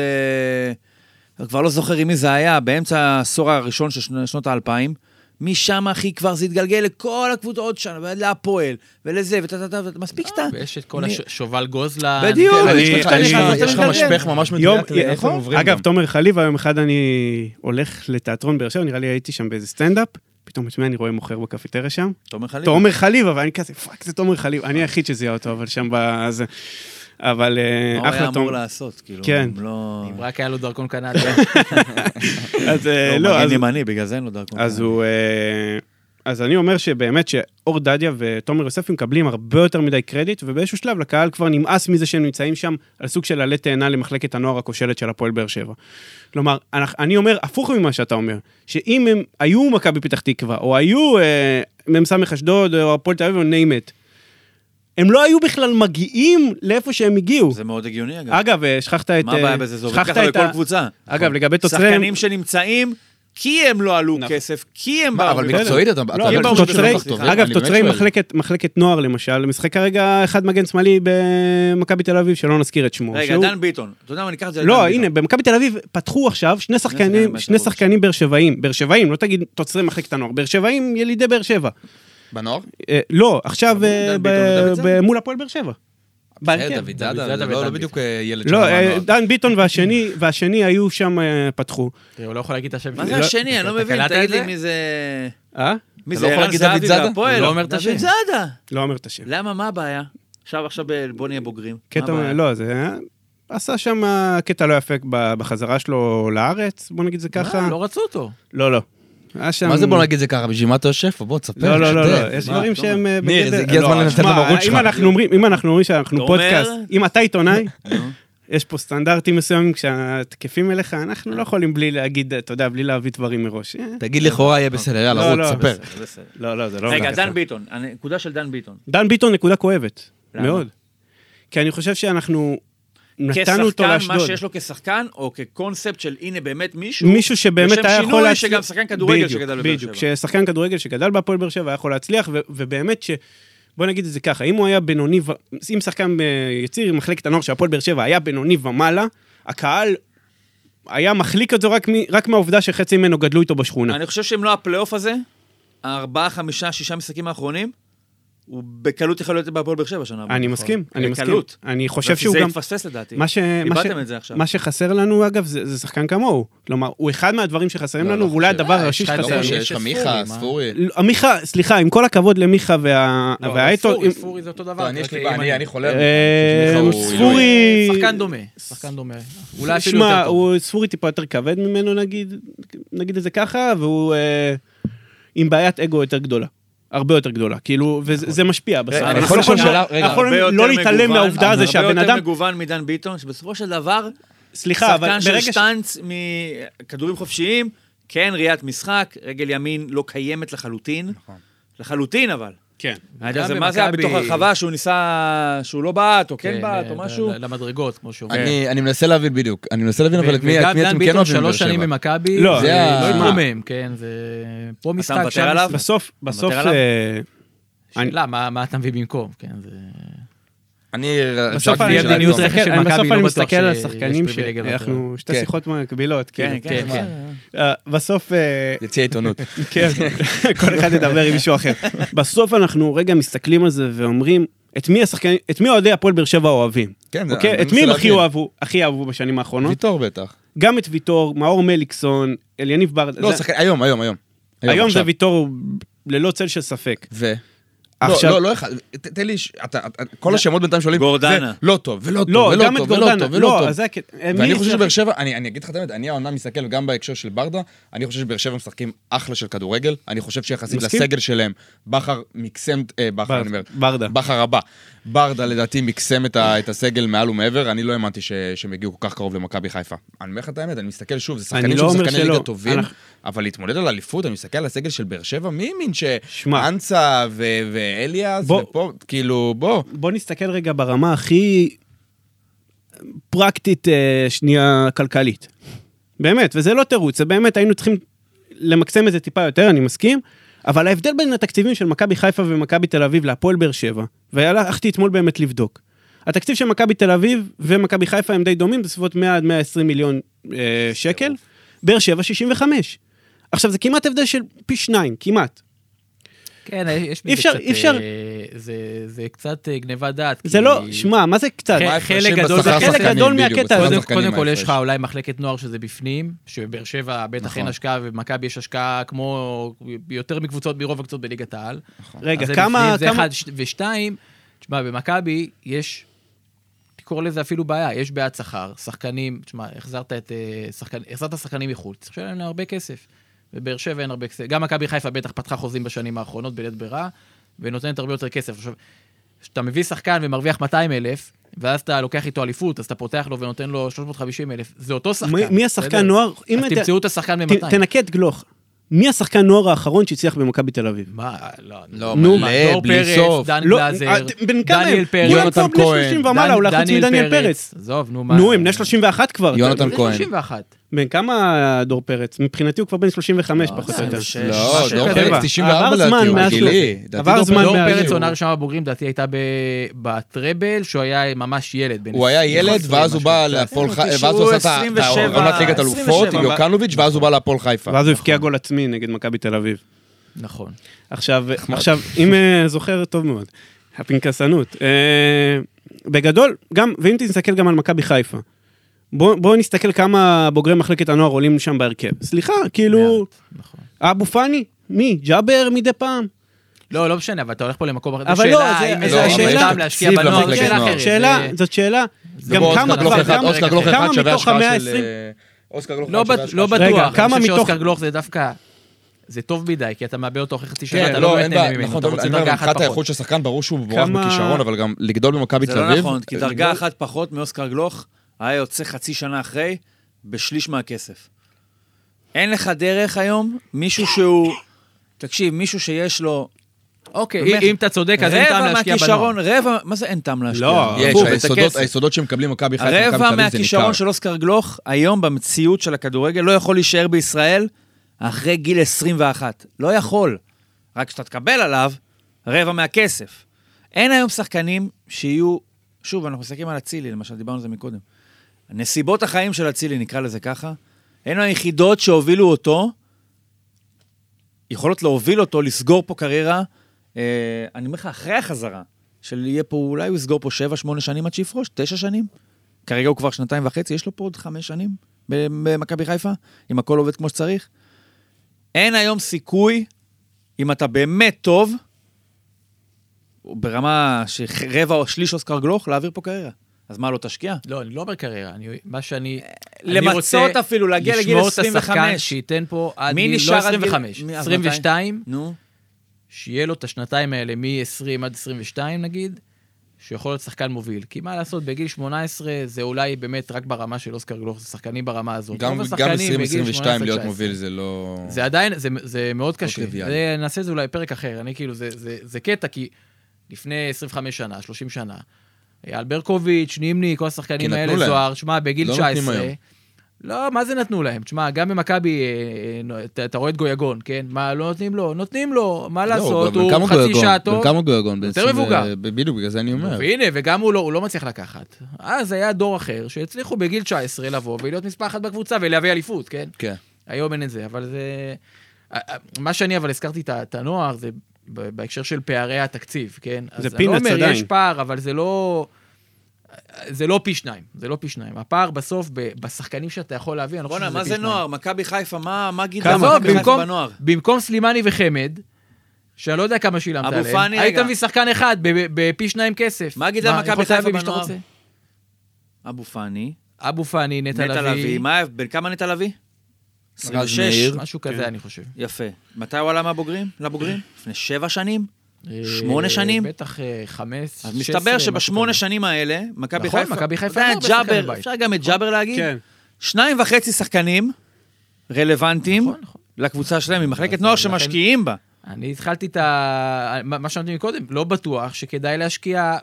[SPEAKER 2] אה, כבר לא זוכר עם מי זה היה, באמצע העשור הראשון של שנות האלפיים, משם, אחי, כבר זה התגלגל לכל הקבוצות עוד שנה, ועד להפועל, ולזה, וטה טה טה, מספיק
[SPEAKER 5] אה,
[SPEAKER 2] שאתה...
[SPEAKER 3] (laughs) ויש את כל
[SPEAKER 2] אני-
[SPEAKER 3] השובל גוזלן.
[SPEAKER 2] בדיוק.
[SPEAKER 3] כן,
[SPEAKER 2] אני-
[SPEAKER 3] יש לך-
[SPEAKER 2] אני-
[SPEAKER 3] יש לך-
[SPEAKER 2] אני-
[SPEAKER 3] יש לך
[SPEAKER 2] אני-
[SPEAKER 3] משפך ממש
[SPEAKER 5] יום, נכון.
[SPEAKER 4] מדויק לאיפה הם עוברים
[SPEAKER 5] אגב,
[SPEAKER 4] גם.
[SPEAKER 5] תומר חליבה, יום אחד אני הולך לתיאטרון באר שבע, נראה לי הייתי שם באיזה סטנדאפ, פתאום את מי אני רואה מוכר בקפיטריה שם?
[SPEAKER 2] תומר חליבה.
[SPEAKER 5] תומר חליבה, ואני כזה, פאק, זה תומר חליבה, אני היחיד שזיהה אותו, אבל שם בזה. אבל אה,
[SPEAKER 2] מה הוא היה
[SPEAKER 5] אחלה
[SPEAKER 2] אמור
[SPEAKER 5] תומר.
[SPEAKER 2] לעשות, כאילו,
[SPEAKER 5] כן.
[SPEAKER 2] הם לא...
[SPEAKER 3] (laughs) אם רק היה לו דרכון קנדי.
[SPEAKER 5] אז אה,
[SPEAKER 2] לא,
[SPEAKER 5] לא,
[SPEAKER 2] מגן
[SPEAKER 5] אז
[SPEAKER 2] ימני, בגלל זה אין לו דרכון.
[SPEAKER 5] אז הוא... אה, אז אני אומר שבאמת שאור דדיה ותומר יוספי מקבלים הרבה יותר מדי קרדיט, ובאיזשהו שלב לקהל כבר נמאס מזה שהם נמצאים שם על סוג של עלה תאנה למחלקת הנוער הכושלת של הפועל באר שבע. כלומר, אנחנו- אני אומר הפוך ממה שאתה אומר, שאם הם היו מכבי פתח תקווה, או היו אה, מ"ס אשדוד, או הפועל תל אביב, או name it, הם לא היו בכלל מגיעים לאיפה שהם הגיעו.
[SPEAKER 2] זה מאוד הגיוני, אגב.
[SPEAKER 5] אגב, אה, שכחת את...
[SPEAKER 2] מה
[SPEAKER 5] אה,
[SPEAKER 2] הבעיה בזה? זה עובד
[SPEAKER 5] שכחת
[SPEAKER 2] ככה
[SPEAKER 5] את ה-
[SPEAKER 2] בכל קבוצה. נכון.
[SPEAKER 5] אגב, לגבי תוצרי...
[SPEAKER 2] שחקנים שנמצאים כי הם לא עלו
[SPEAKER 5] נכון.
[SPEAKER 2] כסף, כי הם
[SPEAKER 4] מה, אבל
[SPEAKER 2] באו...
[SPEAKER 4] מקצועית אתה...
[SPEAKER 5] לא,
[SPEAKER 2] אבל
[SPEAKER 5] אבל
[SPEAKER 2] ברור שזה
[SPEAKER 5] תוצרי,
[SPEAKER 2] לא כל כך טוב,
[SPEAKER 5] אגב, תוצרי מחלקת, מחלקת נוער למשל, משחק כרגע אחד מגן שמאלי במכבי תל אביב, שלא נזכיר את שמו.
[SPEAKER 2] רגע,
[SPEAKER 5] שהוא-
[SPEAKER 2] דן ביטון. אתה יודע מה, ניקח את זה לדן
[SPEAKER 5] לא,
[SPEAKER 2] ביטון.
[SPEAKER 5] הנה, במכבי תל אביב פתחו עכשיו שני
[SPEAKER 2] שחקנים
[SPEAKER 5] שחקנים, שני
[SPEAKER 2] מהתרבות.
[SPEAKER 5] שחקנים באר שבעים, באר שבעים, לא תגיד תוצרי מחלקת הנוער, באר שבעים ילידי באר שבע.
[SPEAKER 4] בנוער?
[SPEAKER 5] אה, לא, עכשיו
[SPEAKER 4] דן
[SPEAKER 5] אה,
[SPEAKER 4] ביטון
[SPEAKER 5] ב-
[SPEAKER 4] ודוידזון?
[SPEAKER 5] ב- מול הפועל באר שבע. בהרכב.
[SPEAKER 4] אה, דוד זאדה,
[SPEAKER 3] זאדה
[SPEAKER 4] זה
[SPEAKER 3] ודן
[SPEAKER 4] לא לא בדיוק אה, ילד
[SPEAKER 5] לא, אה,
[SPEAKER 4] הנוער.
[SPEAKER 5] דן ביטון והשני, והשני היו שם, אה, פתחו.
[SPEAKER 3] תראה, הוא לא יכול להגיד את השם
[SPEAKER 2] מה
[SPEAKER 3] שלי.
[SPEAKER 2] זה השני? אני לא
[SPEAKER 3] אתה
[SPEAKER 2] מבין,
[SPEAKER 3] קלטת
[SPEAKER 2] תגיד
[SPEAKER 3] את
[SPEAKER 2] לי
[SPEAKER 3] זה?
[SPEAKER 2] מי זה...
[SPEAKER 5] אה?
[SPEAKER 2] מי
[SPEAKER 4] אתה
[SPEAKER 2] זה
[SPEAKER 4] לא יכול
[SPEAKER 2] ערן
[SPEAKER 4] להגיד דוד
[SPEAKER 2] זאבי
[SPEAKER 4] זאדה?
[SPEAKER 2] והפועל?
[SPEAKER 3] הוא לא אומר את
[SPEAKER 2] דוד
[SPEAKER 3] השם.
[SPEAKER 2] זאדה.
[SPEAKER 5] לא אומר את השם.
[SPEAKER 2] למה, מה הבעיה? עכשיו, עכשיו ב- בוא נהיה בוגרים. מה
[SPEAKER 5] קטע,
[SPEAKER 2] הבעיה?
[SPEAKER 5] לא, זה היה- עשה שם קטע לא יפה ב- בחזרה שלו לארץ, בוא נגיד זה ככה.
[SPEAKER 3] מה, לא רצו אותו.
[SPEAKER 5] לא, לא. היה שם...
[SPEAKER 4] מה זה בוא נגיד זה ככה? בשביל מה אתה יושב פה? בוא תספר.
[SPEAKER 5] אה. לא, לא, לא,
[SPEAKER 4] תשתף.
[SPEAKER 5] לא, יש
[SPEAKER 2] מה,
[SPEAKER 5] דברים
[SPEAKER 2] תומר?
[SPEAKER 5] שהם... אה,
[SPEAKER 4] ניר,
[SPEAKER 5] בגדר-
[SPEAKER 4] זה הגיע
[SPEAKER 5] לא,
[SPEAKER 4] הזמן לנצל את
[SPEAKER 5] שמע,
[SPEAKER 4] הבגרות
[SPEAKER 5] אם
[SPEAKER 4] שלך.
[SPEAKER 5] אנחנו אומרים- אם אנחנו אומרים שאנחנו
[SPEAKER 2] תומר?
[SPEAKER 5] פודקאסט, אם
[SPEAKER 2] (laughs)
[SPEAKER 5] אתה עיתונאי,
[SPEAKER 2] נו.
[SPEAKER 5] יש פה סטנדרטים מסוימים כשהתקפים אליך, אנחנו לא יכולים בלי להגיד, אתה יודע, בלי להביא דברים מראש. אה,
[SPEAKER 4] תגיד לכאורה יהיה בסדר,
[SPEAKER 5] לא,
[SPEAKER 4] יאללה, בוא
[SPEAKER 5] לא,
[SPEAKER 4] תספר.
[SPEAKER 2] בסדר, בסדר.
[SPEAKER 5] לא, לא, זה לא...
[SPEAKER 2] רגע,
[SPEAKER 5] ככה.
[SPEAKER 2] דן ביטון, הנקודה של דן ביטון.
[SPEAKER 5] דן ביטון נקודה כואבת.
[SPEAKER 2] למה?
[SPEAKER 5] מאוד. כי אני חושב שאנחנו... נתנו אותו
[SPEAKER 2] כשחקן, מה
[SPEAKER 5] לאשדוד.
[SPEAKER 2] שיש לו כשחקן, או כקונספט של הנה באמת מישהו,
[SPEAKER 5] מישהו שבאמת
[SPEAKER 2] לשם
[SPEAKER 5] היה
[SPEAKER 2] שינוי,
[SPEAKER 5] יכול להצליח.
[SPEAKER 2] שגם שחקן כדורגל
[SPEAKER 5] בדיוק,
[SPEAKER 2] שגדל בבאר
[SPEAKER 5] בדיוק,
[SPEAKER 2] שבע.
[SPEAKER 5] ששחקן כדורגל שגדל בהפועל באר שבע היה יכול להצליח, ו- ובאמת ש... בוא נגיד את זה ככה, אם הוא היה בינוני, ו... אם שחקן אה, יציר מחלקת הנוער של הפועל באר שבע היה בינוני ומעלה, הקהל היה מחליק את זה רק, מ... רק מהעובדה שחצי ממנו גדלו איתו בשכונה.
[SPEAKER 2] אני חושב שאם לא הפלייאוף הזה, הארבעה, חמישה, שישה משחקים האחרונים, הוא בקלות יכול להיות בהפועל באר שבע שנה. הבאה. נכון.
[SPEAKER 5] אני מסכים, אני מסכים.
[SPEAKER 2] בקלות.
[SPEAKER 5] אני חושב
[SPEAKER 2] כי
[SPEAKER 5] שהוא
[SPEAKER 2] זה
[SPEAKER 5] גם...
[SPEAKER 2] התפספס לדעתי.
[SPEAKER 5] מה ש... מה ש...
[SPEAKER 2] איבדתם את זה עכשיו.
[SPEAKER 5] מה שחסר לנו, אגב, זה, זה שחקן כמוהו. כלומר, הוא אחד מהדברים שחסרים
[SPEAKER 4] לא,
[SPEAKER 5] לנו,
[SPEAKER 4] לא
[SPEAKER 5] ואולי
[SPEAKER 4] חושב.
[SPEAKER 5] הדבר
[SPEAKER 3] אה,
[SPEAKER 5] הראשי
[SPEAKER 3] יש לך את
[SPEAKER 4] לא
[SPEAKER 5] שחסר
[SPEAKER 4] חושב
[SPEAKER 5] לנו.
[SPEAKER 3] יש
[SPEAKER 4] שיש לך
[SPEAKER 3] את
[SPEAKER 4] מיכה,
[SPEAKER 3] ספורי, מה?
[SPEAKER 4] ספורי.
[SPEAKER 5] לא, מיכה, סליחה, עם כל הכבוד למיכה וה...
[SPEAKER 3] לא, אבל
[SPEAKER 5] והאתו...
[SPEAKER 3] ספורי,
[SPEAKER 5] עם-
[SPEAKER 3] ספורי זה אותו דבר.
[SPEAKER 4] לא, אני יש לי
[SPEAKER 3] רק
[SPEAKER 4] בעיה, אני-
[SPEAKER 3] ימני.
[SPEAKER 4] אני חולה. על
[SPEAKER 5] אה,
[SPEAKER 4] מיכה, אני חושב שמיכה הוא אלוהים.
[SPEAKER 5] ספורי...
[SPEAKER 3] אה, שחקן דומה, שחקן דומה. אולי אפילו
[SPEAKER 5] שמע,
[SPEAKER 3] יותר טוב.
[SPEAKER 5] הוא ספורי טיפה יותר כבד ממנו נגיד, נגיד את זה ככה, והוא אה, עם בעיית אגו יותר גדולה. הרבה יותר גדולה, כאילו, וזה משפיע
[SPEAKER 2] אה,
[SPEAKER 5] בסוף.
[SPEAKER 4] אני
[SPEAKER 5] אנחנו
[SPEAKER 4] יכול לשאול
[SPEAKER 5] לא-
[SPEAKER 4] שאלה? רגע.
[SPEAKER 5] אנחנו
[SPEAKER 2] הרבה
[SPEAKER 5] לא
[SPEAKER 2] יותר
[SPEAKER 5] להתעלם
[SPEAKER 2] מגוון,
[SPEAKER 5] מהעובדה הזה שהבן
[SPEAKER 2] הרבה
[SPEAKER 5] אדם,
[SPEAKER 2] יותר מגוון מדן ביטון, שבסופו של דבר,
[SPEAKER 5] סליחה, אבל
[SPEAKER 2] שחקן של
[SPEAKER 5] ברגע ש...
[SPEAKER 2] שטנץ מכדורים חופשיים, כן ראיית משחק, רגל ימין לא קיימת לחלוטין. לחלוטין אבל.
[SPEAKER 5] כן.
[SPEAKER 2] אני יודע,
[SPEAKER 3] גם
[SPEAKER 2] זה מה זה היה
[SPEAKER 3] במכבי-
[SPEAKER 2] בתוך הרחבה שהוא ניסה, שהוא לא בעט או כן בעט או
[SPEAKER 3] ל-
[SPEAKER 2] משהו?
[SPEAKER 3] ל- אה, למדרגות, כמו שאומרים.
[SPEAKER 4] אני אני מנסה להבין בדיוק. אני מנסה להבין, אבל את מי את
[SPEAKER 3] וגם
[SPEAKER 4] מי
[SPEAKER 3] דן
[SPEAKER 4] אתם כן
[SPEAKER 3] ביטון
[SPEAKER 4] אוהבים באר
[SPEAKER 3] שלוש שנים
[SPEAKER 4] שבע.
[SPEAKER 3] במכבי,
[SPEAKER 5] לא,
[SPEAKER 3] זה
[SPEAKER 4] אה,
[SPEAKER 3] לא
[SPEAKER 4] שמע.
[SPEAKER 3] התרומם, כן, זה... פה משחק,
[SPEAKER 2] מוותר
[SPEAKER 3] שם
[SPEAKER 2] עליו?
[SPEAKER 3] משחק.
[SPEAKER 5] בסוף, בסוף,
[SPEAKER 2] עליו?
[SPEAKER 5] אה, אני-
[SPEAKER 3] שאלה, מה מה אתה מביא במקום, כן, זה...
[SPEAKER 4] אני... אפשר
[SPEAKER 5] בסוף
[SPEAKER 4] להגיד
[SPEAKER 5] אני
[SPEAKER 4] שאלה
[SPEAKER 3] מדיניות
[SPEAKER 4] טובה.
[SPEAKER 3] רכב.
[SPEAKER 5] מסתכל-
[SPEAKER 3] של
[SPEAKER 5] אני
[SPEAKER 3] מכבי,
[SPEAKER 5] בסוף
[SPEAKER 3] לא
[SPEAKER 5] אני
[SPEAKER 3] בטוח
[SPEAKER 5] מסתכל על
[SPEAKER 3] שיש
[SPEAKER 5] השחקנים,
[SPEAKER 3] פריבילגיה לאחר.
[SPEAKER 5] שאנחנו שתי
[SPEAKER 4] כן.
[SPEAKER 5] שיחות מקבילות,
[SPEAKER 2] כן,
[SPEAKER 5] כאילו.
[SPEAKER 2] כן,
[SPEAKER 3] כן,
[SPEAKER 2] כן.
[SPEAKER 5] אה, בסוף, אה,
[SPEAKER 4] יציע עיתונות.
[SPEAKER 5] כן, (laughs) כל אחד ידבר עם מישהו אחר. בסוף אנחנו רגע מסתכלים על זה ואומרים, את מי השחקנים, את מי אוהדי הפועל באר שבע אוהבים?
[SPEAKER 4] כן, זה-
[SPEAKER 5] אוקיי?
[SPEAKER 4] אני
[SPEAKER 5] את מי הם
[SPEAKER 4] מנסה
[SPEAKER 5] הכי
[SPEAKER 4] להבין.
[SPEAKER 5] אוהבו, הכי אהבו בשנים האחרונות?
[SPEAKER 4] ויטור בטח.
[SPEAKER 5] גם את ויטור, מאור מליקסון, אליניב ברדה.
[SPEAKER 4] לא,
[SPEAKER 5] זה-
[SPEAKER 4] שחקן, היום, היום, היום.
[SPEAKER 5] היום זה
[SPEAKER 4] עכשיו.
[SPEAKER 5] ויטור הוא ללא צל של ספק.
[SPEAKER 4] ו...
[SPEAKER 5] עכשיו-
[SPEAKER 4] עכשיו... לא, לא אחד, ת- תן לי, ש- אתה, אתה- כל השמות בינתיים שעולים,
[SPEAKER 2] גורדנה.
[SPEAKER 4] זה לא טוב, ולא טוב,
[SPEAKER 5] לא,
[SPEAKER 4] ולא
[SPEAKER 5] גם את
[SPEAKER 4] טוב, ולא
[SPEAKER 5] גורדנה.
[SPEAKER 4] טוב, ולא
[SPEAKER 5] לא,
[SPEAKER 4] טוב.
[SPEAKER 5] אז זה הקטע.
[SPEAKER 4] ואני
[SPEAKER 5] מי
[SPEAKER 4] חושב
[SPEAKER 5] זה-
[SPEAKER 4] שבאר שבע, אני, אני אגיד לך את האמת, אני העונה מסתכל גם בהקשר של ברדה, אני חושב שבאר שבע משחקים אחלה של כדורגל, אני חושב שיחסית
[SPEAKER 5] מסכים.
[SPEAKER 4] לסגל שלהם, בכר מיקסם, אה, בכר,
[SPEAKER 5] בר-
[SPEAKER 4] אני אומר,
[SPEAKER 5] ברדה.
[SPEAKER 4] בכר הבא, ברדה לדעתי מיקסם את, ה, את הסגל מעל ומעבר, אני לא האמנתי ש, שהם הגיעו כל כך קרוב למכבי חיפה. אני אומר לך את האמת, אני מסתכל שוב, זה
[SPEAKER 5] אני
[SPEAKER 4] שחקנים
[SPEAKER 5] לא
[SPEAKER 4] שהם
[SPEAKER 5] אומר
[SPEAKER 4] שחקני
[SPEAKER 5] שלא.
[SPEAKER 4] ליגה טובים,
[SPEAKER 5] אנחנו-
[SPEAKER 4] אבל להתמודד על אליפות, אני מסתכל על הסגל של באר שבע, מי האמין
[SPEAKER 5] שמע.
[SPEAKER 4] שאנסה ו- ואליאס,
[SPEAKER 5] בוא-
[SPEAKER 4] ופה, כאילו, בוא.
[SPEAKER 5] בוא נסתכל רגע ברמה הכי פרקטית אה, שנייה כלכלית. באמת, וזה לא תירוץ, זה באמת היינו צריכים למקסם את זה טיפה יותר, אני מסכים, אבל ההבדל בין התקציבים של מכבי חיפה ומכבי תל אביב להפועל באר שבע, והלכתי אתמול באמת לבדוק. התקציב של מכבי תל אביב ומכבי חיפה הם די דומים, בסביבות 100 עד 120 מיליון אה, שקל, באר שבע 65. עכשיו, זה כמעט הבדל של פי שניים, כמעט.
[SPEAKER 3] כן, יש
[SPEAKER 5] אי
[SPEAKER 3] בזה
[SPEAKER 5] אפשר-
[SPEAKER 3] קצת...
[SPEAKER 5] אי אפשר-
[SPEAKER 3] אה, זה- זה קצת אה, גניבת דעת.
[SPEAKER 5] זה
[SPEAKER 3] כי-
[SPEAKER 5] לא, שמע, מה זה קצת?
[SPEAKER 3] כן,
[SPEAKER 4] מה
[SPEAKER 3] חלק
[SPEAKER 4] ההפרשים
[SPEAKER 3] גדול-
[SPEAKER 4] בשכר
[SPEAKER 3] חלק
[SPEAKER 4] השחקנים,
[SPEAKER 5] גדול
[SPEAKER 4] בדיוק,
[SPEAKER 5] מהקטע
[SPEAKER 4] בשכר
[SPEAKER 5] הזה.
[SPEAKER 3] קודם,
[SPEAKER 4] השחקנים
[SPEAKER 3] קודם כל, יש
[SPEAKER 4] ההפרש.
[SPEAKER 3] לך אולי מחלקת נוער שזה בפנים, שבבאר שבע בטח
[SPEAKER 4] נכון.
[SPEAKER 3] אין השקעה, ובמכבי יש השקעה כמו יותר מקבוצות, מרוב הקבוצות בליגת העל.
[SPEAKER 5] רגע,
[SPEAKER 3] אז זה
[SPEAKER 5] כמה...
[SPEAKER 3] בפנים, זה
[SPEAKER 5] כמה-
[SPEAKER 3] אחד, ש- ושתיים, תשמע, במכבי יש, תקרא לזה אפילו בעיה, יש בעיית שכר, שחקנים, תשמע, החזרת את אה, שחקן, החזרת שחקנים מחו"ל, צריך לשלם להם הרבה כסף. בבאר שבע אין הרבה כסף, גם מכבי חיפה בטח פתחה חוזים בשנים האחרונות בלית ברירה, ונותנת הרבה יותר כסף. עכשיו, כשאתה מביא שחקן ומרוויח 200 אלף, ואז אתה לוקח איתו אליפות, אז אתה פותח לו ונותן לו 350 אלף, זה אותו שחקן.
[SPEAKER 5] מי- מי השחקן
[SPEAKER 3] בסדר?
[SPEAKER 5] נוער? אם
[SPEAKER 3] אז
[SPEAKER 5] אתה-
[SPEAKER 3] תמצאו את השחקן
[SPEAKER 5] ת-
[SPEAKER 3] ב-200.
[SPEAKER 5] תנקה את גלוך. מי השחקן נוער האחרון שהצליח במכבי תל אביב?
[SPEAKER 3] מה, לא,
[SPEAKER 4] לא,
[SPEAKER 3] נו,
[SPEAKER 4] מלא,
[SPEAKER 3] מה, דור
[SPEAKER 4] בלי
[SPEAKER 3] פרץ,
[SPEAKER 4] סוף.
[SPEAKER 3] דן
[SPEAKER 5] לא,
[SPEAKER 3] גלאזר,
[SPEAKER 5] אה, ת- בן כמה
[SPEAKER 3] דניאל
[SPEAKER 5] הם?
[SPEAKER 3] פרץ,
[SPEAKER 5] כולם כבר
[SPEAKER 4] יונתן
[SPEAKER 5] בני
[SPEAKER 4] כהן,
[SPEAKER 5] 30 ומעלה, אולי חוץ מדניאל פרץ.
[SPEAKER 3] עזוב, נו, מה.
[SPEAKER 5] נו, הם בני 31 כבר.
[SPEAKER 4] יונתן
[SPEAKER 3] זה
[SPEAKER 4] כהן.
[SPEAKER 3] 31.
[SPEAKER 5] בן כמה דור פרץ? מבחינתי הוא כבר בן 35 פחות או יותר.
[SPEAKER 4] לא,
[SPEAKER 2] משהו
[SPEAKER 4] דור
[SPEAKER 2] כזה.
[SPEAKER 4] פרץ
[SPEAKER 5] עבר
[SPEAKER 4] 94 לדעתי,
[SPEAKER 5] זמן
[SPEAKER 4] הוא
[SPEAKER 5] מאז שהוא-
[SPEAKER 4] גילי. לדעתי
[SPEAKER 5] עבר
[SPEAKER 4] דור
[SPEAKER 5] זמן
[SPEAKER 4] פרץ-
[SPEAKER 3] דור
[SPEAKER 5] מאז
[SPEAKER 3] פרץ,
[SPEAKER 5] שהוא-
[SPEAKER 3] עונה ראשונה בבוגרים, לדעתי הייתה ב- בטראבל, שהוא היה ממש ילד. בן
[SPEAKER 4] הוא היה
[SPEAKER 3] 20,
[SPEAKER 4] ילד,
[SPEAKER 3] 20,
[SPEAKER 4] ואז הוא
[SPEAKER 3] משהו
[SPEAKER 4] בא
[SPEAKER 3] כזה.
[SPEAKER 4] להפועל
[SPEAKER 2] כן,
[SPEAKER 4] חיפה,
[SPEAKER 2] הוא
[SPEAKER 4] ואז הוא עשה את ה-
[SPEAKER 2] 27,
[SPEAKER 4] את העונת ליגת אלופות עם
[SPEAKER 2] 27.
[SPEAKER 4] יוקנוביץ', ואז הוא בא להפועל חיפה.
[SPEAKER 5] ואז הוא הבקיע גול עצמי נגד מכבי תל אביב.
[SPEAKER 3] נכון. (laughs)
[SPEAKER 5] עכשיו, עכשיו, אם אה, זוכר, טוב מאוד. הפנקסנות. אה, בגדול, גם, ואם תסתכל גם על מכבי חיפה. בואו בוא נסתכל כמה בוגרי מחלקת הנוער עולים שם בהרכב. סליחה, כאילו,
[SPEAKER 3] מעט, נכון.
[SPEAKER 5] אבו פאני? מי? ג'אבר מדי פעם?
[SPEAKER 3] לא, לא משנה, אבל אתה הולך פה למקום אחר.
[SPEAKER 5] אבל לא, זה-
[SPEAKER 3] אם
[SPEAKER 5] זה
[SPEAKER 3] יש להם
[SPEAKER 5] השאלה-
[SPEAKER 3] טעם להשקיע
[SPEAKER 4] תקציב
[SPEAKER 3] בנוער,
[SPEAKER 4] למחלקת
[SPEAKER 3] זה שאלה
[SPEAKER 4] נוער.
[SPEAKER 3] אחרת.
[SPEAKER 5] שאלה,
[SPEAKER 3] זה-
[SPEAKER 5] זאת שאלה.
[SPEAKER 3] זה
[SPEAKER 5] גם
[SPEAKER 4] כמו
[SPEAKER 5] כמה
[SPEAKER 4] אוסקר גלוך
[SPEAKER 5] כבר,
[SPEAKER 4] אחד-
[SPEAKER 5] גם-
[SPEAKER 4] אוסקר גלוך
[SPEAKER 5] כמה
[SPEAKER 4] אחד שווה
[SPEAKER 5] מתוך
[SPEAKER 4] השקעה
[SPEAKER 5] המאה
[SPEAKER 4] של...
[SPEAKER 5] העשרים?
[SPEAKER 4] אה, אוסקר גלוך
[SPEAKER 3] לא
[SPEAKER 4] אחד שווה
[SPEAKER 3] בט- לא
[SPEAKER 4] השקעה של...
[SPEAKER 3] בטוח.
[SPEAKER 5] רגע,
[SPEAKER 3] אני
[SPEAKER 5] כמה
[SPEAKER 3] חושב
[SPEAKER 5] מתוך-
[SPEAKER 3] שאוסקר גלוך זה דווקא... זה טוב מדי, כי אתה מאבד אותו אחרי חצי שנה,
[SPEAKER 4] כן,
[SPEAKER 3] אתה לא
[SPEAKER 4] לא,
[SPEAKER 3] באמת
[SPEAKER 4] אין בעיה,
[SPEAKER 3] נהנה ממנו,
[SPEAKER 4] נכון,
[SPEAKER 3] אתה
[SPEAKER 4] אני
[SPEAKER 3] רוצה
[SPEAKER 4] אומר,
[SPEAKER 3] דרגה אחת
[SPEAKER 4] מבחינת
[SPEAKER 3] פחות.
[SPEAKER 4] האיכות של שחקן, ברור שהוא מוערך
[SPEAKER 5] כמה-
[SPEAKER 4] בכישרון, אבל גם לגדול במכבי
[SPEAKER 2] זה
[SPEAKER 4] תל
[SPEAKER 2] לא
[SPEAKER 4] אביב...
[SPEAKER 2] נכון, כי דרגה
[SPEAKER 4] לא-
[SPEAKER 2] אחת פחות מאוסקר גלוך היה יוצא חצי שנה אחרי בשליש מהכסף. אין לך דרך היום, מישהו שהוא... תקשיב, מישהו שיש לו...
[SPEAKER 3] אוקיי,
[SPEAKER 2] באמת,
[SPEAKER 3] אם- אם אתה צודק, אז אין טעם
[SPEAKER 2] רבע
[SPEAKER 3] להשקיע בנוער.
[SPEAKER 2] מהכישרון, רבע... מה זה אין טעם להשקיע?
[SPEAKER 5] לא,
[SPEAKER 4] יש,
[SPEAKER 2] הפוך, את
[SPEAKER 4] היסודות-
[SPEAKER 2] הכסף.
[SPEAKER 4] היסודות שמקבלים מכבי חיפה, מכבי תל
[SPEAKER 2] רבע
[SPEAKER 4] אביב זה ניכר.
[SPEAKER 2] מהכישרון של אוסקר גלוך היום במציאות של הכדורגל לא יכול להישאר בישראל אחרי גיל 21. לא יכול. רק כשאתה תקבל עליו רבע מהכסף. אין היום שחקנים שיהיו, שוב, אנחנו מסתכלים על אצילי, למשל, דיברנו על זה מקודם. נסיבות החיים של אצילי, נקרא לזה ככה, הן היחידות שהובילו אותו, יכולות להוביל אותו לסגור פה קריירה, אה, אני אומר לך, אחרי החזרה, של יהיה פה, אולי הוא יסגור פה 7-8 שנים עד שיפרוש, 9 שנים. כרגע הוא כבר שנתיים וחצי, יש לו פה עוד 5 שנים במכבי חיפה, אם הכל עובד כמו שצריך. אין היום סיכוי, אם אתה באמת טוב, ברמה שרבע או שליש אוסקר גלוך, להעביר פה קריירה. אז מה, לא תשקיע?
[SPEAKER 3] לא, אני לא אומר קריירה, אני, מה שאני...
[SPEAKER 5] אה,
[SPEAKER 3] אני
[SPEAKER 2] למצות
[SPEAKER 3] רוצה
[SPEAKER 2] אפילו, להגיע לגיל
[SPEAKER 3] לשמור את השחקן
[SPEAKER 2] 25.
[SPEAKER 3] שייתן פה עד
[SPEAKER 2] מי
[SPEAKER 3] גיל,
[SPEAKER 2] נשאר
[SPEAKER 3] לא
[SPEAKER 2] עד גיל-
[SPEAKER 3] 25,
[SPEAKER 2] מי- אז
[SPEAKER 3] 22,
[SPEAKER 2] נו.
[SPEAKER 3] שיהיה לו את השנתיים האלה מ-20 עד 22 נגיד, שיכול להיות שחקן מוביל. כי מה לעשות, בגיל 18 זה אולי באמת רק ברמה של אוסקר גלוך, זה שחקנים ברמה הזאת.
[SPEAKER 4] גם
[SPEAKER 3] רוב
[SPEAKER 4] גם
[SPEAKER 3] השחקנים בגיל
[SPEAKER 4] 20-22 להיות
[SPEAKER 3] 18-19.
[SPEAKER 4] מוביל זה לא...
[SPEAKER 3] זה עדיין, זה, זה מאוד קשה.
[SPEAKER 4] טריוויאלי.
[SPEAKER 3] זה, נעשה את זה אולי בפרק אחר. אני כאילו, זה, זה, זה קטע, כי לפני 25 שנה, 30 שנה, אייל ברקוביץ', נימני, כל השחקנים
[SPEAKER 4] כי נתנו
[SPEAKER 3] האלה,
[SPEAKER 4] להם.
[SPEAKER 3] זוהר, שמע, בגיל
[SPEAKER 4] לא נותנים
[SPEAKER 3] 19...
[SPEAKER 4] היום.
[SPEAKER 3] לא, מה זה נתנו להם? תשמע, גם במכבי, אה, אה, נו, אתה, אתה רואה את גויגון, כן? מה, לא נותנים לו? נותנים לו, מה
[SPEAKER 4] לא,
[SPEAKER 3] לעשות?
[SPEAKER 4] בן
[SPEAKER 3] הוא,
[SPEAKER 4] כמה
[SPEAKER 3] חצי
[SPEAKER 4] גויגון?
[SPEAKER 3] שעה טוב.
[SPEAKER 4] בן כמה גויגון?
[SPEAKER 3] יותר
[SPEAKER 4] בעצם,
[SPEAKER 3] מבוגר.
[SPEAKER 4] אה, בדיוק, בגלל זה אני אומר.
[SPEAKER 3] והנה, וגם הוא לא, הוא לא מצליח לקחת. אז היה דור אחר שהצליחו בגיל 19 לבוא ולהיות מספר אחת בקבוצה ולהביא אליפות, כן?
[SPEAKER 4] כן.
[SPEAKER 3] היום אין את זה, אבל זה... אה, מה שאני אבל הזכרתי את ה- את הנוער, זה ב- בהקשר של פערי התקציב, כן?
[SPEAKER 5] זה
[SPEAKER 3] אז אני לא
[SPEAKER 5] peanuts
[SPEAKER 3] אומר,
[SPEAKER 5] עדיין.
[SPEAKER 3] יש פער, אבל זה לא... זה לא פי שניים, זה לא פי שניים. הפער בסוף, ב- בשחקנים שאתה יכול להביא, אני לא חושב שזה
[SPEAKER 2] רונה,
[SPEAKER 3] פי
[SPEAKER 2] מה
[SPEAKER 3] שניים.
[SPEAKER 2] זה נוער? מכבי חיפה, מה מה גיל
[SPEAKER 5] כמה?
[SPEAKER 2] מכבי חיפה
[SPEAKER 3] במקום,
[SPEAKER 2] בנוער?
[SPEAKER 3] במקום סלימני וחמד, שאני לא יודע כמה שילמת
[SPEAKER 2] אבו
[SPEAKER 3] עליהם,
[SPEAKER 2] פאני,
[SPEAKER 3] היית
[SPEAKER 2] רגע.
[SPEAKER 3] מביא שחקן אחד ב- ב- בפי שניים כסף.
[SPEAKER 2] מה גידל מכבי
[SPEAKER 3] יכולת
[SPEAKER 2] חיפה
[SPEAKER 3] להביא מי שאתה
[SPEAKER 2] בנוער?
[SPEAKER 3] רוצה?
[SPEAKER 2] אבו פאני,
[SPEAKER 3] אבו פאני, נטע
[SPEAKER 2] נטע לביא.
[SPEAKER 3] לביא,
[SPEAKER 2] מה, בן כמה נטע לביא?
[SPEAKER 4] רז מאיר.
[SPEAKER 3] משהו כזה, אני חושב.
[SPEAKER 2] יפה. מתי הוא עלה מהבוגרים? לבוגרים? לפני שבע שנים?
[SPEAKER 3] אה,
[SPEAKER 2] שמונה שנים?
[SPEAKER 3] בטח אה, חמש, שש עשרה.
[SPEAKER 2] אז מסתבר
[SPEAKER 3] משהו
[SPEAKER 2] שבשמונה
[SPEAKER 3] כזה.
[SPEAKER 2] שנים האלה, מכבי
[SPEAKER 3] נכון,
[SPEAKER 2] חיפה...
[SPEAKER 3] מכבי חיפה
[SPEAKER 2] אתה יודע,
[SPEAKER 3] אין הרבה שחקני
[SPEAKER 2] ג'אבר,
[SPEAKER 3] בית.
[SPEAKER 2] אפשר גם את ג'אבר להגיד?
[SPEAKER 5] כן.
[SPEAKER 2] שניים וחצי שחקנים רלוונטיים
[SPEAKER 3] נכון, נכון.
[SPEAKER 2] לקבוצה שלהם, ממחלקת
[SPEAKER 3] אז
[SPEAKER 2] נוער
[SPEAKER 3] לכן-
[SPEAKER 2] שמשקיעים בה.
[SPEAKER 3] אני התחלתי את ה... מה מה שאמרתי מקודם, לא בטוח שכדאי להשקיע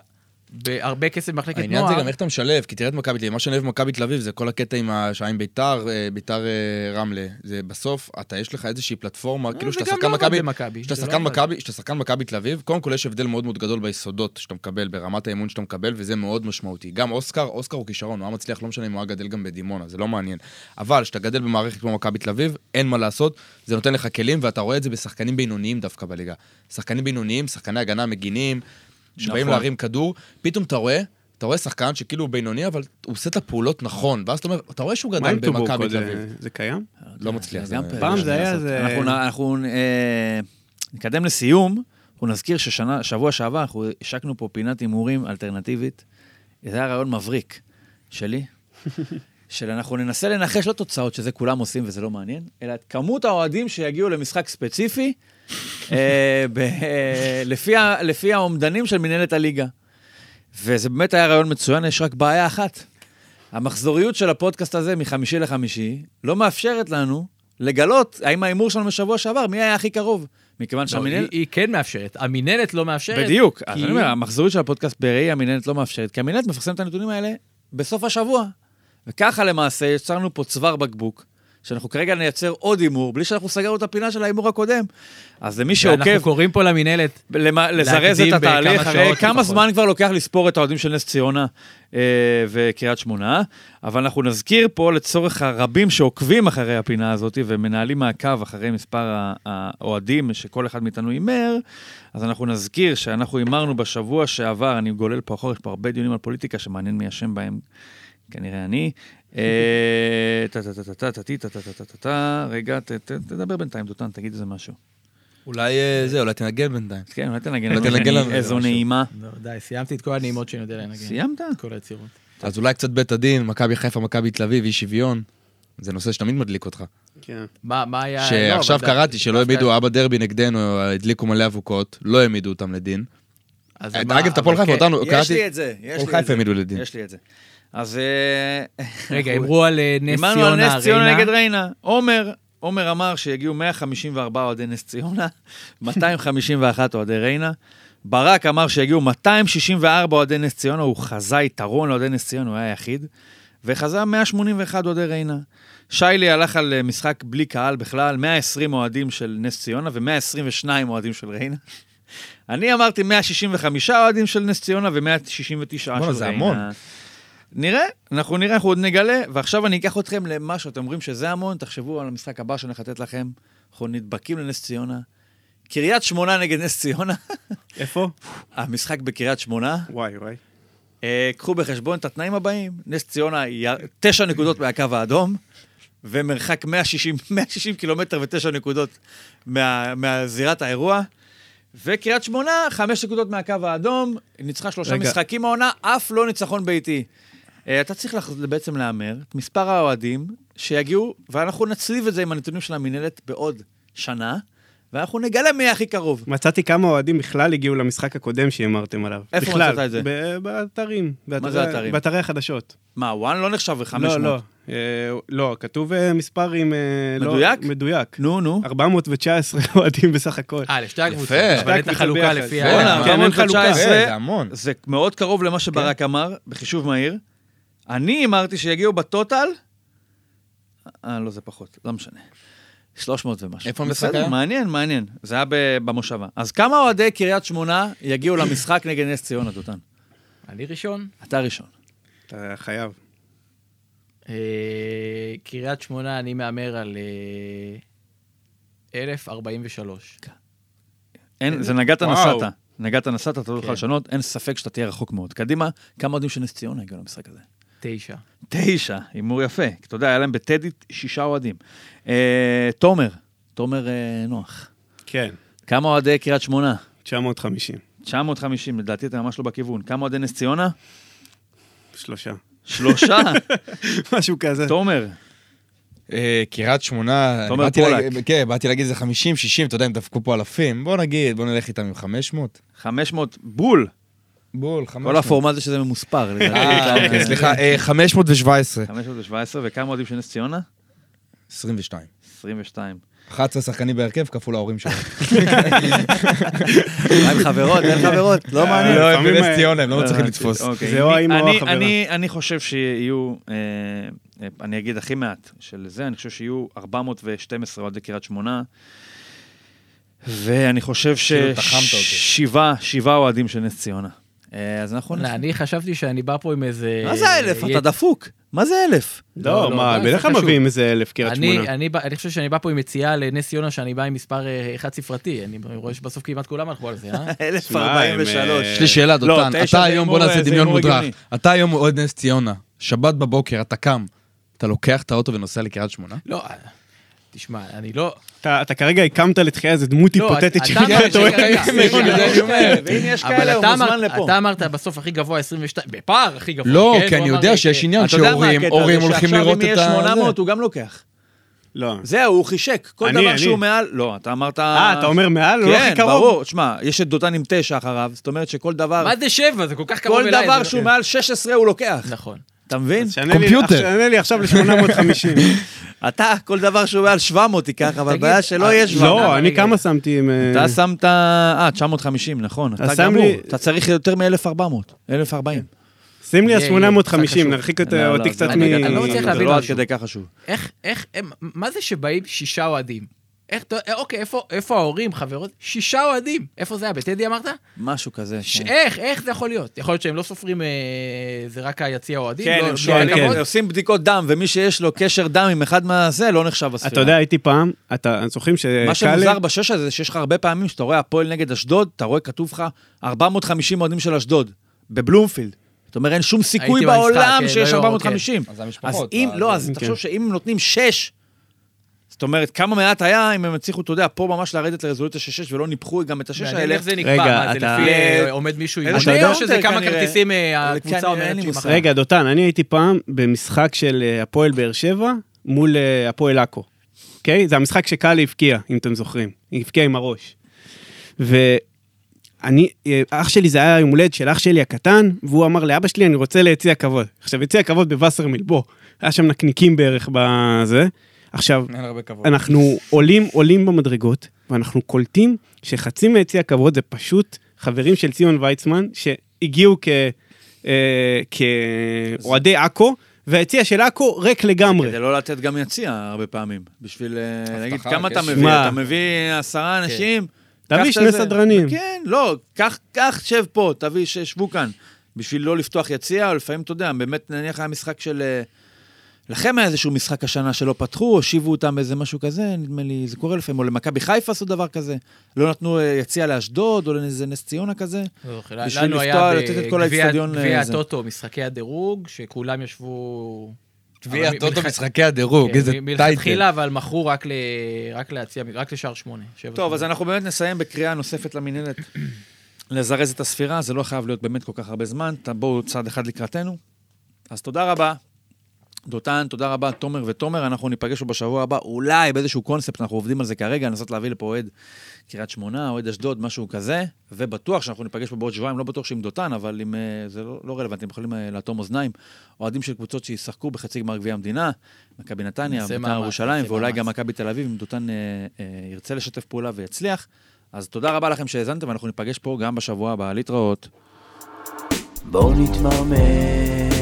[SPEAKER 3] בהרבה כסף במחלקת נוער. לא,
[SPEAKER 4] העניין זה גם איך אתה משלב, כי תראה את מכבי תל אביב, מה שאני אוהב במכבי תל אביב זה כל הקטע עם ה- שהיה עם ביתר, אה, ביתר אה, רמלה. זה בסוף, אתה יש לך איזושהי פלטפורמה, כאילו שאתה
[SPEAKER 3] וגם
[SPEAKER 4] שחקן
[SPEAKER 3] לא עבד
[SPEAKER 4] מכבי,
[SPEAKER 3] במכבי,
[SPEAKER 4] שאתה
[SPEAKER 3] זה לא
[SPEAKER 4] שחקן
[SPEAKER 3] עבד.
[SPEAKER 4] מכבי, שאתה שחקן מכבי תל אביב, קודם כל יש הבדל מאוד מאוד גדול ביסודות שאתה מקבל, ברמת האמון שאתה מקבל, וזה מאוד משמעותי. גם אוסקר, אוסקר הוא כישרון, הוא היה מצליח, לא משנה אם הוא היה גדל גם בדימונה, זה לא מעניין. אבל כשאתה גדל במערכת כמו מכבי תל אביב, אין מה לעשות, זה נותן לך כלים, ואתה רואה את זה בשחקנים בינוניים דווקא בליגה. שחקנים בינוניים, שחקני הגנה, מגינים, שבאים
[SPEAKER 2] נכון.
[SPEAKER 4] להרים כדור, פתאום אתה רואה, אתה רואה שחקן שכאילו הוא בינוני, אבל הוא עושה את הפעולות נכון, ואז אתה אומר, אתה רואה שהוא
[SPEAKER 5] מה
[SPEAKER 4] גדל
[SPEAKER 5] עם טובוק?
[SPEAKER 4] במכבי
[SPEAKER 5] עוד,
[SPEAKER 4] תל
[SPEAKER 5] אה,
[SPEAKER 4] אביב.
[SPEAKER 5] זה קיים?
[SPEAKER 4] לא מצליח. זה-
[SPEAKER 2] גם פלא.
[SPEAKER 5] פעם זה היה
[SPEAKER 2] לעשות.
[SPEAKER 5] איזה-
[SPEAKER 2] אנחנו- אנחנו אה, נקדם לסיום, אנחנו נזכיר ששנה, שבוע שעבר אנחנו השקנו פה פינת הימורים אלטרנטיבית. זה היה רעיון מבריק
[SPEAKER 5] (laughs)
[SPEAKER 2] שלי, של אנחנו ננסה לנחש לא תוצאות, שזה כולם עושים וזה לא מעניין, אלא את כמות האוהדים שיגיעו למשחק ספציפי, אה, ב- אה, לפי ה- לפי האומדנים של מנהלת הליגה. וזה באמת היה רעיון מצוין, יש רק בעיה אחת. המחזוריות של הפודקאסט הזה מחמישי לחמישי לא מאפשרת לנו לגלות האם ההימור שלנו משבוע שעבר, מי היה הכי קרוב. מכיוון
[SPEAKER 3] לא, היא-
[SPEAKER 2] שהמינהלת...
[SPEAKER 3] היא כן מאפשרת, המינהלת לא מאפשרת.
[SPEAKER 2] בדיוק.
[SPEAKER 3] כי-
[SPEAKER 2] אז אני אומר, המחזוריות של הפודקאסט בראי המינהלת לא מאפשרת, כי המינהלת מפרסמת את הנתונים האלה בסוף השבוע. וככה למעשה יצרנו פה צוואר בקבוק, שאנחנו כרגע נייצר עוד הימור, בלי שאנחנו סגרנו את הפינה של ההימור הקודם. אז למי שעוקב...
[SPEAKER 3] ואנחנו קוראים פה למינהלת,
[SPEAKER 2] למה- לזרז את
[SPEAKER 3] להקדים
[SPEAKER 2] התהליך,
[SPEAKER 3] בכמה
[SPEAKER 2] הרי
[SPEAKER 3] שעות
[SPEAKER 2] כמה
[SPEAKER 3] לפחות.
[SPEAKER 2] זמן כבר לוקח לספור את האוהדים של נס ציונה אה, וקריית שמונה, אבל אנחנו נזכיר פה לצורך הרבים שעוקבים אחרי הפינה הזאת ומנהלים מעקב אחרי מספר ה- האוהדים שכל אחד מאיתנו הימר, אז אנחנו נזכיר שאנחנו הימרנו בשבוע שעבר, אני גולל פה אחורה, יש פה הרבה דיונים על פוליטיקה שמעניין מי אשם בהם, כנראה אני.
[SPEAKER 3] (laughs)
[SPEAKER 2] אה, טה טה טה טה טה טה טה טה טה טה טה רגע, ת- ת- תדבר בינתיים, דותן, תגיד איזה משהו.
[SPEAKER 4] אולי אה, זה, אולי תנגן בינתיים.
[SPEAKER 2] כן, אולי תנגן
[SPEAKER 4] אולי תנגן
[SPEAKER 2] לנו
[SPEAKER 4] לנו איזה
[SPEAKER 2] איזו
[SPEAKER 4] משהו.
[SPEAKER 2] נעימה.
[SPEAKER 3] לא, די, סיימתי את כל הנעימות שאני יודע לנגן.
[SPEAKER 2] סיימת?
[SPEAKER 3] את כל היצירות.
[SPEAKER 4] אז אולי קצת בית הדין, מכבי חיפה, מכבי תל אביב, אי שוויון. זה נושא שתמיד מדליק אותך.
[SPEAKER 5] כן.
[SPEAKER 3] מה מה היה...
[SPEAKER 2] אה,
[SPEAKER 4] שעכשיו
[SPEAKER 3] לא, אבל
[SPEAKER 4] קראתי
[SPEAKER 3] ד-
[SPEAKER 4] שלא
[SPEAKER 3] דווקא-
[SPEAKER 4] העמידו אבא דרבי נגדנו, הדליקו מלא אבוקות, לא העמידו אותם לדין.
[SPEAKER 3] אז
[SPEAKER 2] אה,
[SPEAKER 4] את-
[SPEAKER 3] מה-
[SPEAKER 4] אגב, את הפועל
[SPEAKER 3] אבל
[SPEAKER 4] חיפה,
[SPEAKER 3] כן.
[SPEAKER 4] (laughs) אותנו,
[SPEAKER 2] יש לי
[SPEAKER 4] קראתי,
[SPEAKER 2] את זה, יש
[SPEAKER 4] הפועל
[SPEAKER 2] לי את
[SPEAKER 4] חיפה
[SPEAKER 2] זה.
[SPEAKER 4] העמידו לדין.
[SPEAKER 2] יש לי את זה. אז אה,
[SPEAKER 3] (laughs) רגע,
[SPEAKER 2] (laughs)
[SPEAKER 3] אמרו על אה, נס
[SPEAKER 2] הימרנו על
[SPEAKER 3] ציונה,
[SPEAKER 2] נס ציונה נגד
[SPEAKER 3] ריינה.
[SPEAKER 2] ריינה. עומר, עומר אמר שיגיעו 154 אוהדי נס ציונה, (laughs) 251 אוהדי ריינה. ברק אמר שיגיעו 264 אוהדי נס ציונה, הוא חזה יתרון לאוהדי נס ציונה, הוא היה היחיד. וחזה 181 אוהדי ריינה. שיילי הלך על אה, משחק בלי קהל בכלל, 120 אוהדים של נס ציונה ו-122 אוהדים של ריינה. (laughs) אני אמרתי 165 אוהדים של נס ציונה ו-169 של ריינה.
[SPEAKER 4] בואנה, זה המון.
[SPEAKER 2] נראה, אנחנו נראה, אנחנו עוד נגלה, ועכשיו אני אקח אתכם למה שאתם אומרים שזה המון, תחשבו על המשחק הבא שאני הולך לתת לכם, אנחנו נדבקים לנס ציונה. קריית שמונה נגד נס ציונה, (laughs)
[SPEAKER 5] איפה?
[SPEAKER 2] המשחק בקריית שמונה.
[SPEAKER 5] וואי, וואי.
[SPEAKER 2] אה, קחו בחשבון את התנאים הבאים, נס ציונה היא תשע נקודות מהקו האדום, ומרחק (laughs) 160, 160 קילומטר ותשע נקודות מה, מהזירת האירוע. וקריית שמונה, חמש נקודות מהקו האדום, היא ניצחה שלושה
[SPEAKER 5] רגע.
[SPEAKER 2] משחקים העונה, אף לא ניצחון ביתי. אה, אתה צריך לח- בעצם להמר את מספר האוהדים שיגיעו, ואנחנו נצליב את זה עם הנתונים של המינהלת בעוד שנה, ואנחנו נגלה מי הכי קרוב.
[SPEAKER 5] מצאתי כמה אוהדים בכלל הגיעו למשחק הקודם שהימרתם עליו.
[SPEAKER 2] איפה
[SPEAKER 5] בכלל,
[SPEAKER 2] מצאת את זה?
[SPEAKER 5] ב- באתרים. באתרי-
[SPEAKER 2] זה אתרים?
[SPEAKER 5] באתרי החדשות.
[SPEAKER 2] מה, וואן לא נחשב ו-500?
[SPEAKER 5] לא, לא. אה, לא, כתוב אה, מספר עם... אה, לא-
[SPEAKER 2] מדויק?
[SPEAKER 5] מדויק.
[SPEAKER 2] נו, נו.
[SPEAKER 5] 419 (laughs) אוהדים בסך הכל.
[SPEAKER 3] אה, לשתי הקבוצות.
[SPEAKER 4] יפה.
[SPEAKER 3] אבל את
[SPEAKER 5] שתי
[SPEAKER 3] החלוקה
[SPEAKER 5] הקבוצות
[SPEAKER 3] לפי
[SPEAKER 4] ביחד.
[SPEAKER 3] ה-
[SPEAKER 4] בואנה,
[SPEAKER 2] בואנה,
[SPEAKER 5] כן, אין חלוקה.
[SPEAKER 2] 419,
[SPEAKER 4] כן, זה המון.
[SPEAKER 2] זה מאוד קרוב למה
[SPEAKER 4] כן.
[SPEAKER 2] שברק אמר, בחישוב מהיר. אני אמרתי שיגיעו בטוטל, אה, לא, זה פחות, לא משנה. 300 ומשהו.
[SPEAKER 4] איפה המשחק
[SPEAKER 2] בסדר,
[SPEAKER 4] היה?
[SPEAKER 2] מעניין, מעניין. זה היה ב- במושבה. אז כמה אוהדי קריית שמונה יגיעו
[SPEAKER 4] (coughs)
[SPEAKER 2] למשחק נגד נס ציונה, דותן?
[SPEAKER 3] אני ראשון.
[SPEAKER 2] אתה ראשון.
[SPEAKER 5] אתה חייב.
[SPEAKER 3] אה, קריית שמונה, אני מהמר על אה, 1043.
[SPEAKER 2] אין, זה נגעת
[SPEAKER 4] וואו.
[SPEAKER 2] נסעת. נגעת נסעת, אתה לא
[SPEAKER 3] כן.
[SPEAKER 2] יכול לשנות, אין ספק שאתה תהיה רחוק מאוד. קדימה, כמה אוהדים של נס ציונה הגיעו למשחק הזה?
[SPEAKER 3] תשע.
[SPEAKER 2] תשע, הימור יפה. אתה יודע, היה להם בטדי שישה אוהדים. אה, תומר, תומר אה, נוח.
[SPEAKER 5] כן.
[SPEAKER 2] כמה אוהדי קריית שמונה?
[SPEAKER 5] 950.
[SPEAKER 2] 950, לדעתי אתה ממש לא בכיוון. כמה אוהדי נס ציונה?
[SPEAKER 5] שלושה. (laughs)
[SPEAKER 2] (laughs) שלושה.
[SPEAKER 5] משהו כזה.
[SPEAKER 2] תומר,
[SPEAKER 4] אה, קריית שמונה,
[SPEAKER 2] תומר
[SPEAKER 4] באתי
[SPEAKER 2] פולק.
[SPEAKER 4] להגיד- כן, באתי להגיד זה 50, 60, אתה יודע, הם דפקו פה אלפים. בוא נגיד, בוא נלך איתם עם 500.
[SPEAKER 2] 500, בול.
[SPEAKER 4] בול, 500.
[SPEAKER 2] כל הפורמט זה לא שזה (laughs) ממוספר.
[SPEAKER 4] אה,
[SPEAKER 2] לדעתי.
[SPEAKER 4] אוקיי, סליחה, אה, 517.
[SPEAKER 2] 517, וכמה אוהדים של נס ציונה?
[SPEAKER 4] 22.
[SPEAKER 2] 22.
[SPEAKER 4] 11 שחקנים בהרכב כפול ההורים שלו.
[SPEAKER 2] מה אה, עם חברות? אין חברות, לא מעניין.
[SPEAKER 4] לא, הם
[SPEAKER 5] לפעמים,
[SPEAKER 4] בנס
[SPEAKER 5] אה,
[SPEAKER 4] ציונה, הם לא
[SPEAKER 2] לא
[SPEAKER 4] מצליחים
[SPEAKER 2] הבנתי,
[SPEAKER 4] לתפוס.
[SPEAKER 2] אוקיי.
[SPEAKER 5] זה או האמא או
[SPEAKER 2] אני-
[SPEAKER 5] החברה.
[SPEAKER 2] אני- אני חושב שיהיו, אה, אה, אני אגיד הכי מעט של זה, אני חושב שיהיו 412 אוהדי קריית שמונה, ואני חושב ש-
[SPEAKER 4] כאילו תחמת אותי.
[SPEAKER 2] שבעה, שבעה אוהדים של נס ציונה. אה, אז אנחנו...
[SPEAKER 3] לא, אני חשבתי שאני בא פה עם איזה... אה,
[SPEAKER 2] מה זה אלף?
[SPEAKER 3] יצ-
[SPEAKER 2] אתה דפוק. מה זה אלף?
[SPEAKER 5] לא,
[SPEAKER 3] לא,
[SPEAKER 5] מה,
[SPEAKER 3] לא,
[SPEAKER 5] בדרך כלל
[SPEAKER 3] זה
[SPEAKER 5] מביאים איזה אלף קריית
[SPEAKER 3] אני-
[SPEAKER 5] שמונה.
[SPEAKER 3] אני בא- אני חושב שאני בא פה עם יציאה לנס ציונה, שאני בא עם מספר אה, חד ספרתי. אני רואה שבסוף כמעט כולם הלכו על זה,
[SPEAKER 2] (laughs)
[SPEAKER 3] אה?
[SPEAKER 2] אלף
[SPEAKER 5] שמע,
[SPEAKER 2] ארבעים ושלוש.
[SPEAKER 5] הם,
[SPEAKER 4] יש לי שאלה,
[SPEAKER 2] לא,
[SPEAKER 4] דותן.
[SPEAKER 2] תשע
[SPEAKER 4] אתה
[SPEAKER 2] זה
[SPEAKER 4] היום, בוא
[SPEAKER 2] הימור,
[SPEAKER 4] נעשה
[SPEAKER 2] זה
[SPEAKER 4] דמיון
[SPEAKER 2] הימור
[SPEAKER 4] מודרך.
[SPEAKER 2] הגיוני.
[SPEAKER 4] אתה היום אוהד נס ציונה, שבת בבוקר, אתה קם, אתה לוקח את האוטו ונוסע לקריית שמונה?
[SPEAKER 3] לא, אה, תשמע, אני לא...
[SPEAKER 5] אתה אתה כרגע הקמת לתחייה איזה דמות
[SPEAKER 3] לא,
[SPEAKER 5] היפותטית
[SPEAKER 3] אתה
[SPEAKER 5] של
[SPEAKER 3] אמרת
[SPEAKER 5] קריית
[SPEAKER 3] שכרגע-
[SPEAKER 5] אוהד.
[SPEAKER 3] רגע,
[SPEAKER 4] זה אני אומר.
[SPEAKER 2] ואם יש
[SPEAKER 3] אבל
[SPEAKER 2] כאלה, הוא
[SPEAKER 3] אתה
[SPEAKER 2] מוזמן
[SPEAKER 3] אמרת,
[SPEAKER 2] לפה.
[SPEAKER 3] אתה אמרת בסוף הכי גבוה 22, בפער הכי גבוה.
[SPEAKER 4] לא,
[SPEAKER 3] כן?
[SPEAKER 4] כי אני
[SPEAKER 3] הוא אמר
[SPEAKER 4] יודע
[SPEAKER 3] לי,
[SPEAKER 4] שיש
[SPEAKER 3] כן.
[SPEAKER 4] עניין
[SPEAKER 2] אתה יודע מה
[SPEAKER 4] שהורים
[SPEAKER 2] הקטע
[SPEAKER 4] הורים
[SPEAKER 2] הזה?
[SPEAKER 4] הולכים
[SPEAKER 2] שעכשיו
[SPEAKER 4] לראות
[SPEAKER 2] אם
[SPEAKER 4] את
[SPEAKER 2] יש
[SPEAKER 4] ה...
[SPEAKER 2] 800, הוא גם לוקח.
[SPEAKER 5] (laughs) לא.
[SPEAKER 2] זהו, הוא חישק. כל
[SPEAKER 5] אני,
[SPEAKER 2] דבר
[SPEAKER 5] אני.
[SPEAKER 2] שהוא מעל... לא, אתה אמרת...
[SPEAKER 5] אה, אתה אומר מעל? הוא לא
[SPEAKER 2] כן,
[SPEAKER 5] הכי קרוב.
[SPEAKER 2] ברור. תשמע, יש את דותן עם תשע אחריו, זאת אומרת שכל דבר...
[SPEAKER 3] מה זה שבע? זה כל כך קרוב
[SPEAKER 2] כל
[SPEAKER 3] אליי.
[SPEAKER 2] דבר
[SPEAKER 3] זה- לא- כן.
[SPEAKER 2] שהוא מעל 16 הוא לוקח.
[SPEAKER 3] נכון.
[SPEAKER 2] אתה מבין?
[SPEAKER 5] אז שנה לי-
[SPEAKER 4] קומפיוטר.
[SPEAKER 5] שנה לי עכשיו
[SPEAKER 3] (laughs)
[SPEAKER 5] ל-850.
[SPEAKER 2] אתה, כל דבר שהוא מעל 700 תיקח, אבל
[SPEAKER 3] תגיד,
[SPEAKER 2] הבעיה שלא
[SPEAKER 3] אה,
[SPEAKER 2] יהיה 700.
[SPEAKER 5] לא, אני
[SPEAKER 3] רגע.
[SPEAKER 5] כמה שמתי עם... אה,
[SPEAKER 2] אתה שמת... אה, 950, נכון. אתה
[SPEAKER 5] אז שם
[SPEAKER 2] גמור.
[SPEAKER 5] לי-
[SPEAKER 2] אתה צריך יותר מ-1400. 1,040.
[SPEAKER 5] שים לי
[SPEAKER 3] יהיה, יהיה, משחק
[SPEAKER 5] ה-850,
[SPEAKER 3] חשוב.
[SPEAKER 5] נרחיק
[SPEAKER 2] לא,
[SPEAKER 5] אותה-
[SPEAKER 2] לא,
[SPEAKER 5] אה, אותי
[SPEAKER 2] זה-
[SPEAKER 5] קצת מ...
[SPEAKER 3] אני- אני לא מצליח
[SPEAKER 2] זה
[SPEAKER 3] להבין
[SPEAKER 2] לא עד
[SPEAKER 3] משהו.
[SPEAKER 2] כדי כך חשוב.
[SPEAKER 3] איך, איך, הם- מה זה שבאים שישה אוהדים? איך, אתה- אה, אוקיי, איפה, איפה ההורים, חברות? שישה אוהדים. איפה זה היה? בטדי אמרת?
[SPEAKER 2] משהו כזה.
[SPEAKER 3] ש-
[SPEAKER 2] כן.
[SPEAKER 3] איך, איך זה יכול להיות? יכול להיות שהם לא סופרים, אה, זה רק היציע האוהדים?
[SPEAKER 2] כן,
[SPEAKER 3] לא,
[SPEAKER 2] הם
[SPEAKER 3] בלי
[SPEAKER 2] שואלים,
[SPEAKER 3] הכבוד?
[SPEAKER 2] הם עושים בדיקות דם, ומי שיש לו קשר דם עם אחד מהזה, לא נחשב בספירה.
[SPEAKER 5] אתה יודע, הייתי פעם, אתה זוכרים שקאלה...
[SPEAKER 2] מה שמוזר בשש הזה, שיש לך הרבה פעמים שאתה רואה הפועל נגד אשדוד, אתה רואה כתוב לך 450 אוהדים של אשדוד, בבלומפילד. זאת אומרת, אין שום סיכוי
[SPEAKER 3] הייתי במשחק,
[SPEAKER 2] בעולם
[SPEAKER 3] כן,
[SPEAKER 2] שיש
[SPEAKER 3] לא,
[SPEAKER 2] 450.
[SPEAKER 4] אוקיי. אז
[SPEAKER 2] אז
[SPEAKER 4] המשפחות,
[SPEAKER 2] אם,
[SPEAKER 4] אז-
[SPEAKER 2] לא, אז
[SPEAKER 3] אה,
[SPEAKER 5] כן.
[SPEAKER 2] תחשוב שאם נותנים 6, זאת אומרת, כמה מעט היה אם הם הצליחו, אתה יודע, פה ממש לרדת לרזולוציה של 6 ולא ניפחו גם את השש
[SPEAKER 3] מעניין
[SPEAKER 2] האלה.
[SPEAKER 3] איך זה נקבע,
[SPEAKER 5] רגע,
[SPEAKER 3] מה, זה
[SPEAKER 5] אתה-
[SPEAKER 3] לפי אה,
[SPEAKER 2] אה,
[SPEAKER 3] עומד מישהו עם
[SPEAKER 2] אה,
[SPEAKER 5] אתה
[SPEAKER 3] השני,
[SPEAKER 5] יודע?
[SPEAKER 3] או שזה כמה
[SPEAKER 2] כנראה.
[SPEAKER 3] כרטיסים אה,
[SPEAKER 2] אבל
[SPEAKER 3] הקבוצה
[SPEAKER 2] כנראה,
[SPEAKER 3] אומרת
[SPEAKER 2] אין לי
[SPEAKER 3] שהיא
[SPEAKER 2] מושג.
[SPEAKER 3] מכרה?
[SPEAKER 5] רגע, דותן, אני הייתי פעם במשחק של אה, הפועל באר שבע מול אה, הפועל עכו. אוקיי? זה המשחק שקאלה הבקיע, אם אתם זוכרים. היא הבקיעה עם הראש. ואני, אה, אח שלי זה היה יום הולדת של אח שלי הקטן, והוא אמר לאבא שלי, אני רוצה ליציע כבוד. עכשיו, יציע כבוד בווסרמיל, בוא. היה שם נקניקים בערך בזה. עכשיו,
[SPEAKER 4] אין הרבה כבוד.
[SPEAKER 5] אנחנו עולים, עולים במדרגות, ואנחנו קולטים שחצי מהיציע הכבוד זה פשוט חברים של ציון ויצמן, שהגיעו כ... אה, כאוהדי עכו, והיציע של עכו ריק לגמרי.
[SPEAKER 2] כדי לא לתת גם יציע הרבה פעמים, בשביל אה, להגיד
[SPEAKER 4] הבטחה,
[SPEAKER 2] כמה אתה
[SPEAKER 4] כן.
[SPEAKER 2] מביא,
[SPEAKER 5] מה?
[SPEAKER 2] אתה מביא
[SPEAKER 3] כן.
[SPEAKER 2] עשרה אנשים,
[SPEAKER 5] תביא
[SPEAKER 2] קח את
[SPEAKER 5] שני
[SPEAKER 2] הזה.
[SPEAKER 5] סדרנים.
[SPEAKER 2] כן, לא, קח, קח, שב פה, תביא, ששבו כאן. בשביל לא לפתוח יציע, או לפעמים, אתה יודע, באמת, נניח היה משחק של... אה, לכם היה איזשהו משחק השנה שלא פתחו, הושיבו אותם באיזה משהו כזה, נדמה לי, זה קורה לפעמים, או למכבי חיפה עשו דבר כזה. לא נתנו אה, יציע לאשדוד, או לאיזה נס ציונה כזה.
[SPEAKER 3] לא זוכר,
[SPEAKER 2] בשביל
[SPEAKER 3] לנו היה
[SPEAKER 2] לפתוח,
[SPEAKER 3] ב-
[SPEAKER 2] לתת את כל
[SPEAKER 3] גביע-
[SPEAKER 2] האצטדיון
[SPEAKER 3] גביע
[SPEAKER 2] לזה.
[SPEAKER 3] הטוטו, משחקי הדירוג, שכולם ישבו...
[SPEAKER 4] גביע
[SPEAKER 3] אבל מ-
[SPEAKER 4] הטוטו
[SPEAKER 3] מלכת-
[SPEAKER 4] משחקי הדירוג,
[SPEAKER 3] כן,
[SPEAKER 4] איזה
[SPEAKER 3] מ-
[SPEAKER 4] טייטל.
[SPEAKER 3] מלכתחילה, אבל מכרו רק ל- רק להציע, רק לשער שמונה. שבע
[SPEAKER 2] טוב,
[SPEAKER 3] שמונה.
[SPEAKER 2] אז אנחנו באמת נסיים בקריאה נוספת למינהלת. (clears throat) לזרז את הספירה, זה לא חייב להיות באמת כל כך הרבה זמן, תבואו צעד אחד לקראתנו. אז תודה רבה, דותן, תודה רבה, תומר ותומר, אנחנו ניפגש פה בשבוע הבא, אולי באיזשהו קונספט, אנחנו עובדים על זה כרגע, לנסות להביא לפה אוהד קריית שמונה, אוהד אשדוד, משהו כזה, ובטוח שאנחנו ניפגש פה בעוד שבועיים, לא בטוח שעם דותן, אבל אם אה, זה לא, לא רלוונטי, הם יכולים אה, לאטום אוזניים. אוהדים של קבוצות שישחקו בחצי גמר גביע המדינה, מכבי נתניה,
[SPEAKER 3] נעשה
[SPEAKER 2] בית"ר
[SPEAKER 3] מאמץ,
[SPEAKER 2] ירושלים,
[SPEAKER 3] נעשה
[SPEAKER 2] ואולי
[SPEAKER 3] מאמץ.
[SPEAKER 2] גם מכבי תל אביב, אם דותן אה, אה, ירצה לשתף פעולה ויצליח. אז תודה רבה לכם שהאזנתם, ואנחנו ניפגש פה גם בשבוע הבא. להתראות.
[SPEAKER 1] בואו נתמרמר